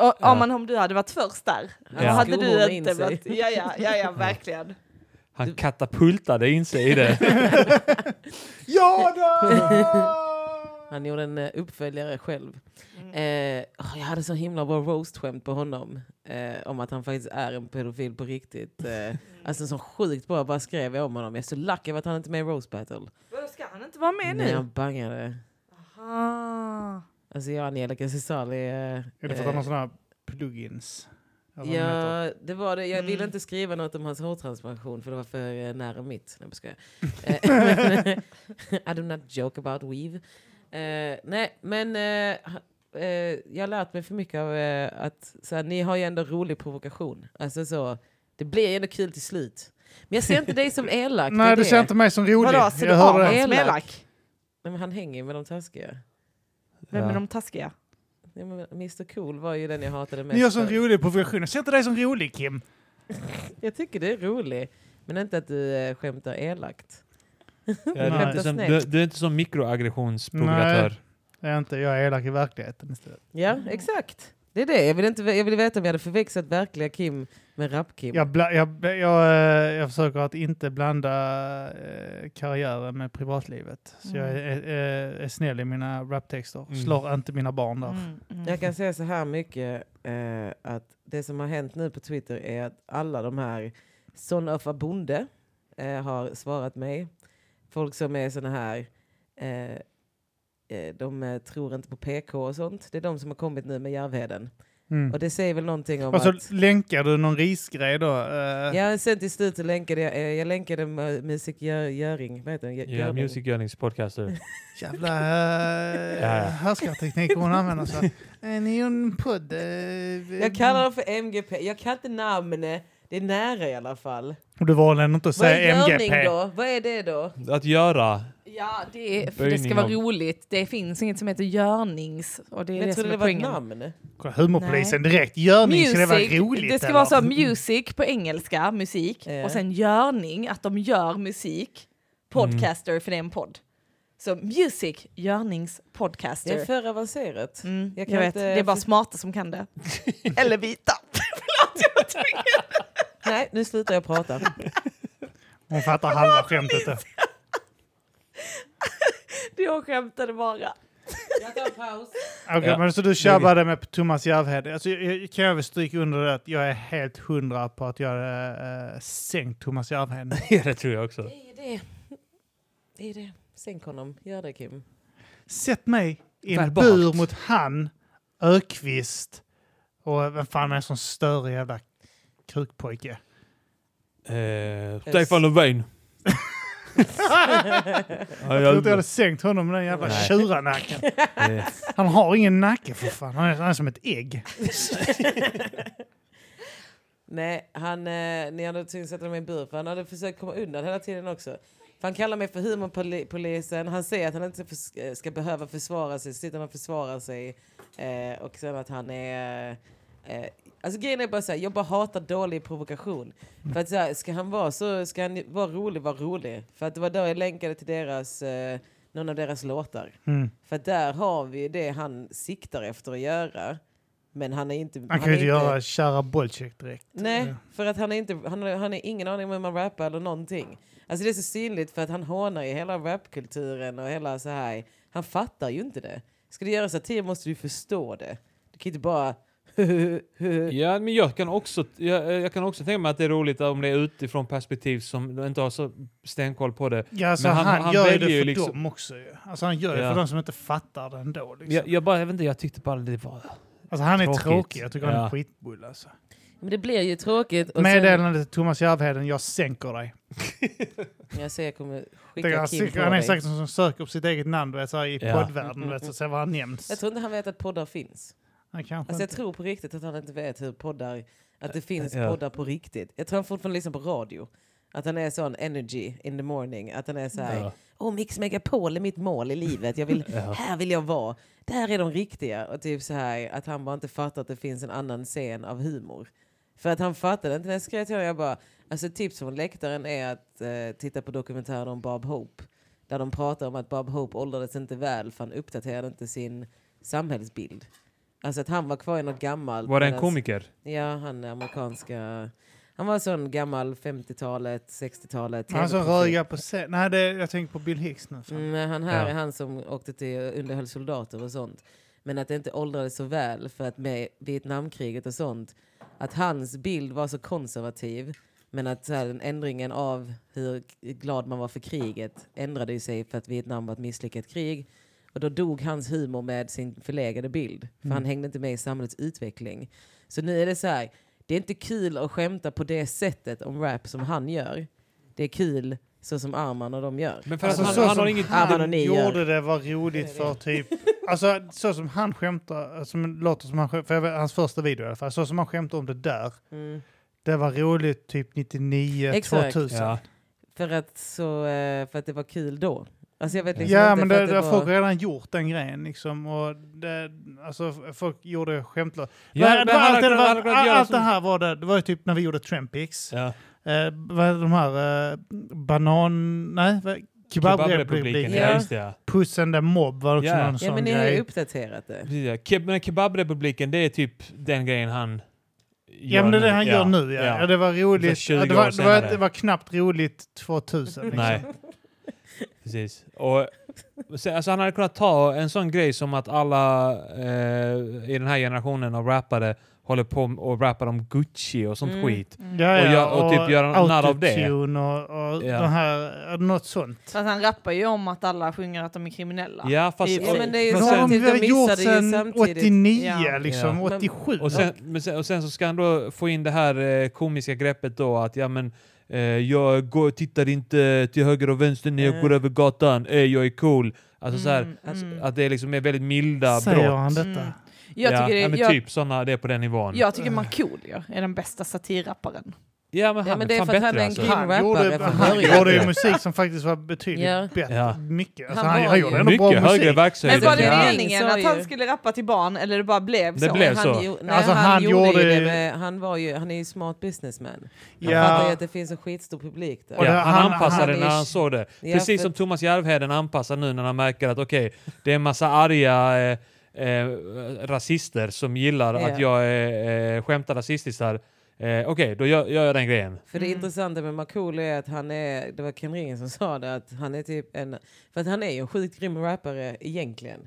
Speaker 4: Och, ja. men om du hade varit först där, då
Speaker 3: Ja.
Speaker 4: hade
Speaker 1: Skulle hon
Speaker 4: du
Speaker 1: in
Speaker 4: inte
Speaker 1: sig?
Speaker 4: varit... Ja, ja, ja, ja verkligen.
Speaker 3: Han katapultade in sig i det.
Speaker 2: Ja då!
Speaker 1: Han gjorde en eh, uppföljare själv.
Speaker 2: Mm.
Speaker 1: Eh, åh, jag hade så himla bra roast-skämt på honom. Eh, om att han faktiskt är en pedofil på riktigt. Eh,
Speaker 2: Mm.
Speaker 1: alltså så sjukt bra bara skrev jag om honom. Jag är så lack över att han inte är med i roast battle.
Speaker 4: Vadå, ska han inte vara med
Speaker 1: När jag
Speaker 4: nu?
Speaker 1: bangade.
Speaker 4: Ah.
Speaker 1: Alltså jag och Angelica Cesali. Eh,
Speaker 2: Är det för att han har sådana här plugins? Eller vad de heter.
Speaker 1: Ja, det var det. Jag ville
Speaker 4: Mm.
Speaker 1: inte skriva något om hans hårtransplantation för det var för eh, nära mitt. Nej, jag skojar. Eh, men, eh, I do not joke about weave. Eh, nej, men eh, ha- eh, jag har lärt mig för mycket av eh, att så här, ni har ju ändå rolig provokation. Alltså så, det blir ju ändå kul till slut. Men jag ser inte dig som elak. det är
Speaker 2: Nej, du
Speaker 1: det.
Speaker 2: ser inte mig som rolig.
Speaker 4: Vadå, ser du
Speaker 2: jag
Speaker 4: av
Speaker 2: hörde
Speaker 4: mig
Speaker 2: det.
Speaker 4: som
Speaker 1: Elak.
Speaker 4: elak?
Speaker 1: Nej, men han hänger ju med de taskiga.
Speaker 4: Vem
Speaker 3: Ja.
Speaker 4: är de taskiga?
Speaker 1: Ja, men Mr Cool var ju den jag hatade mest.
Speaker 2: Ni gör sån
Speaker 1: för.
Speaker 2: rolig provokation. Jag ser inte dig som rolig, Kim.
Speaker 1: jag tycker det är rolig. Men inte att du eh, skämtar elakt.
Speaker 3: Ja, du, är liksom inte som, du, du är inte som mikroaggressionsprovokatör.
Speaker 2: Jag är inte. Jag är elak i verkligheten istället.
Speaker 1: Ja, exakt. Det är det. Jag vill, inte, jag vill veta om jag hade förväxlat verkliga Kim med rap-Kim.
Speaker 2: Jag, bla, jag, jag, eh, jag försöker att inte blanda eh, karriären med privatlivet. Så
Speaker 1: Mm.
Speaker 2: jag är, eh, är snäll i mina raptexter.
Speaker 3: Mm.
Speaker 2: Slår inte mina barn där.
Speaker 4: Mm, mm.
Speaker 1: Jag kan säga så här mycket eh, att det som har hänt nu på Twitter är att alla de här Son of a Bonde eh, har svarat mig. Folk som är såna här, eh, eh, de eh, tror inte på PK och sånt. Det är de som har kommit nu med Järvheden.
Speaker 2: Mm.
Speaker 1: Och det säger väl någonting om
Speaker 2: Och
Speaker 3: Alltså,
Speaker 2: så
Speaker 1: att...
Speaker 2: länkar du någon risgrej då? eh,
Speaker 1: Ja, sen till slut så länkade jag, eh, jag länkade mu- Musik Gö- Göring, vad heter den? Gö-
Speaker 3: Ja,
Speaker 1: Görling.
Speaker 3: Music Yearnings podcaster.
Speaker 2: Jävla
Speaker 3: Ja.
Speaker 2: uh, härskarteknik hon använder sig av. Ni är ju en podd. eh,
Speaker 1: Jag kallar dem för MGP. Jag kan inte namnet. Det är nära i alla fall.
Speaker 2: Och Du valde ändå inte att
Speaker 1: Vad är
Speaker 2: säga
Speaker 1: görning
Speaker 2: MGP.
Speaker 1: då? Vad är det då?
Speaker 3: Att göra.
Speaker 4: Ja, det, är, för det
Speaker 3: Böjning
Speaker 4: ska vara
Speaker 3: av-
Speaker 4: roligt. Det finns inget som heter görnings. Och det är
Speaker 1: Jag
Speaker 4: det som
Speaker 1: trodde det
Speaker 4: är
Speaker 1: var ett
Speaker 4: poängen.
Speaker 1: namn.
Speaker 2: Kolla, Humorpolisen direkt. Görning, ska det vara roligt?
Speaker 4: det ska
Speaker 2: eller?
Speaker 4: vara så music på engelska, musik.
Speaker 1: Ja.
Speaker 4: Och sen görning, att de gör musik. Podcaster,
Speaker 3: Mm.
Speaker 4: för det är en podd. Så music, görnings,
Speaker 1: Det är
Speaker 4: podcaster.
Speaker 1: för avancerat.
Speaker 4: Mm,
Speaker 1: jag
Speaker 4: jag
Speaker 1: kan
Speaker 4: vet,
Speaker 1: inte-
Speaker 4: det är bara smarta som kan det. Eller vita.
Speaker 1: Nej, nu slutar jag prata.
Speaker 2: Hon fattar halva skämtet. då.
Speaker 4: Jag skämtade bara.
Speaker 1: Jag tar en paus.
Speaker 2: Okej,
Speaker 3: Ja.
Speaker 2: men så du kör bara det med Thomas Järvhed. Alltså, jag, jag kan jag väl stryka under det att jag är helt hundra på att jag hade eh, sänkt Thomas Järvhed.
Speaker 3: Ja, det tror jag också.
Speaker 1: Det är det. Det är det. Sänk honom. Gör det Kim.
Speaker 2: Sätt mig i en
Speaker 3: Verbalt.
Speaker 2: bur mot han, Ökvist och vem fan är en sån större jävla krukpojke?
Speaker 3: Eh, Stefan Löfven. ja,
Speaker 2: Jag tror inte jag
Speaker 3: jag,
Speaker 2: hade sänkt honom med den jävla
Speaker 3: Nej.
Speaker 2: tjuranacken.
Speaker 3: eh,
Speaker 2: Han har ingen nacke för fan. Han är, han är som ett ägg.
Speaker 1: Nej, han, eh, ni hade tydligen satt honom i en bur för han hade försökt komma undan hela tiden också. För han kallar mig för humorpolisen. Han säger att han inte förs- eh, ska behöva försvara sig. Så sitter han och försvarar sig. Eh, och sen att han är... Eh, alltså grejen är bara så här, jag bara hatar dålig provokation. För att så här, ska han vara så ska han vara rolig, vara rolig. För att det var då jag länkade till deras, eh, någon av deras låtar.
Speaker 2: Mm.
Speaker 1: För att där har vi det han siktar efter att göra. Men han är inte...
Speaker 2: Han kan
Speaker 1: är
Speaker 2: ju inte göra kära Bolcek direkt.
Speaker 1: Nej,
Speaker 2: Ja.
Speaker 1: för att han är inte, han har, han är ingen aning om hur man rappar eller någonting. Alltså det är så synligt för att han hånar i hela rapkulturen och hela så här. Han fattar ju inte det. Ska du göra satir måste du förstå det. Du kan inte bara...
Speaker 3: ja, men jag kan, också, jag, jag kan också tänka mig att det är roligt om det är utifrån perspektiv som inte har så stenkoll på det.
Speaker 2: Ja, alltså,
Speaker 3: Men
Speaker 2: han,
Speaker 3: han-
Speaker 2: han,
Speaker 3: han
Speaker 2: gör ju
Speaker 3: väljer
Speaker 2: det för
Speaker 3: ju liksom-
Speaker 2: dem också. ju. Alltså, han gör det
Speaker 3: Ja.
Speaker 2: för de som inte fattar det ändå. Liksom.
Speaker 3: Jag, jag, bara, jag, vet inte, jag tyckte bara det var...
Speaker 2: Alltså, han är
Speaker 3: Tråkigt.
Speaker 2: tråkig. Jag tycker han är
Speaker 3: Ja.
Speaker 2: skitbull. Alltså.
Speaker 1: Men det blir ju tråkigt. Och sen,
Speaker 2: Meddelandet till Thomas Järvheden, jag sänker dig.
Speaker 1: jag säger jag kommer skicka
Speaker 2: Tänker, han,
Speaker 1: Kim på
Speaker 2: han är
Speaker 1: dig.
Speaker 2: säkert någon som söker upp sitt eget namn du vet, så här, i
Speaker 3: Ja.
Speaker 2: poddvärlden. du Vet, så ser vad han nämns.
Speaker 1: Mm. Jag tror inte han vet att poddar finns.
Speaker 2: Han kanske
Speaker 1: Alltså jag
Speaker 2: inte-
Speaker 1: tror på riktigt att han inte vet hur poddar, att det finns
Speaker 3: Ja.
Speaker 1: poddar på riktigt. Jag tror han fortfarande lyssnar på radio. Att han är sån energy in the morning. Att han är så här,
Speaker 3: Ja.
Speaker 1: åh Mix Megapol är mitt mål i livet. Jag vill, Här vill jag vara. Där är de riktiga. Och typ så här, att han bara inte fattar att det finns en annan scen av humor. För att han fattade inte när jag skrev till honom. Jag bara, alltså ett tips från läktaren är att eh, titta på dokumentären om Bob Hope. Där de pratar om att Bob Hope åldrades inte väl för han uppdaterade inte sin samhällsbild. Alltså att han var kvar i något gammalt.
Speaker 3: Var det en
Speaker 1: medans-
Speaker 3: komiker?
Speaker 1: Ja, han är amerikanska. Han var sån gammal 50-talet, 60-talet.
Speaker 2: Han som
Speaker 1: TV-profil.
Speaker 2: rögar på scen. Nej, det, jag tänker på Bill Hicks nu. fan.
Speaker 1: Mm, han här
Speaker 3: Ja.
Speaker 1: är han som åkte till underhöll soldater och sånt. Men att det inte åldrades så väl för att med Vietnamkriget och sånt. Att hans bild var så konservativ. Men att så här, den ändringen av hur glad man var för kriget ändrade ju sig för att Vietnam var ett misslyckat krig. Och då dog hans humor med sin förlegade bild.
Speaker 2: Mm.
Speaker 1: För han hängde inte med i samhällets utveckling. Så nu är det så här. Det är inte kul att skämta på det sättet om rap som han gör. Det är kul så som Arman och de gör.
Speaker 3: Men för att
Speaker 2: Alltså,
Speaker 3: han,
Speaker 2: så
Speaker 3: han,
Speaker 2: som-
Speaker 3: har inget...
Speaker 1: Ja, men
Speaker 2: de
Speaker 1: och ni gör.
Speaker 2: gjorde det var roligt för typ... Alltså så som han skämtar, som låter som han skämtar, för jag vet, hans första video i alla fall, så som han skämtar om det där.
Speaker 1: Mm.
Speaker 2: Det var roligt typ 99,
Speaker 1: Exakt.
Speaker 2: 2000. Ja,
Speaker 3: Ja.
Speaker 1: För att, så, eh, för att det var kul då. Alltså jag vet liksom inte
Speaker 2: men
Speaker 1: för
Speaker 2: det,
Speaker 1: att
Speaker 2: det har
Speaker 1: var-
Speaker 2: folk redan gjort den grejen liksom. Och det, alltså folk gjorde skämtlöst.
Speaker 3: Ja,
Speaker 2: Nej, det
Speaker 3: men
Speaker 2: var
Speaker 3: han
Speaker 2: allt, det,
Speaker 3: hade-
Speaker 2: var,
Speaker 3: hade kunnat göra
Speaker 2: allt det
Speaker 3: som-
Speaker 2: här var det. Det var ju typ när vi gjorde Trampix.
Speaker 3: Ja.
Speaker 2: Eh, vad är de här eh, banan... Nej, vad-
Speaker 3: Kebabrepubliken,
Speaker 2: Kebabrepubliken.
Speaker 3: ja just det. ja.
Speaker 2: Puss and the Mob var också
Speaker 3: Ja.
Speaker 2: någon
Speaker 1: Ja
Speaker 2: sån
Speaker 1: men ni har
Speaker 2: grej.
Speaker 1: ju uppdaterat det.
Speaker 3: Precis, ja. Keb- men Kebabrepubliken, det är typ den grejen han
Speaker 2: Ja men det är det han gör nu ja. ja.
Speaker 3: Ja.
Speaker 2: det var roligt.
Speaker 3: Så 20
Speaker 2: Ja, det,
Speaker 3: år
Speaker 2: var, det, var,
Speaker 3: senare.
Speaker 2: det var knappt roligt 2000. Liksom.
Speaker 3: Nej. Precis. Och, sen- alltså han hade kunnat ta en sån grej som att alla eh, i den här generationen av rappare håller på och rappar om Gucci och sånt
Speaker 1: Mm.
Speaker 3: skit.
Speaker 2: Ja,
Speaker 3: Och
Speaker 2: ja,
Speaker 3: gör- och typ gör en narr av det.
Speaker 2: autotune Och, och
Speaker 3: Ja.
Speaker 2: de här, eh, något sånt.
Speaker 4: Fast han rappar ju om att alla sjunger att de är kriminella.
Speaker 3: Ja, fast,
Speaker 4: Ja,
Speaker 1: Ja men det är ju
Speaker 3: Men
Speaker 2: Det har de
Speaker 1: samtidigt, de
Speaker 2: väl gjort
Speaker 1: missade ju
Speaker 2: sedan
Speaker 1: samtidigt.
Speaker 2: 89
Speaker 4: Ja.
Speaker 2: liksom,
Speaker 1: Ja.
Speaker 2: 87.
Speaker 3: och, sen, men sen, och sen så ska han då få in det här eh, komiska greppet då att ja men eh, jag går, tittar inte till höger och vänster när jag
Speaker 1: Nej.
Speaker 3: går över gatan, eh, jag är cool. Alltså så här,
Speaker 4: Mm, mm.
Speaker 3: att det liksom är väldigt milda
Speaker 2: Säger
Speaker 3: brott.
Speaker 2: han detta?
Speaker 4: Mm. Jag
Speaker 3: ja,
Speaker 4: tycker,
Speaker 3: ja,
Speaker 4: det,
Speaker 3: men
Speaker 4: jag,
Speaker 3: typ sådana, det är på den nivån.
Speaker 4: jag tycker Markoolio är den bästa satirrapparen.
Speaker 3: Ja men han
Speaker 1: Ja, men det är
Speaker 3: fan
Speaker 1: för att
Speaker 3: bättre
Speaker 1: han är en
Speaker 3: alltså.
Speaker 1: grym
Speaker 2: Han
Speaker 1: rappare
Speaker 2: gjorde,
Speaker 1: från
Speaker 2: han
Speaker 1: början.
Speaker 2: gjorde ju musik som faktiskt var betydligt
Speaker 1: Ja.
Speaker 2: bättre.
Speaker 3: Ja.
Speaker 2: Mycket. Alltså,
Speaker 1: Han
Speaker 2: han,
Speaker 1: var
Speaker 2: han
Speaker 1: ju-
Speaker 2: gjorde ändå
Speaker 3: Mycket
Speaker 2: bra
Speaker 3: högre
Speaker 2: musik.
Speaker 3: verkshöjd.
Speaker 4: Men var det
Speaker 1: Ja.
Speaker 4: meningen
Speaker 1: Sa
Speaker 4: att han
Speaker 1: ju-
Speaker 4: skulle rappa till barn eller det bara blev
Speaker 3: Det
Speaker 4: så?
Speaker 3: blev
Speaker 1: han,
Speaker 3: så.
Speaker 1: gjo- nej,
Speaker 2: Alltså,
Speaker 1: han,
Speaker 2: han
Speaker 1: gjorde
Speaker 2: gjorde
Speaker 1: ju det
Speaker 2: ju-
Speaker 1: med, han, var ju, han är ju smart businessman. Han
Speaker 2: Ja.
Speaker 1: fattar ju att det finns en skitstor publik där.
Speaker 2: Och
Speaker 3: Ja,
Speaker 2: det-
Speaker 3: han,
Speaker 2: han-
Speaker 3: anpassade
Speaker 1: han-
Speaker 3: när han såg det.
Speaker 1: Ja,
Speaker 3: Precis
Speaker 1: för-
Speaker 3: som Thomas Järvheden anpassar nu när han märker att okej, det är en massa arga eh, eh, rasister som gillar
Speaker 1: Ja.
Speaker 3: att jag eh, eh, skämtar rasistiskt här. Eh, okej, då gör, gör jag den grejen.
Speaker 1: För
Speaker 2: Mm.
Speaker 1: det intressanta med Markoolio är att han är, det var Ken Ringen som sa det, att han är typ en, för att han är ju en sjukt grym rappare egentligen.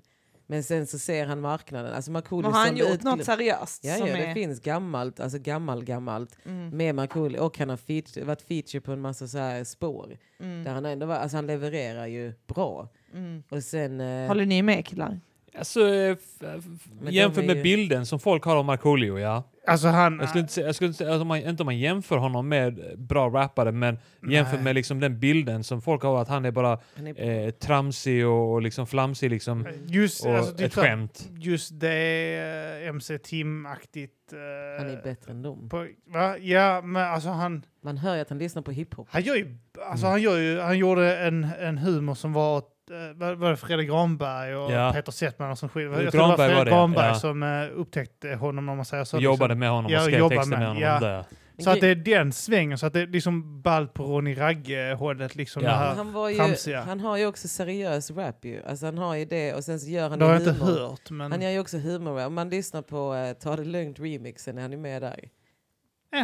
Speaker 1: Men sen så ser han marknaden. Alltså Markoolio
Speaker 4: Men har han
Speaker 1: sålde
Speaker 4: gjort
Speaker 1: ut-
Speaker 4: något seriöst?
Speaker 1: Ja,
Speaker 4: som
Speaker 1: ja det
Speaker 4: är...
Speaker 1: finns gammalt, alltså gammalt, gammalt
Speaker 4: Mm.
Speaker 1: med Markoolio och han har feature, varit feature på en massa så här spår.
Speaker 3: Mm.
Speaker 1: Där han ändå var, alltså han levererar ju bra.
Speaker 4: Mm.
Speaker 1: Och sen... eh,
Speaker 4: Håller ni med killar?
Speaker 3: Alltså, eh, f- f-
Speaker 1: de
Speaker 3: jämför
Speaker 1: är
Speaker 3: med
Speaker 1: ju-
Speaker 3: bilden som folk har av Markoolio, ja.
Speaker 2: Alltså han...
Speaker 3: Jag skulle inte säga, jag skulle inte, säga- alltså, om man, inte om man jämför honom med bra rappare, men jämför
Speaker 2: Nej.
Speaker 3: med liksom den bilden som folk har att han är bara
Speaker 1: han är,
Speaker 3: eh, tramsig och, och liksom flamsig liksom.
Speaker 2: Just,
Speaker 3: Och
Speaker 2: alltså, det är
Speaker 3: ett
Speaker 2: klart,
Speaker 3: skämt.
Speaker 2: Just det är MC Tim-aktigt. eh,
Speaker 1: han är bättre än dem.
Speaker 2: på- va? Ja, men alltså han...
Speaker 1: Man hör ju att han lyssnar på hiphop.
Speaker 2: Han gör ju... Alltså han gör ju... Han gjorde en, en humor som var... åt, eh, vad vad var det Fredrik Granberg och
Speaker 3: Ja.
Speaker 2: Peter Settman och sån skit. Jag
Speaker 3: Fredrik
Speaker 2: tror det var
Speaker 3: Granberg
Speaker 2: Fredrik
Speaker 3: var det,
Speaker 2: Granberg
Speaker 3: ja.
Speaker 2: som eh, upptäckte honom om man säger så.
Speaker 3: Och jobbade med honom
Speaker 2: liksom- Ja,
Speaker 3: och skrev
Speaker 2: jobba
Speaker 3: texter med
Speaker 2: med,
Speaker 3: honom.
Speaker 2: ja.
Speaker 3: om det.
Speaker 2: Liksom. Så att det är den svängen. Så att det är liksom ball på Ronny Ragge-hållet liksom.
Speaker 3: Ja.
Speaker 2: Det
Speaker 1: Men
Speaker 2: här.
Speaker 1: han, var ju,
Speaker 2: tramsiga.
Speaker 1: han har ju också seriös rap ju. Alltså han har ju det och sen så gör han
Speaker 2: Det har
Speaker 1: ju
Speaker 2: jag inte
Speaker 1: humor.
Speaker 2: hört men...
Speaker 1: Han gör ju också humor. Om man lyssnar på eh, Ta det lugnt remixen är han ju med där.
Speaker 2: är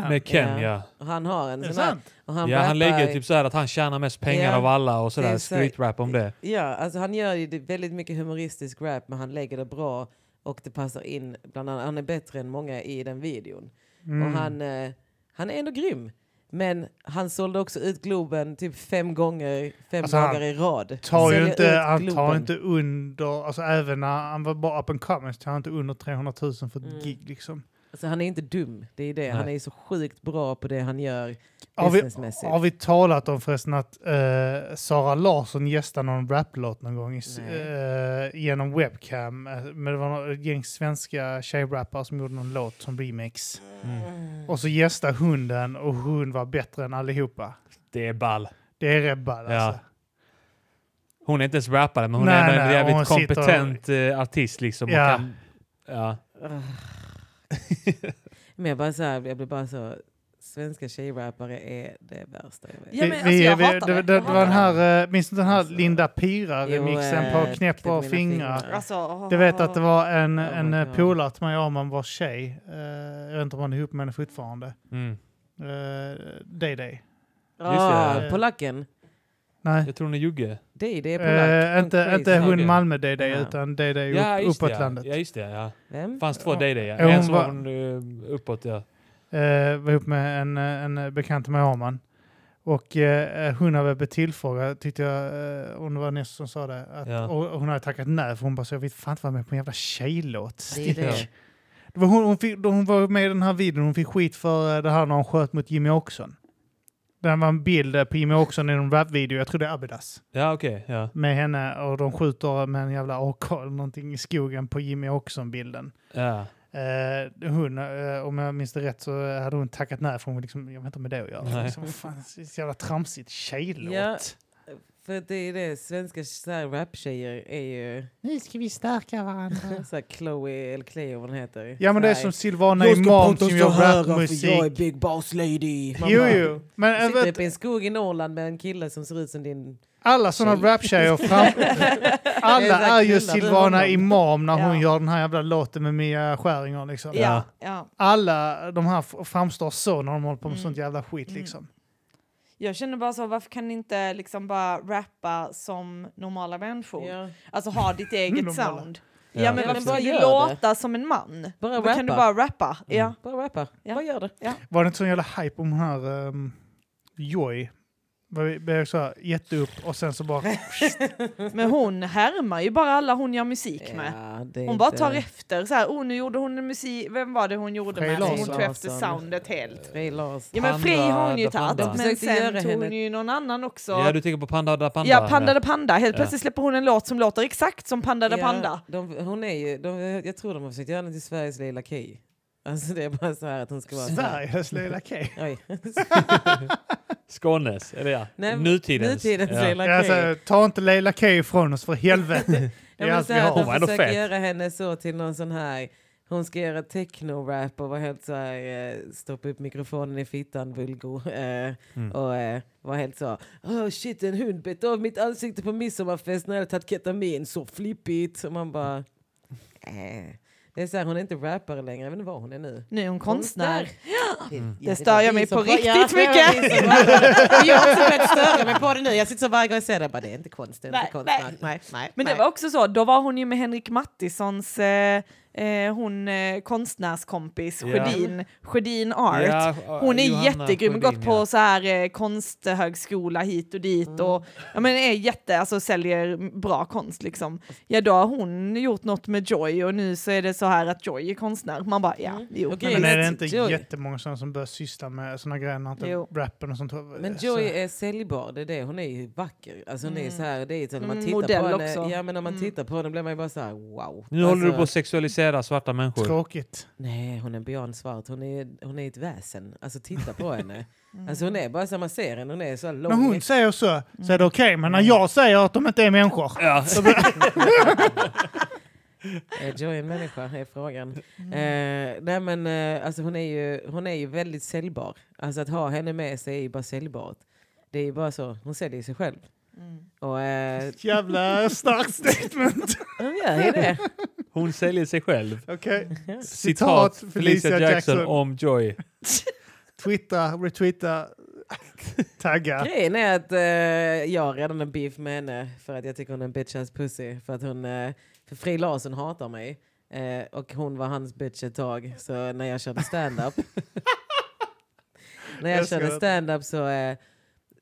Speaker 2: han?
Speaker 3: Med
Speaker 1: Ja.
Speaker 3: Ken, ja.
Speaker 1: Och han har en
Speaker 2: Är det
Speaker 1: sån här...
Speaker 2: sant?
Speaker 1: Och han
Speaker 3: ja, han
Speaker 1: rappar-
Speaker 3: lägger typ så här att han tjänar mest pengar
Speaker 1: Ja,
Speaker 3: av alla och sådär.
Speaker 1: precis.
Speaker 3: Skrytrap om det.
Speaker 1: Ja, alltså han gör ju det- väldigt mycket humoristisk rap men han lägger det bra och det passar in. Bland annat, han är bättre än många i den videon.
Speaker 2: Mm.
Speaker 1: Och han, eh, han är ändå grym. Men han sålde också ut Globen typ fem gånger, fem
Speaker 2: Alltså,
Speaker 1: dagar
Speaker 2: han
Speaker 1: i rad.
Speaker 2: tar ju
Speaker 1: Säljer
Speaker 2: inte,
Speaker 1: ut
Speaker 2: han tar
Speaker 1: Globen.
Speaker 2: inte under, alltså även när han var bara up and coming så tar han inte under 300 000 för ett
Speaker 1: Mm.
Speaker 2: gig liksom.
Speaker 1: Alltså, han är inte dum, det är det. Han är ju så sjukt bra på det han gör
Speaker 2: Har vi,
Speaker 1: businessmässigt.
Speaker 2: har vi talat om förresten att eh, Sara Larsson gästade någon raplåt någon gång i, s-
Speaker 1: Nej.
Speaker 2: eh, genom webcam. Eh, Men det var någon- ett gäng svenska tjejrappare som gjorde någon låt som remix.
Speaker 3: Mm.
Speaker 2: Och så gästade hunden och hon var bättre än allihopa.
Speaker 3: Det är ball.
Speaker 2: Det är rebbad
Speaker 3: Ja.
Speaker 2: alltså.
Speaker 3: Hon är inte ens rappare, men hon
Speaker 2: Nej,
Speaker 3: är ändå en
Speaker 2: nej,
Speaker 3: jävligt
Speaker 2: hon sitter och-
Speaker 3: kompetent eh, artist liksom. och
Speaker 2: Ja.
Speaker 3: Kan, ja.
Speaker 1: Men jag, bara så här, jag blir bara så... Svenska tjejrappare är det värsta jag vet.
Speaker 4: Ja, men alltså, jag hatar
Speaker 2: det, det,
Speaker 4: det.
Speaker 2: det
Speaker 4: Jag
Speaker 2: var den
Speaker 4: hatar
Speaker 2: här, eh, minns du den här
Speaker 1: Alltså,
Speaker 2: Linda Pira-remixen
Speaker 1: jo, eh,
Speaker 2: på Knäpp
Speaker 1: knäpp
Speaker 2: av
Speaker 1: mina
Speaker 2: fingrar?
Speaker 1: fingrar.
Speaker 4: Alltså,
Speaker 2: Du vet att det var en,
Speaker 1: Oh
Speaker 2: en
Speaker 1: my
Speaker 2: eh,
Speaker 1: God.
Speaker 2: polare till mig om han var tjej. Eh, jag vet inte om han är ihop med henne fortfarande.
Speaker 3: Mm.
Speaker 2: Uh, day Day.
Speaker 1: ah,
Speaker 2: det.
Speaker 1: Polacken.
Speaker 2: Nej.
Speaker 3: Jag tror hon är jugge.
Speaker 1: Det, det är polack.
Speaker 2: Eh, inte
Speaker 1: Crazy.
Speaker 2: inte hon
Speaker 3: Okej.
Speaker 2: Malmö Day Day
Speaker 1: Ja.
Speaker 2: utan Day Day upp,
Speaker 3: Ja, just
Speaker 2: uppåt
Speaker 3: det, ja.
Speaker 2: landet.
Speaker 3: Ja, just det. Ja.
Speaker 1: Vem?
Speaker 3: fanns två
Speaker 2: Ja.
Speaker 3: day day. Ja.
Speaker 2: Ja, hon
Speaker 3: En som
Speaker 2: var-
Speaker 3: var hon, eh, uppåt, ja.
Speaker 2: Eh, var ihop med en, eh, en eh, bekant till mig om han. Och eh, hon hade blivit tillfrågad, tyckte jag, eh, om det var Ness som sa det. Att,
Speaker 3: Ja.
Speaker 2: och, och hon hade tackat nej för hon bara så jag vill fan inte vara med på en jävla tjejlåt.
Speaker 1: Det är
Speaker 3: Ja.
Speaker 1: det.
Speaker 2: Det var hon, hon, fick, då hon var med i den här videon, hon fick skit för eh, det här när hon sköt mot Jimmy Åkesson. Där var en bild eh, på Jimmy Åkesson i en rapvideo, jag tror det är Abidas,
Speaker 3: Ja, okej. ja.
Speaker 2: med henne och de skjuter med en jävla AK eller någonting i skogen på Jimmy Åkesson-bilden.
Speaker 3: ja.
Speaker 2: Eh, hon, eh, om jag minns det rätt så hade hon tackat nej för hon var liksom, jag vet inte med det att göra.
Speaker 3: Nej.
Speaker 2: Liksom, vad fan, så jävla tramsigt tjejlåt.
Speaker 1: Ja. För det är det, svenska så här raptjejer är ju
Speaker 2: Nu ska vi stärka varandra.
Speaker 1: så här Chloe eller Cleo vad hon heter.
Speaker 2: Ja men det är
Speaker 1: Så
Speaker 2: som
Speaker 1: här,
Speaker 2: Silvana Imam som gör rapmusik.
Speaker 1: big boss lady. Man
Speaker 2: Jo
Speaker 1: bara,
Speaker 2: jo, men jag
Speaker 1: Sitter
Speaker 2: vet,
Speaker 1: uppe i en skog i Norrland med en kille som ser ut som din...
Speaker 2: Alla sådana
Speaker 1: Tjej.
Speaker 2: raptjejer fram...
Speaker 1: Det är
Speaker 2: Alla
Speaker 1: så här
Speaker 2: är ju
Speaker 1: killar, det är
Speaker 2: Silvana
Speaker 1: honom.
Speaker 2: Imam när hon
Speaker 4: Ja.
Speaker 2: gör den här jävla låten med Mia Skäringer liksom.
Speaker 4: Ja, ja.
Speaker 2: Alla de här f- framstår så när de håller på med
Speaker 4: Mm.
Speaker 2: sånt jävla skit
Speaker 4: Mm.
Speaker 2: liksom.
Speaker 4: Jag känner bara så, varför kan ni inte liksom bara rappa som normala människor?
Speaker 1: Ja.
Speaker 4: Alltså ha ditt eget
Speaker 2: Normala.
Speaker 4: sound.
Speaker 3: Ja.
Speaker 4: Ja,
Speaker 3: Ja,
Speaker 4: men
Speaker 1: men
Speaker 4: varför ska
Speaker 1: bara
Speaker 4: du
Speaker 1: gör
Speaker 4: låta som en man?
Speaker 1: Bara
Speaker 4: Då kan du
Speaker 1: rappa.
Speaker 4: bara rappa. Ja.
Speaker 1: Bara rappa.
Speaker 4: Ja.
Speaker 1: Bara gör det.
Speaker 2: Var det inte sån jävla hype om den här um, Joy? Var vi- Blev så här jätteupp och sen så bara...
Speaker 4: Men hon härmar ju bara alla hon gör musik med.
Speaker 1: Ja, det är
Speaker 4: Hon bara
Speaker 1: inte-
Speaker 4: tar efter så här, oh nu gjorde hon en musik, vem var det hon gjorde
Speaker 2: Frej
Speaker 4: med? Hon
Speaker 2: Larsson.
Speaker 4: tog efter
Speaker 1: Larsson.
Speaker 4: soundet helt.
Speaker 1: Frej Lars.
Speaker 4: Ja men Frej har hon ju
Speaker 3: alltså. Panda,
Speaker 4: tagit,
Speaker 3: Panda.
Speaker 1: De
Speaker 4: men
Speaker 1: försökte
Speaker 4: sen
Speaker 1: göra
Speaker 4: tog hon
Speaker 1: henne-
Speaker 4: ju någon annan också.
Speaker 3: ja, du tänker på Panda da Panda?
Speaker 4: ja, Panda da Panda, helt
Speaker 3: Ja.
Speaker 4: plötsligt släpper hon en låt som låter exakt som Panda da
Speaker 1: Ja,
Speaker 4: Panda.
Speaker 1: De, hon är ju, de, jag tror de har försökt göra henne till Sveriges lilla Key. Alltså det är bara så här att hon ska vara... så här-
Speaker 2: Sveriges lilla K.
Speaker 1: Oj.
Speaker 3: Skånes, eller ja.
Speaker 1: Nej,
Speaker 3: Nutidens.
Speaker 1: Nutidens
Speaker 3: ja.
Speaker 1: lilla Key.
Speaker 2: Ja, Alltså, ta inte Leila K ifrån oss för helvete. Det
Speaker 1: Ja,
Speaker 2: är
Speaker 1: men
Speaker 2: allt
Speaker 1: så
Speaker 2: vi
Speaker 1: här,
Speaker 2: har.
Speaker 1: att
Speaker 3: Hon var
Speaker 1: de
Speaker 3: ändå
Speaker 1: försöker
Speaker 3: fet.
Speaker 1: göra henne så till någon sån här, hon ska göra techno-rap och vara helt så här, eh, stoppa upp mikrofonen i fittan, vulgo. Eh,
Speaker 3: Mm.
Speaker 1: Och eh, var helt så, oh shit en hund bet av mitt ansikte på midsommarfest när jag hade tagit ketamin, så flippigt. Och man bara,
Speaker 3: Mm.
Speaker 1: eh. Det är så här, hon är inte rappare längre, jag vet inte vad hon är nu.
Speaker 4: Nu är hon konstnär.
Speaker 1: Ja,
Speaker 4: stör
Speaker 1: var
Speaker 4: jag
Speaker 1: vi
Speaker 4: mig
Speaker 1: som
Speaker 4: på
Speaker 1: pra-
Speaker 4: riktigt
Speaker 1: Ja, det var
Speaker 4: mycket.
Speaker 1: vi som pratade. Och Jag har också börjat störa mig på det nu. Jag sitter så varje gång jag ser det, jag bara, det är inte konst, det är
Speaker 4: Nej,
Speaker 1: inte konstnär. Nej, nej,
Speaker 4: Men
Speaker 1: nej.
Speaker 4: det var också så, då var hon ju med Henrik Mattissons eh, eh, hon, eh, konstnärskompis
Speaker 3: Ja.
Speaker 4: Sjödin, Sjödin Art.
Speaker 3: Ja,
Speaker 4: Hon är
Speaker 3: Johanna
Speaker 4: jättegrym,
Speaker 3: Sjödin,
Speaker 4: gått på
Speaker 3: ja.
Speaker 4: så här, eh, konsthögskola hit och dit
Speaker 3: Mm.
Speaker 4: och ja, men är jätte, alltså, säljer bra konst. Liksom. Ja, då har hon gjort något med Joy och nu så är det så här att Joy är konstnär. Man bara, ja, jo.
Speaker 1: Mm. Okej.
Speaker 2: Men är det
Speaker 1: Joy.
Speaker 2: inte
Speaker 1: Joy.
Speaker 2: jättemånga sådana som börjar syssla med sådana grejer? när Inte
Speaker 4: Jo.
Speaker 2: rappen och sånt.
Speaker 1: Men
Speaker 2: Så-
Speaker 1: Joy är säljbar, det är det. Hon är ju vacker. Alltså hon är så här, det är så när man
Speaker 4: Mm,
Speaker 1: tittar
Speaker 4: modell
Speaker 1: på henne,
Speaker 4: också. Mm.
Speaker 1: Ja, men när man tittar på henne blir man ju bara så här wow. Alltså,
Speaker 3: Nu håller du på att sexualisera svarta människor.
Speaker 2: Tråkigt.
Speaker 1: Nej, hon är beyond svart. Hon är, hon är ett väsen. Alltså titta på henne.
Speaker 4: Mm.
Speaker 1: Alltså hon är bara så här, man ser henne, hon är så här lång. Mm.
Speaker 2: När hon säger så, så är det okej. Men när jag säger att de inte är människor.
Speaker 3: Ja.
Speaker 1: Är Eh, Joy en människa? Är frågan. Eh, nej men eh, alltså hon är, ju, hon är ju väldigt säljbar. Alltså att ha henne med sig är ju bara säljbart. Det är ju bara så, hon säljer sig själv. Och eh,
Speaker 2: Jävla starkt statement.
Speaker 1: hon gör ju det.
Speaker 3: Hon säljer sig själv.
Speaker 2: Okej.
Speaker 3: Citat Felicia Jackson, om Joy.
Speaker 2: Twittra, retweeta, tagga.
Speaker 1: Grejen är att eh, jag har redan en beef med henne för att jag tycker hon är en bitch ass pussy. För att hon, eh, för Frej Larsson hatar mig. Eh, och hon var hans bitch ett tag, så när jag körde stand-up. när jag,
Speaker 2: Jag ska-
Speaker 1: körde stand-up så, eh,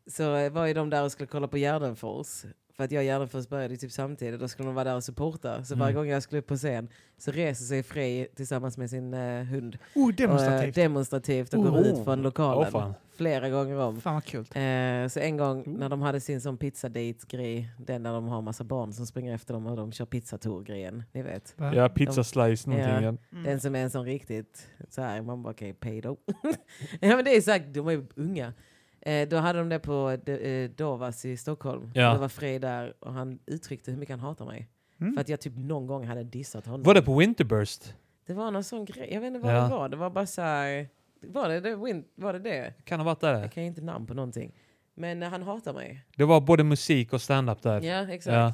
Speaker 1: så eh, var ju de där och skulle kolla på Gärdenfors. För att jag och Gärdenfors började ju typ samtidigt, då skulle de vara där och supporta. Så
Speaker 3: Mm.
Speaker 1: varje gång jag skulle upp på scen så reser sig Frej tillsammans med sin eh, hund.
Speaker 2: Oh,
Speaker 1: Och, eh,
Speaker 2: demonstrativt.
Speaker 1: demonstrativt och går
Speaker 3: Oh.
Speaker 1: ut från lokalen.
Speaker 3: Åh, fan.
Speaker 1: flera gånger om.
Speaker 2: Fan vad kul.
Speaker 1: Eh, så en gång
Speaker 3: Mm.
Speaker 1: när de hade sin sån pizzadate-grej, den när de har massa barn som springer efter dem och de kör pizzatour-grejen, ni vet.
Speaker 3: Ja, pizza slice någonting. Ja.
Speaker 1: Den som är en sån riktigt, så här, man bara okej, pay då. ja men det är sagt, de är unga. Eh, då hade de det på de, eh, Dovas i Stockholm.
Speaker 3: Ja.
Speaker 1: Det var Frej där och han uttryckte hur mycket han hatar mig.
Speaker 2: Mm.
Speaker 1: För att jag typ någon gång hade dissat honom.
Speaker 3: Var det på Winterburst?
Speaker 1: Det var någon sån grej. Jag vet inte vad
Speaker 3: Ja.
Speaker 1: det var. Det var bara så här... Var det det? Win- Var det, det?
Speaker 3: Kan ha varit där.
Speaker 1: Jag kan ju inte namn på någonting. Men eh, han hatar mig.
Speaker 3: Det var både musik och stand-up där.
Speaker 1: Ja, exakt.
Speaker 3: Ja.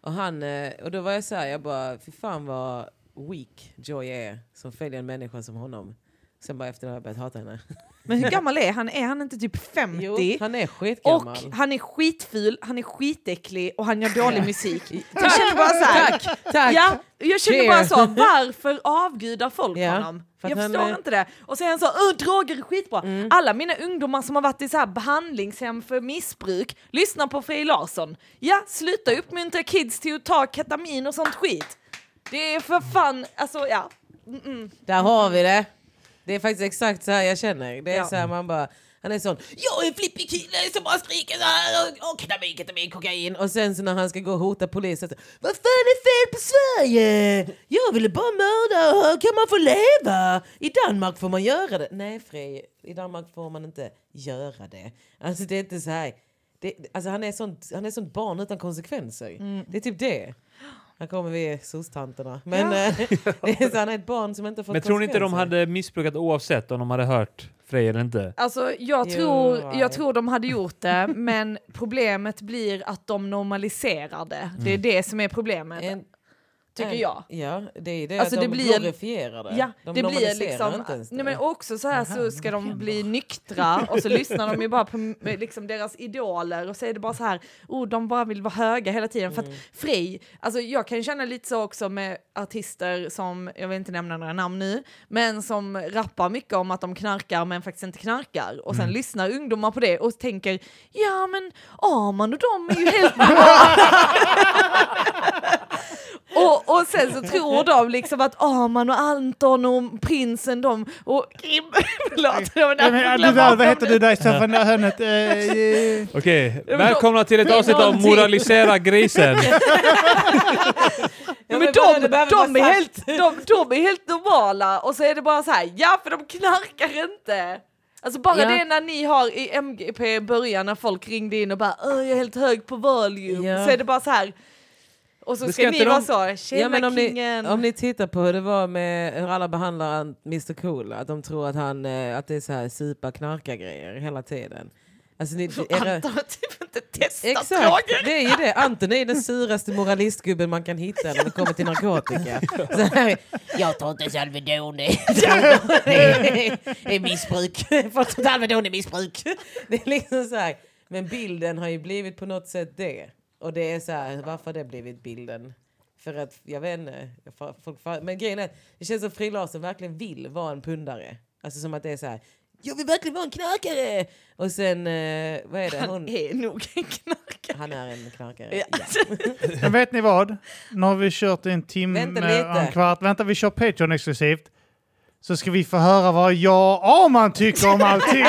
Speaker 1: Och, han, eh, och då var jag så här, jag bara, fy fan vad weak Joy är som följer en människa som honom. Sen bara efter det har jag börjat hata henne.
Speaker 4: Men hur gammal är han? Är han inte typ 50?
Speaker 1: Jo, han är
Speaker 4: och
Speaker 1: skitgammal.
Speaker 4: han är skitful, han är skitäcklig och han gör dålig musik. Jag känner bara så här,
Speaker 1: Tack, tack!
Speaker 4: Ja, jag känner bara
Speaker 1: Cheer.
Speaker 4: så, varför avgudar folk
Speaker 1: Ja,
Speaker 4: honom?
Speaker 1: för att
Speaker 4: Jag
Speaker 1: han
Speaker 4: förstår
Speaker 1: är- Mm.
Speaker 4: inte det. Och sen så, "Åh, droger är skitbra. Alla mina ungdomar som har varit i så här behandlingshem för missbruk lyssnar på Frej Larsson. Ja, sluta uppmuntra kids till att ta ketamin och sånt skit. Det är för fan, alltså ja.
Speaker 1: Där har vi det. Det är faktiskt exakt så här jag känner. Det är
Speaker 4: Ja.
Speaker 1: så här man bara... Han är sån, jag är en flippig kille som bara skriker så här, och, och ketamin, ketamin, kokain. Och sen så när han ska gå och hota polisen, så, vad fan är fel på Sverige? Jag ville bara mörda, och kan man få leva? I Danmark får man göra det. Nej Frej, i Danmark får man inte göra det. Alltså det är inte så här. Det, alltså han är sånt, han är sånt barn utan konsekvenser. Det är typ det. Här kommer vi sostanterna. Men
Speaker 4: Ja.
Speaker 1: eh, det är så, han är ett barn som inte har fått
Speaker 3: Men tror ni inte de
Speaker 1: konsekvenser.
Speaker 3: hade missbrukat oavsett om de hade hört Frej eller inte?
Speaker 4: Alltså jag
Speaker 1: Jo,
Speaker 4: tror,
Speaker 1: nej.
Speaker 4: jag tror de hade gjort det, men problemet blir att de normaliserar det. Det
Speaker 1: Mm.
Speaker 4: är det som är problemet,
Speaker 1: En-
Speaker 4: tycker
Speaker 1: en-
Speaker 4: jag.
Speaker 1: Ja, det är det.
Speaker 4: Alltså,
Speaker 1: de
Speaker 4: det blir-
Speaker 1: glorifierar det.
Speaker 4: Ja,
Speaker 1: de
Speaker 4: det blir
Speaker 1: normaliserar
Speaker 4: liksom...
Speaker 1: inte ens det.
Speaker 4: Nej, men också så här så ska de bli nyktra och så lyssnar de ju bara på m- liksom, deras idoler och så är det bara så här, oh, de bara vill vara höga hela tiden. För
Speaker 1: Mm.
Speaker 4: att Frej, alltså jag kan känna lite så också med artister som, jag vill inte nämna några namn nu, men som rappar mycket om att de knarkar men faktiskt inte knarkar. Och sen
Speaker 1: Mm.
Speaker 4: lyssnar ungdomar på det och tänker, ja men Arman och de är ju helt Och, och sen så tror de liksom att Arman och Anton och prinsen de och Kim, förlåt, det var
Speaker 2: Nej,
Speaker 4: därför
Speaker 2: men,
Speaker 4: jag
Speaker 2: äh, det
Speaker 4: glömde
Speaker 2: där, vad
Speaker 4: bort dem
Speaker 2: heter
Speaker 4: nu.
Speaker 2: det där i soffan, det där hörnet? Eh, eh,
Speaker 3: Okej,
Speaker 4: men då-
Speaker 3: välkomna till ett avsnitt av
Speaker 4: Någonting.
Speaker 3: Moralisera grisen.
Speaker 1: Ja,
Speaker 4: Men
Speaker 1: bara-
Speaker 4: de,
Speaker 1: det behöver
Speaker 4: de,
Speaker 1: vara
Speaker 4: är
Speaker 1: sagt.
Speaker 4: helt, de, de är helt normala och så är det bara så här, ja för de knarkar inte. Alltså bara
Speaker 1: Ja.
Speaker 4: det när ni har i MGP i början när folk ringde in och bara "Åh, jag är helt hög på valium
Speaker 1: Ja.
Speaker 4: så är det bara så här. Och så
Speaker 3: Men
Speaker 4: ska,
Speaker 3: ska
Speaker 4: ni
Speaker 3: inte
Speaker 4: vara
Speaker 3: de-
Speaker 4: så, tjena
Speaker 1: Ja, men om, ni,
Speaker 4: kingen.
Speaker 1: om ni tittar på hur det var med hur alla behandlar an- Mr Cool, att de tror att, han, eh, att det är så här supa knarka grejer hela tiden. Alltså, ni, era,
Speaker 4: Anton har typ inte testat
Speaker 1: Exakt,
Speaker 4: droger.
Speaker 1: det är ju det. Anton är ju den suraste moralistgubben man kan hitta när det kommer till narkotika. Så här, jag tror inte Salvedon är, är, är missbruk. Folk tror Salvedon är missbruk. Det är liksom så här. Men bilden har ju blivit på något sätt det. Och det är så här, varför har det blivit bilden? För att, jag vet inte. fa- Folk, fa- men grejen är, det känns som Frid Larsson verkligen vill vara en pundare. Alltså som att det är så här, jag vill verkligen vara en knarkare! Och sen, eh, vad är det?
Speaker 4: Han
Speaker 1: Hon,
Speaker 4: är nog en knarkare.
Speaker 1: han är en knarkare.
Speaker 4: Ja.
Speaker 2: Men vet ni vad? Nu har vi kört en timme
Speaker 1: Vänta lite.
Speaker 2: och en kvart. Vänta, vi kör Patreon exklusivt. Så ska vi få höra vad jag och Arman tycker om allting.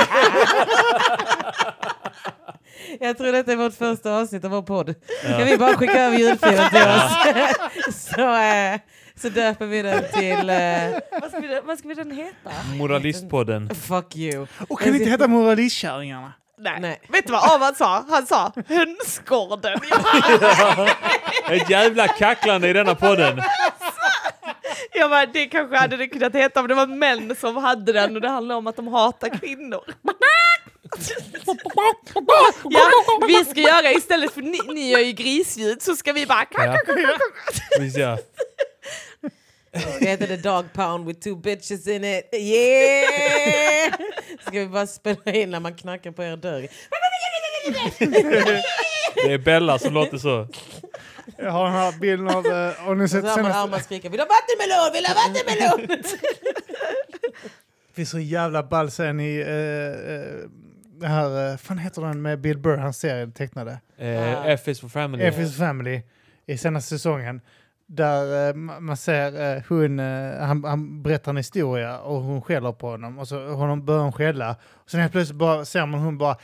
Speaker 1: Jag tror detta är vårt första avsnitt av vår podd. Kan vi bara skicka över ljudfilen till oss? så, eh, så döper vi den till eh,
Speaker 4: Vad ska vi- Vad ska vi den heta?
Speaker 3: Moralistpodden.
Speaker 1: Fuck you.
Speaker 2: Och kan vi inte heta Moralistkärringarna?
Speaker 4: Nej.
Speaker 1: Nej.
Speaker 4: Vet du vad Arman sa? Han sa hönsgården. Jag,
Speaker 3: Ett jävla kacklande i denna podden.
Speaker 4: jag bara, det kanske hade det kunnat heta om det var män som hade den och det handlar om att de hatar kvinnor. Ja, vi ska göra istället för ni, ni gör ju grisljud så ska vi bara...
Speaker 3: Ja. Visst ja.
Speaker 1: Det heter The Dog Pound with two bitches in it. Yeah! Ska vi bara spela in när man knackar på er dörr?
Speaker 3: Det är Bella som låter så.
Speaker 2: Jag har den här bilden av... eh, Om ni
Speaker 1: Så
Speaker 2: sett
Speaker 1: hör man
Speaker 2: senaste...
Speaker 1: Arman skrika “Vill du ha vattenmelon? Vill du ha vattenmelon?”
Speaker 2: Det finns så jävla ball sen i... eh, eh, det här... eh, fan heter den med Bill Burr, hans serie tecknade?
Speaker 3: Eh, F is for family.
Speaker 2: F is Family i senaste säsongen. Där eh, ma- man ser eh, hon, eh, han, han berättar en historia och hon skäller på honom och så honom börjar hon skälla. Och sen helt plötsligt bara ser man hon bara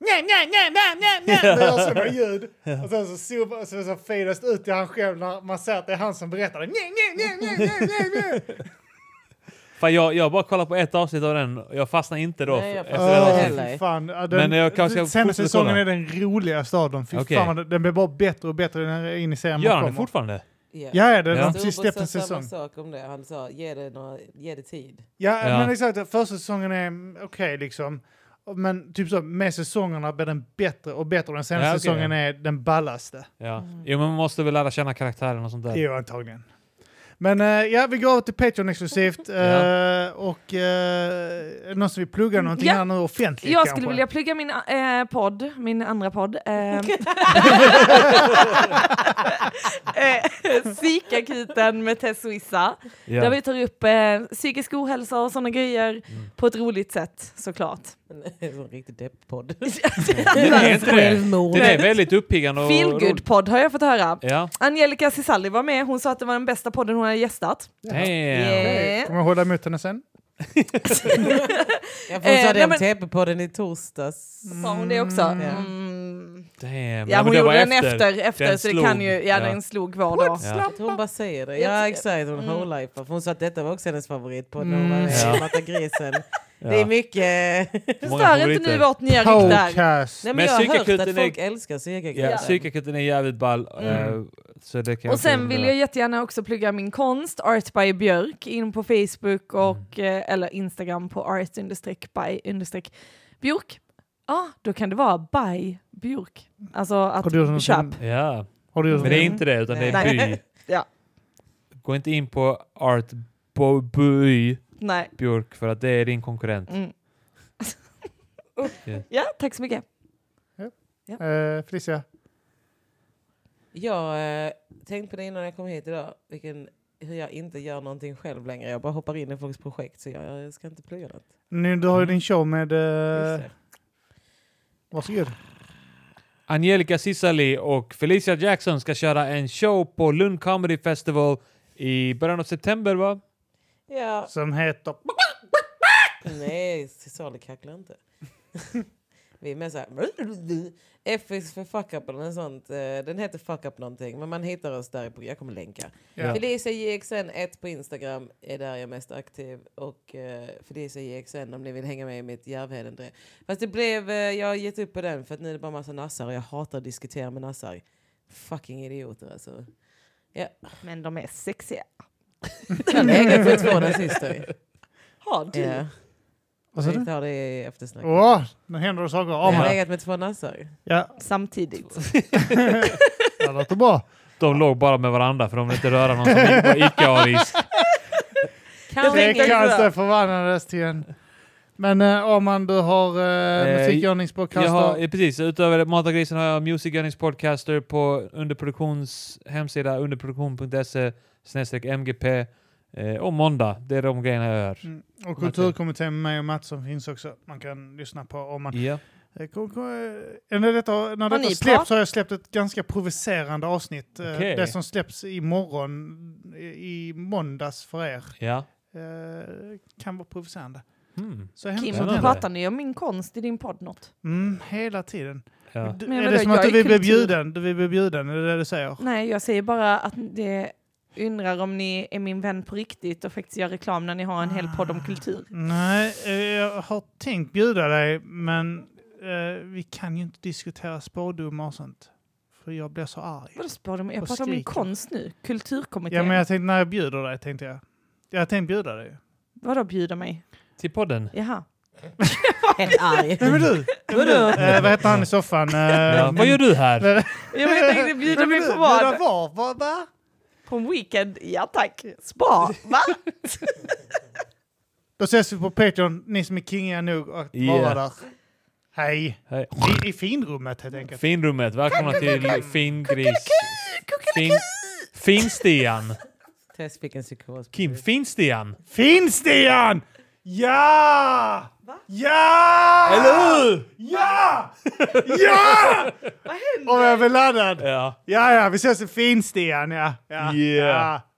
Speaker 2: nej, nej, nej, nej, nej, nej, och gör sådana alltså ljud. Och sen så, zoomar- så, så fadas ut till han själv när man ser att det är han som berättar det. Nej, nej, nej, nej, nej, nej, nej.
Speaker 3: Fan, jag, jag bara kollar på ett avsnitt av den. Jag fastnar inte då.
Speaker 1: Nej, jag
Speaker 3: efter
Speaker 1: fastnar inte
Speaker 3: det avsnittet.
Speaker 1: heller.
Speaker 2: Alltså, fy fan. Ja, Den,
Speaker 3: Men jag kanske
Speaker 2: den
Speaker 3: ska fortsätta
Speaker 2: senaste säsongen
Speaker 3: kolla.
Speaker 2: är den roligaste av dem. Fy
Speaker 3: Okej.
Speaker 2: fan, vad- den blir bara bättre och bättre när- in i serien
Speaker 3: Gör
Speaker 2: man
Speaker 3: han det
Speaker 2: kommer.
Speaker 3: fortfarande?
Speaker 1: Ja.
Speaker 2: Ja, ja, den
Speaker 3: Ja.
Speaker 2: har
Speaker 1: Storebror
Speaker 2: precis släppt en
Speaker 1: sa samma
Speaker 2: säsong.
Speaker 1: sak om det. Han sa ge det, några, ge det tid.
Speaker 2: Ja,
Speaker 3: Ja.
Speaker 2: men exakt. Första säsongen är mm, okej liksom. Men typ så, med säsongerna blir den bättre och bättre. Den senaste
Speaker 3: Ja, okej,
Speaker 2: säsongen är den ballaste.
Speaker 3: Ja.
Speaker 4: Mm.
Speaker 3: Jo, men man måste väl lära känna karaktären och sånt där.
Speaker 2: Jo, antagligen. Men eh, ja, vi går över till Patreon exklusivt. eh, och eh, någon som vill plugga någonting
Speaker 4: Ja.
Speaker 2: här nu offentligt
Speaker 4: Jag
Speaker 2: kanske.
Speaker 4: skulle vilja plugga min eh, podd, min andra podd. Eh, eh, Psykakuten med Tess och Issa.
Speaker 3: Ja.
Speaker 4: Där vi tar upp eh, psykisk ohälsa och sådana grejer
Speaker 3: Mm.
Speaker 4: på ett roligt sätt såklart. Alltså,
Speaker 1: Det är en riktig depp-podd.
Speaker 3: Det är inte det.
Speaker 1: Självmord.
Speaker 3: Det är väldigt uppiggande och roligt.
Speaker 4: Feelgood-podd har jag fått höra.
Speaker 3: Ja.
Speaker 4: Angelica Cisalli var med, hon sa att det var den bästa podden hon hade gästat.
Speaker 3: Damn.
Speaker 2: Okej, Eh, Kommer jag hålla emot henne sen?
Speaker 1: Jag får
Speaker 4: Eh,
Speaker 1: ta
Speaker 4: nej,
Speaker 1: det om
Speaker 4: men-
Speaker 1: TP-podden i torsdags.
Speaker 4: Sa hon det också?
Speaker 2: Mm.
Speaker 4: Mm.
Speaker 3: Damn.
Speaker 4: Ja,
Speaker 3: men
Speaker 4: hon
Speaker 3: det var
Speaker 4: gjorde den efter, efter
Speaker 3: Den
Speaker 4: så
Speaker 3: slog.
Speaker 4: det kan ju, ja,
Speaker 3: Ja.
Speaker 4: den slog vår då.
Speaker 3: Ja.
Speaker 1: Att hon bara säger det.
Speaker 4: Jag
Speaker 1: Ja
Speaker 4: tycker-
Speaker 1: exakt, hon
Speaker 4: Mm.
Speaker 1: mm. life Hon sa att detta var också hennes favoritpodd när hon var
Speaker 2: Mm.
Speaker 1: med
Speaker 3: Ja.
Speaker 1: och Matta Grisen.
Speaker 3: Ja.
Speaker 1: Det är mycket...
Speaker 3: Många
Speaker 4: Förstör inte
Speaker 3: favoriter.
Speaker 4: nu vårt nya rikt där.
Speaker 2: Podcast!
Speaker 1: Nej, men
Speaker 3: Men
Speaker 1: jag har hört
Speaker 3: psykakuten
Speaker 1: att
Speaker 3: är-
Speaker 1: folk älskar psykakuten.
Speaker 3: Ja, psykakuten är jävligt ball.
Speaker 2: Mm.
Speaker 3: eh, Så det kan
Speaker 4: Och sen
Speaker 3: också-
Speaker 4: vill jag jättegärna också plugga min konst, Art by Björk, in på Facebook och eh, eller Instagram på art understreck by understreck Björk. Ja, ah, då kan det vara by Björk. Alltså
Speaker 2: Har du gjort
Speaker 4: att
Speaker 2: någonting?
Speaker 4: köp.
Speaker 3: Ja,
Speaker 2: Har du gjort
Speaker 3: men det är
Speaker 2: någonting?
Speaker 3: inte det utan det är
Speaker 4: Nej.
Speaker 3: by.
Speaker 4: Ja.
Speaker 3: Gå inte in på Art Bo- By
Speaker 4: Nej.
Speaker 3: Björk för att det är din konkurrent.
Speaker 4: Mm.
Speaker 3: Ja.
Speaker 4: ja, tack så mycket.
Speaker 2: Eh, Felicia?
Speaker 1: Jag eh, tänkte på det innan jag kom hit idag. Vilken, hur jag inte gör någonting själv längre. Jag bara hoppar in i folks projekt så jag, jag ska inte plugga något.
Speaker 2: Nu, du har
Speaker 3: Mm.
Speaker 2: ju din show
Speaker 1: Just
Speaker 2: med... Uh,
Speaker 1: det.
Speaker 2: varsågod.
Speaker 3: Angelica Cissali och Felicia Jackson ska köra en show på Lund Comedy Festival i början av september va?
Speaker 1: Ja.
Speaker 2: Som heter...
Speaker 1: Nej, Cesarli kacklar inte. Vi är mer såhär... FX för fuck up eller något sånt. Eh, Den heter fuck up någonting. Men man hittar oss där. i program- Jag kommer länka.
Speaker 2: Ja.
Speaker 1: Felicia JXN1 på Instagram är där jag är mest aktiv. Och eh, Felicia JXN om ni vill hänga med i mitt Järvheden. drä- Fast det blev... eh, jag har gett upp på den för att nu är det bara massa nassar och jag hatar att diskutera med nassar. Fucking idioter alltså.
Speaker 4: Men de är sexiga.
Speaker 1: Jag lägger på två nazister.
Speaker 4: Har du?
Speaker 1: Ja,
Speaker 2: Vad sa du?
Speaker 1: jag tar det i eftersnack.
Speaker 2: Åh, nu händer det saker.
Speaker 1: Jag har
Speaker 2: Arman.
Speaker 1: legat med två nassar.
Speaker 2: Ja,
Speaker 4: Samtidigt.
Speaker 2: det låter bra.
Speaker 3: De låg bara med varandra för de vill inte röra någon som på ICA-aris.
Speaker 4: Jag
Speaker 2: Det
Speaker 4: tänker så.
Speaker 2: kanske förvandlades till en... Men uh, Arman, du har uh,
Speaker 3: Eh, Jag
Speaker 2: musikgörningspodcast.
Speaker 3: har, eh, precis, utöver Mata grisen har jag Music Gunnings Podcaster på underproduktions hemsida underproduktion.se snedstreck MGP eh, och måndag. Det är de grejerna jag gör.
Speaker 2: Mm. Och kulturkommittén med mig och Mats som finns också. Man kan lyssna på om man...
Speaker 3: Ja.
Speaker 2: Eh, ko- ko- eh, När detta, när detta
Speaker 4: ni
Speaker 2: släpps
Speaker 4: prat-
Speaker 2: så har jag släppt ett ganska provocerande avsnitt. Eh,
Speaker 3: Okej.
Speaker 2: Det som släpps imorgon, i i måndags för er,
Speaker 3: ja.
Speaker 2: eh, kan vara provocerande.
Speaker 3: Mm.
Speaker 2: Så händer
Speaker 4: Kim,
Speaker 2: sånt
Speaker 3: Spännande.
Speaker 2: händer.
Speaker 4: pratar ni om min konst i din podd något?
Speaker 2: Mm, hela tiden.
Speaker 3: ja.
Speaker 2: Du,
Speaker 4: Men
Speaker 2: är
Speaker 4: vadå,
Speaker 2: det som att
Speaker 4: jag
Speaker 2: du
Speaker 4: är
Speaker 2: vill bli
Speaker 4: kultur.
Speaker 2: bjuden? Du vill bli bjuden, är det det du säger?
Speaker 4: Nej, jag säger bara att det undrar om ni är min vän på riktigt och faktiskt gör reklam när ni har en hel podd om kultur.
Speaker 2: Nej, eh, jag har tänkt bjuda dig, men eh, vi kan ju inte diskutera spådomar och sånt. För jag blir så arg.
Speaker 4: Vadå spår de? Jag
Speaker 2: Och
Speaker 4: pratar om min
Speaker 2: skriker.
Speaker 4: konst nu. Kulturkommittén.
Speaker 2: Ja, men jag tänkte när jag bjuder dig, tänkte jag. Jag tänkte bjuda dig.
Speaker 4: Vadå bjuda mig?
Speaker 3: Till podden.
Speaker 4: Jaha.
Speaker 1: Helt arg.
Speaker 2: Nej, men du!
Speaker 1: Vadå?
Speaker 2: Eh, vad heter han i soffan? Eh,
Speaker 3: Ja. Vad gör du här?
Speaker 4: Ja, men jag tänkte bjuda mig på
Speaker 2: Bjuda
Speaker 4: vad?
Speaker 2: var? Vad? Va?
Speaker 4: På en weekend? Ja tack. Spa? Va?
Speaker 2: Då ses vi på Patreon, ni som är kingiga nog att vara
Speaker 3: Yeah.
Speaker 2: där. Hej!
Speaker 3: Hej.
Speaker 2: I, I finrummet helt enkelt.
Speaker 3: Finrummet. Välkomna till Fingris... Fin... Finstian.
Speaker 1: Tess fick en psykos.
Speaker 3: Kim, Finstian.
Speaker 2: Finns det igen? Ja! Ja!
Speaker 3: Eller hur?
Speaker 2: Ja! Ja! Vad händer? Och jag blir laddad.
Speaker 3: Ja.
Speaker 2: Ja, ja, vi ses i Finstian, ja. ja.
Speaker 3: Yeah.
Speaker 2: ja.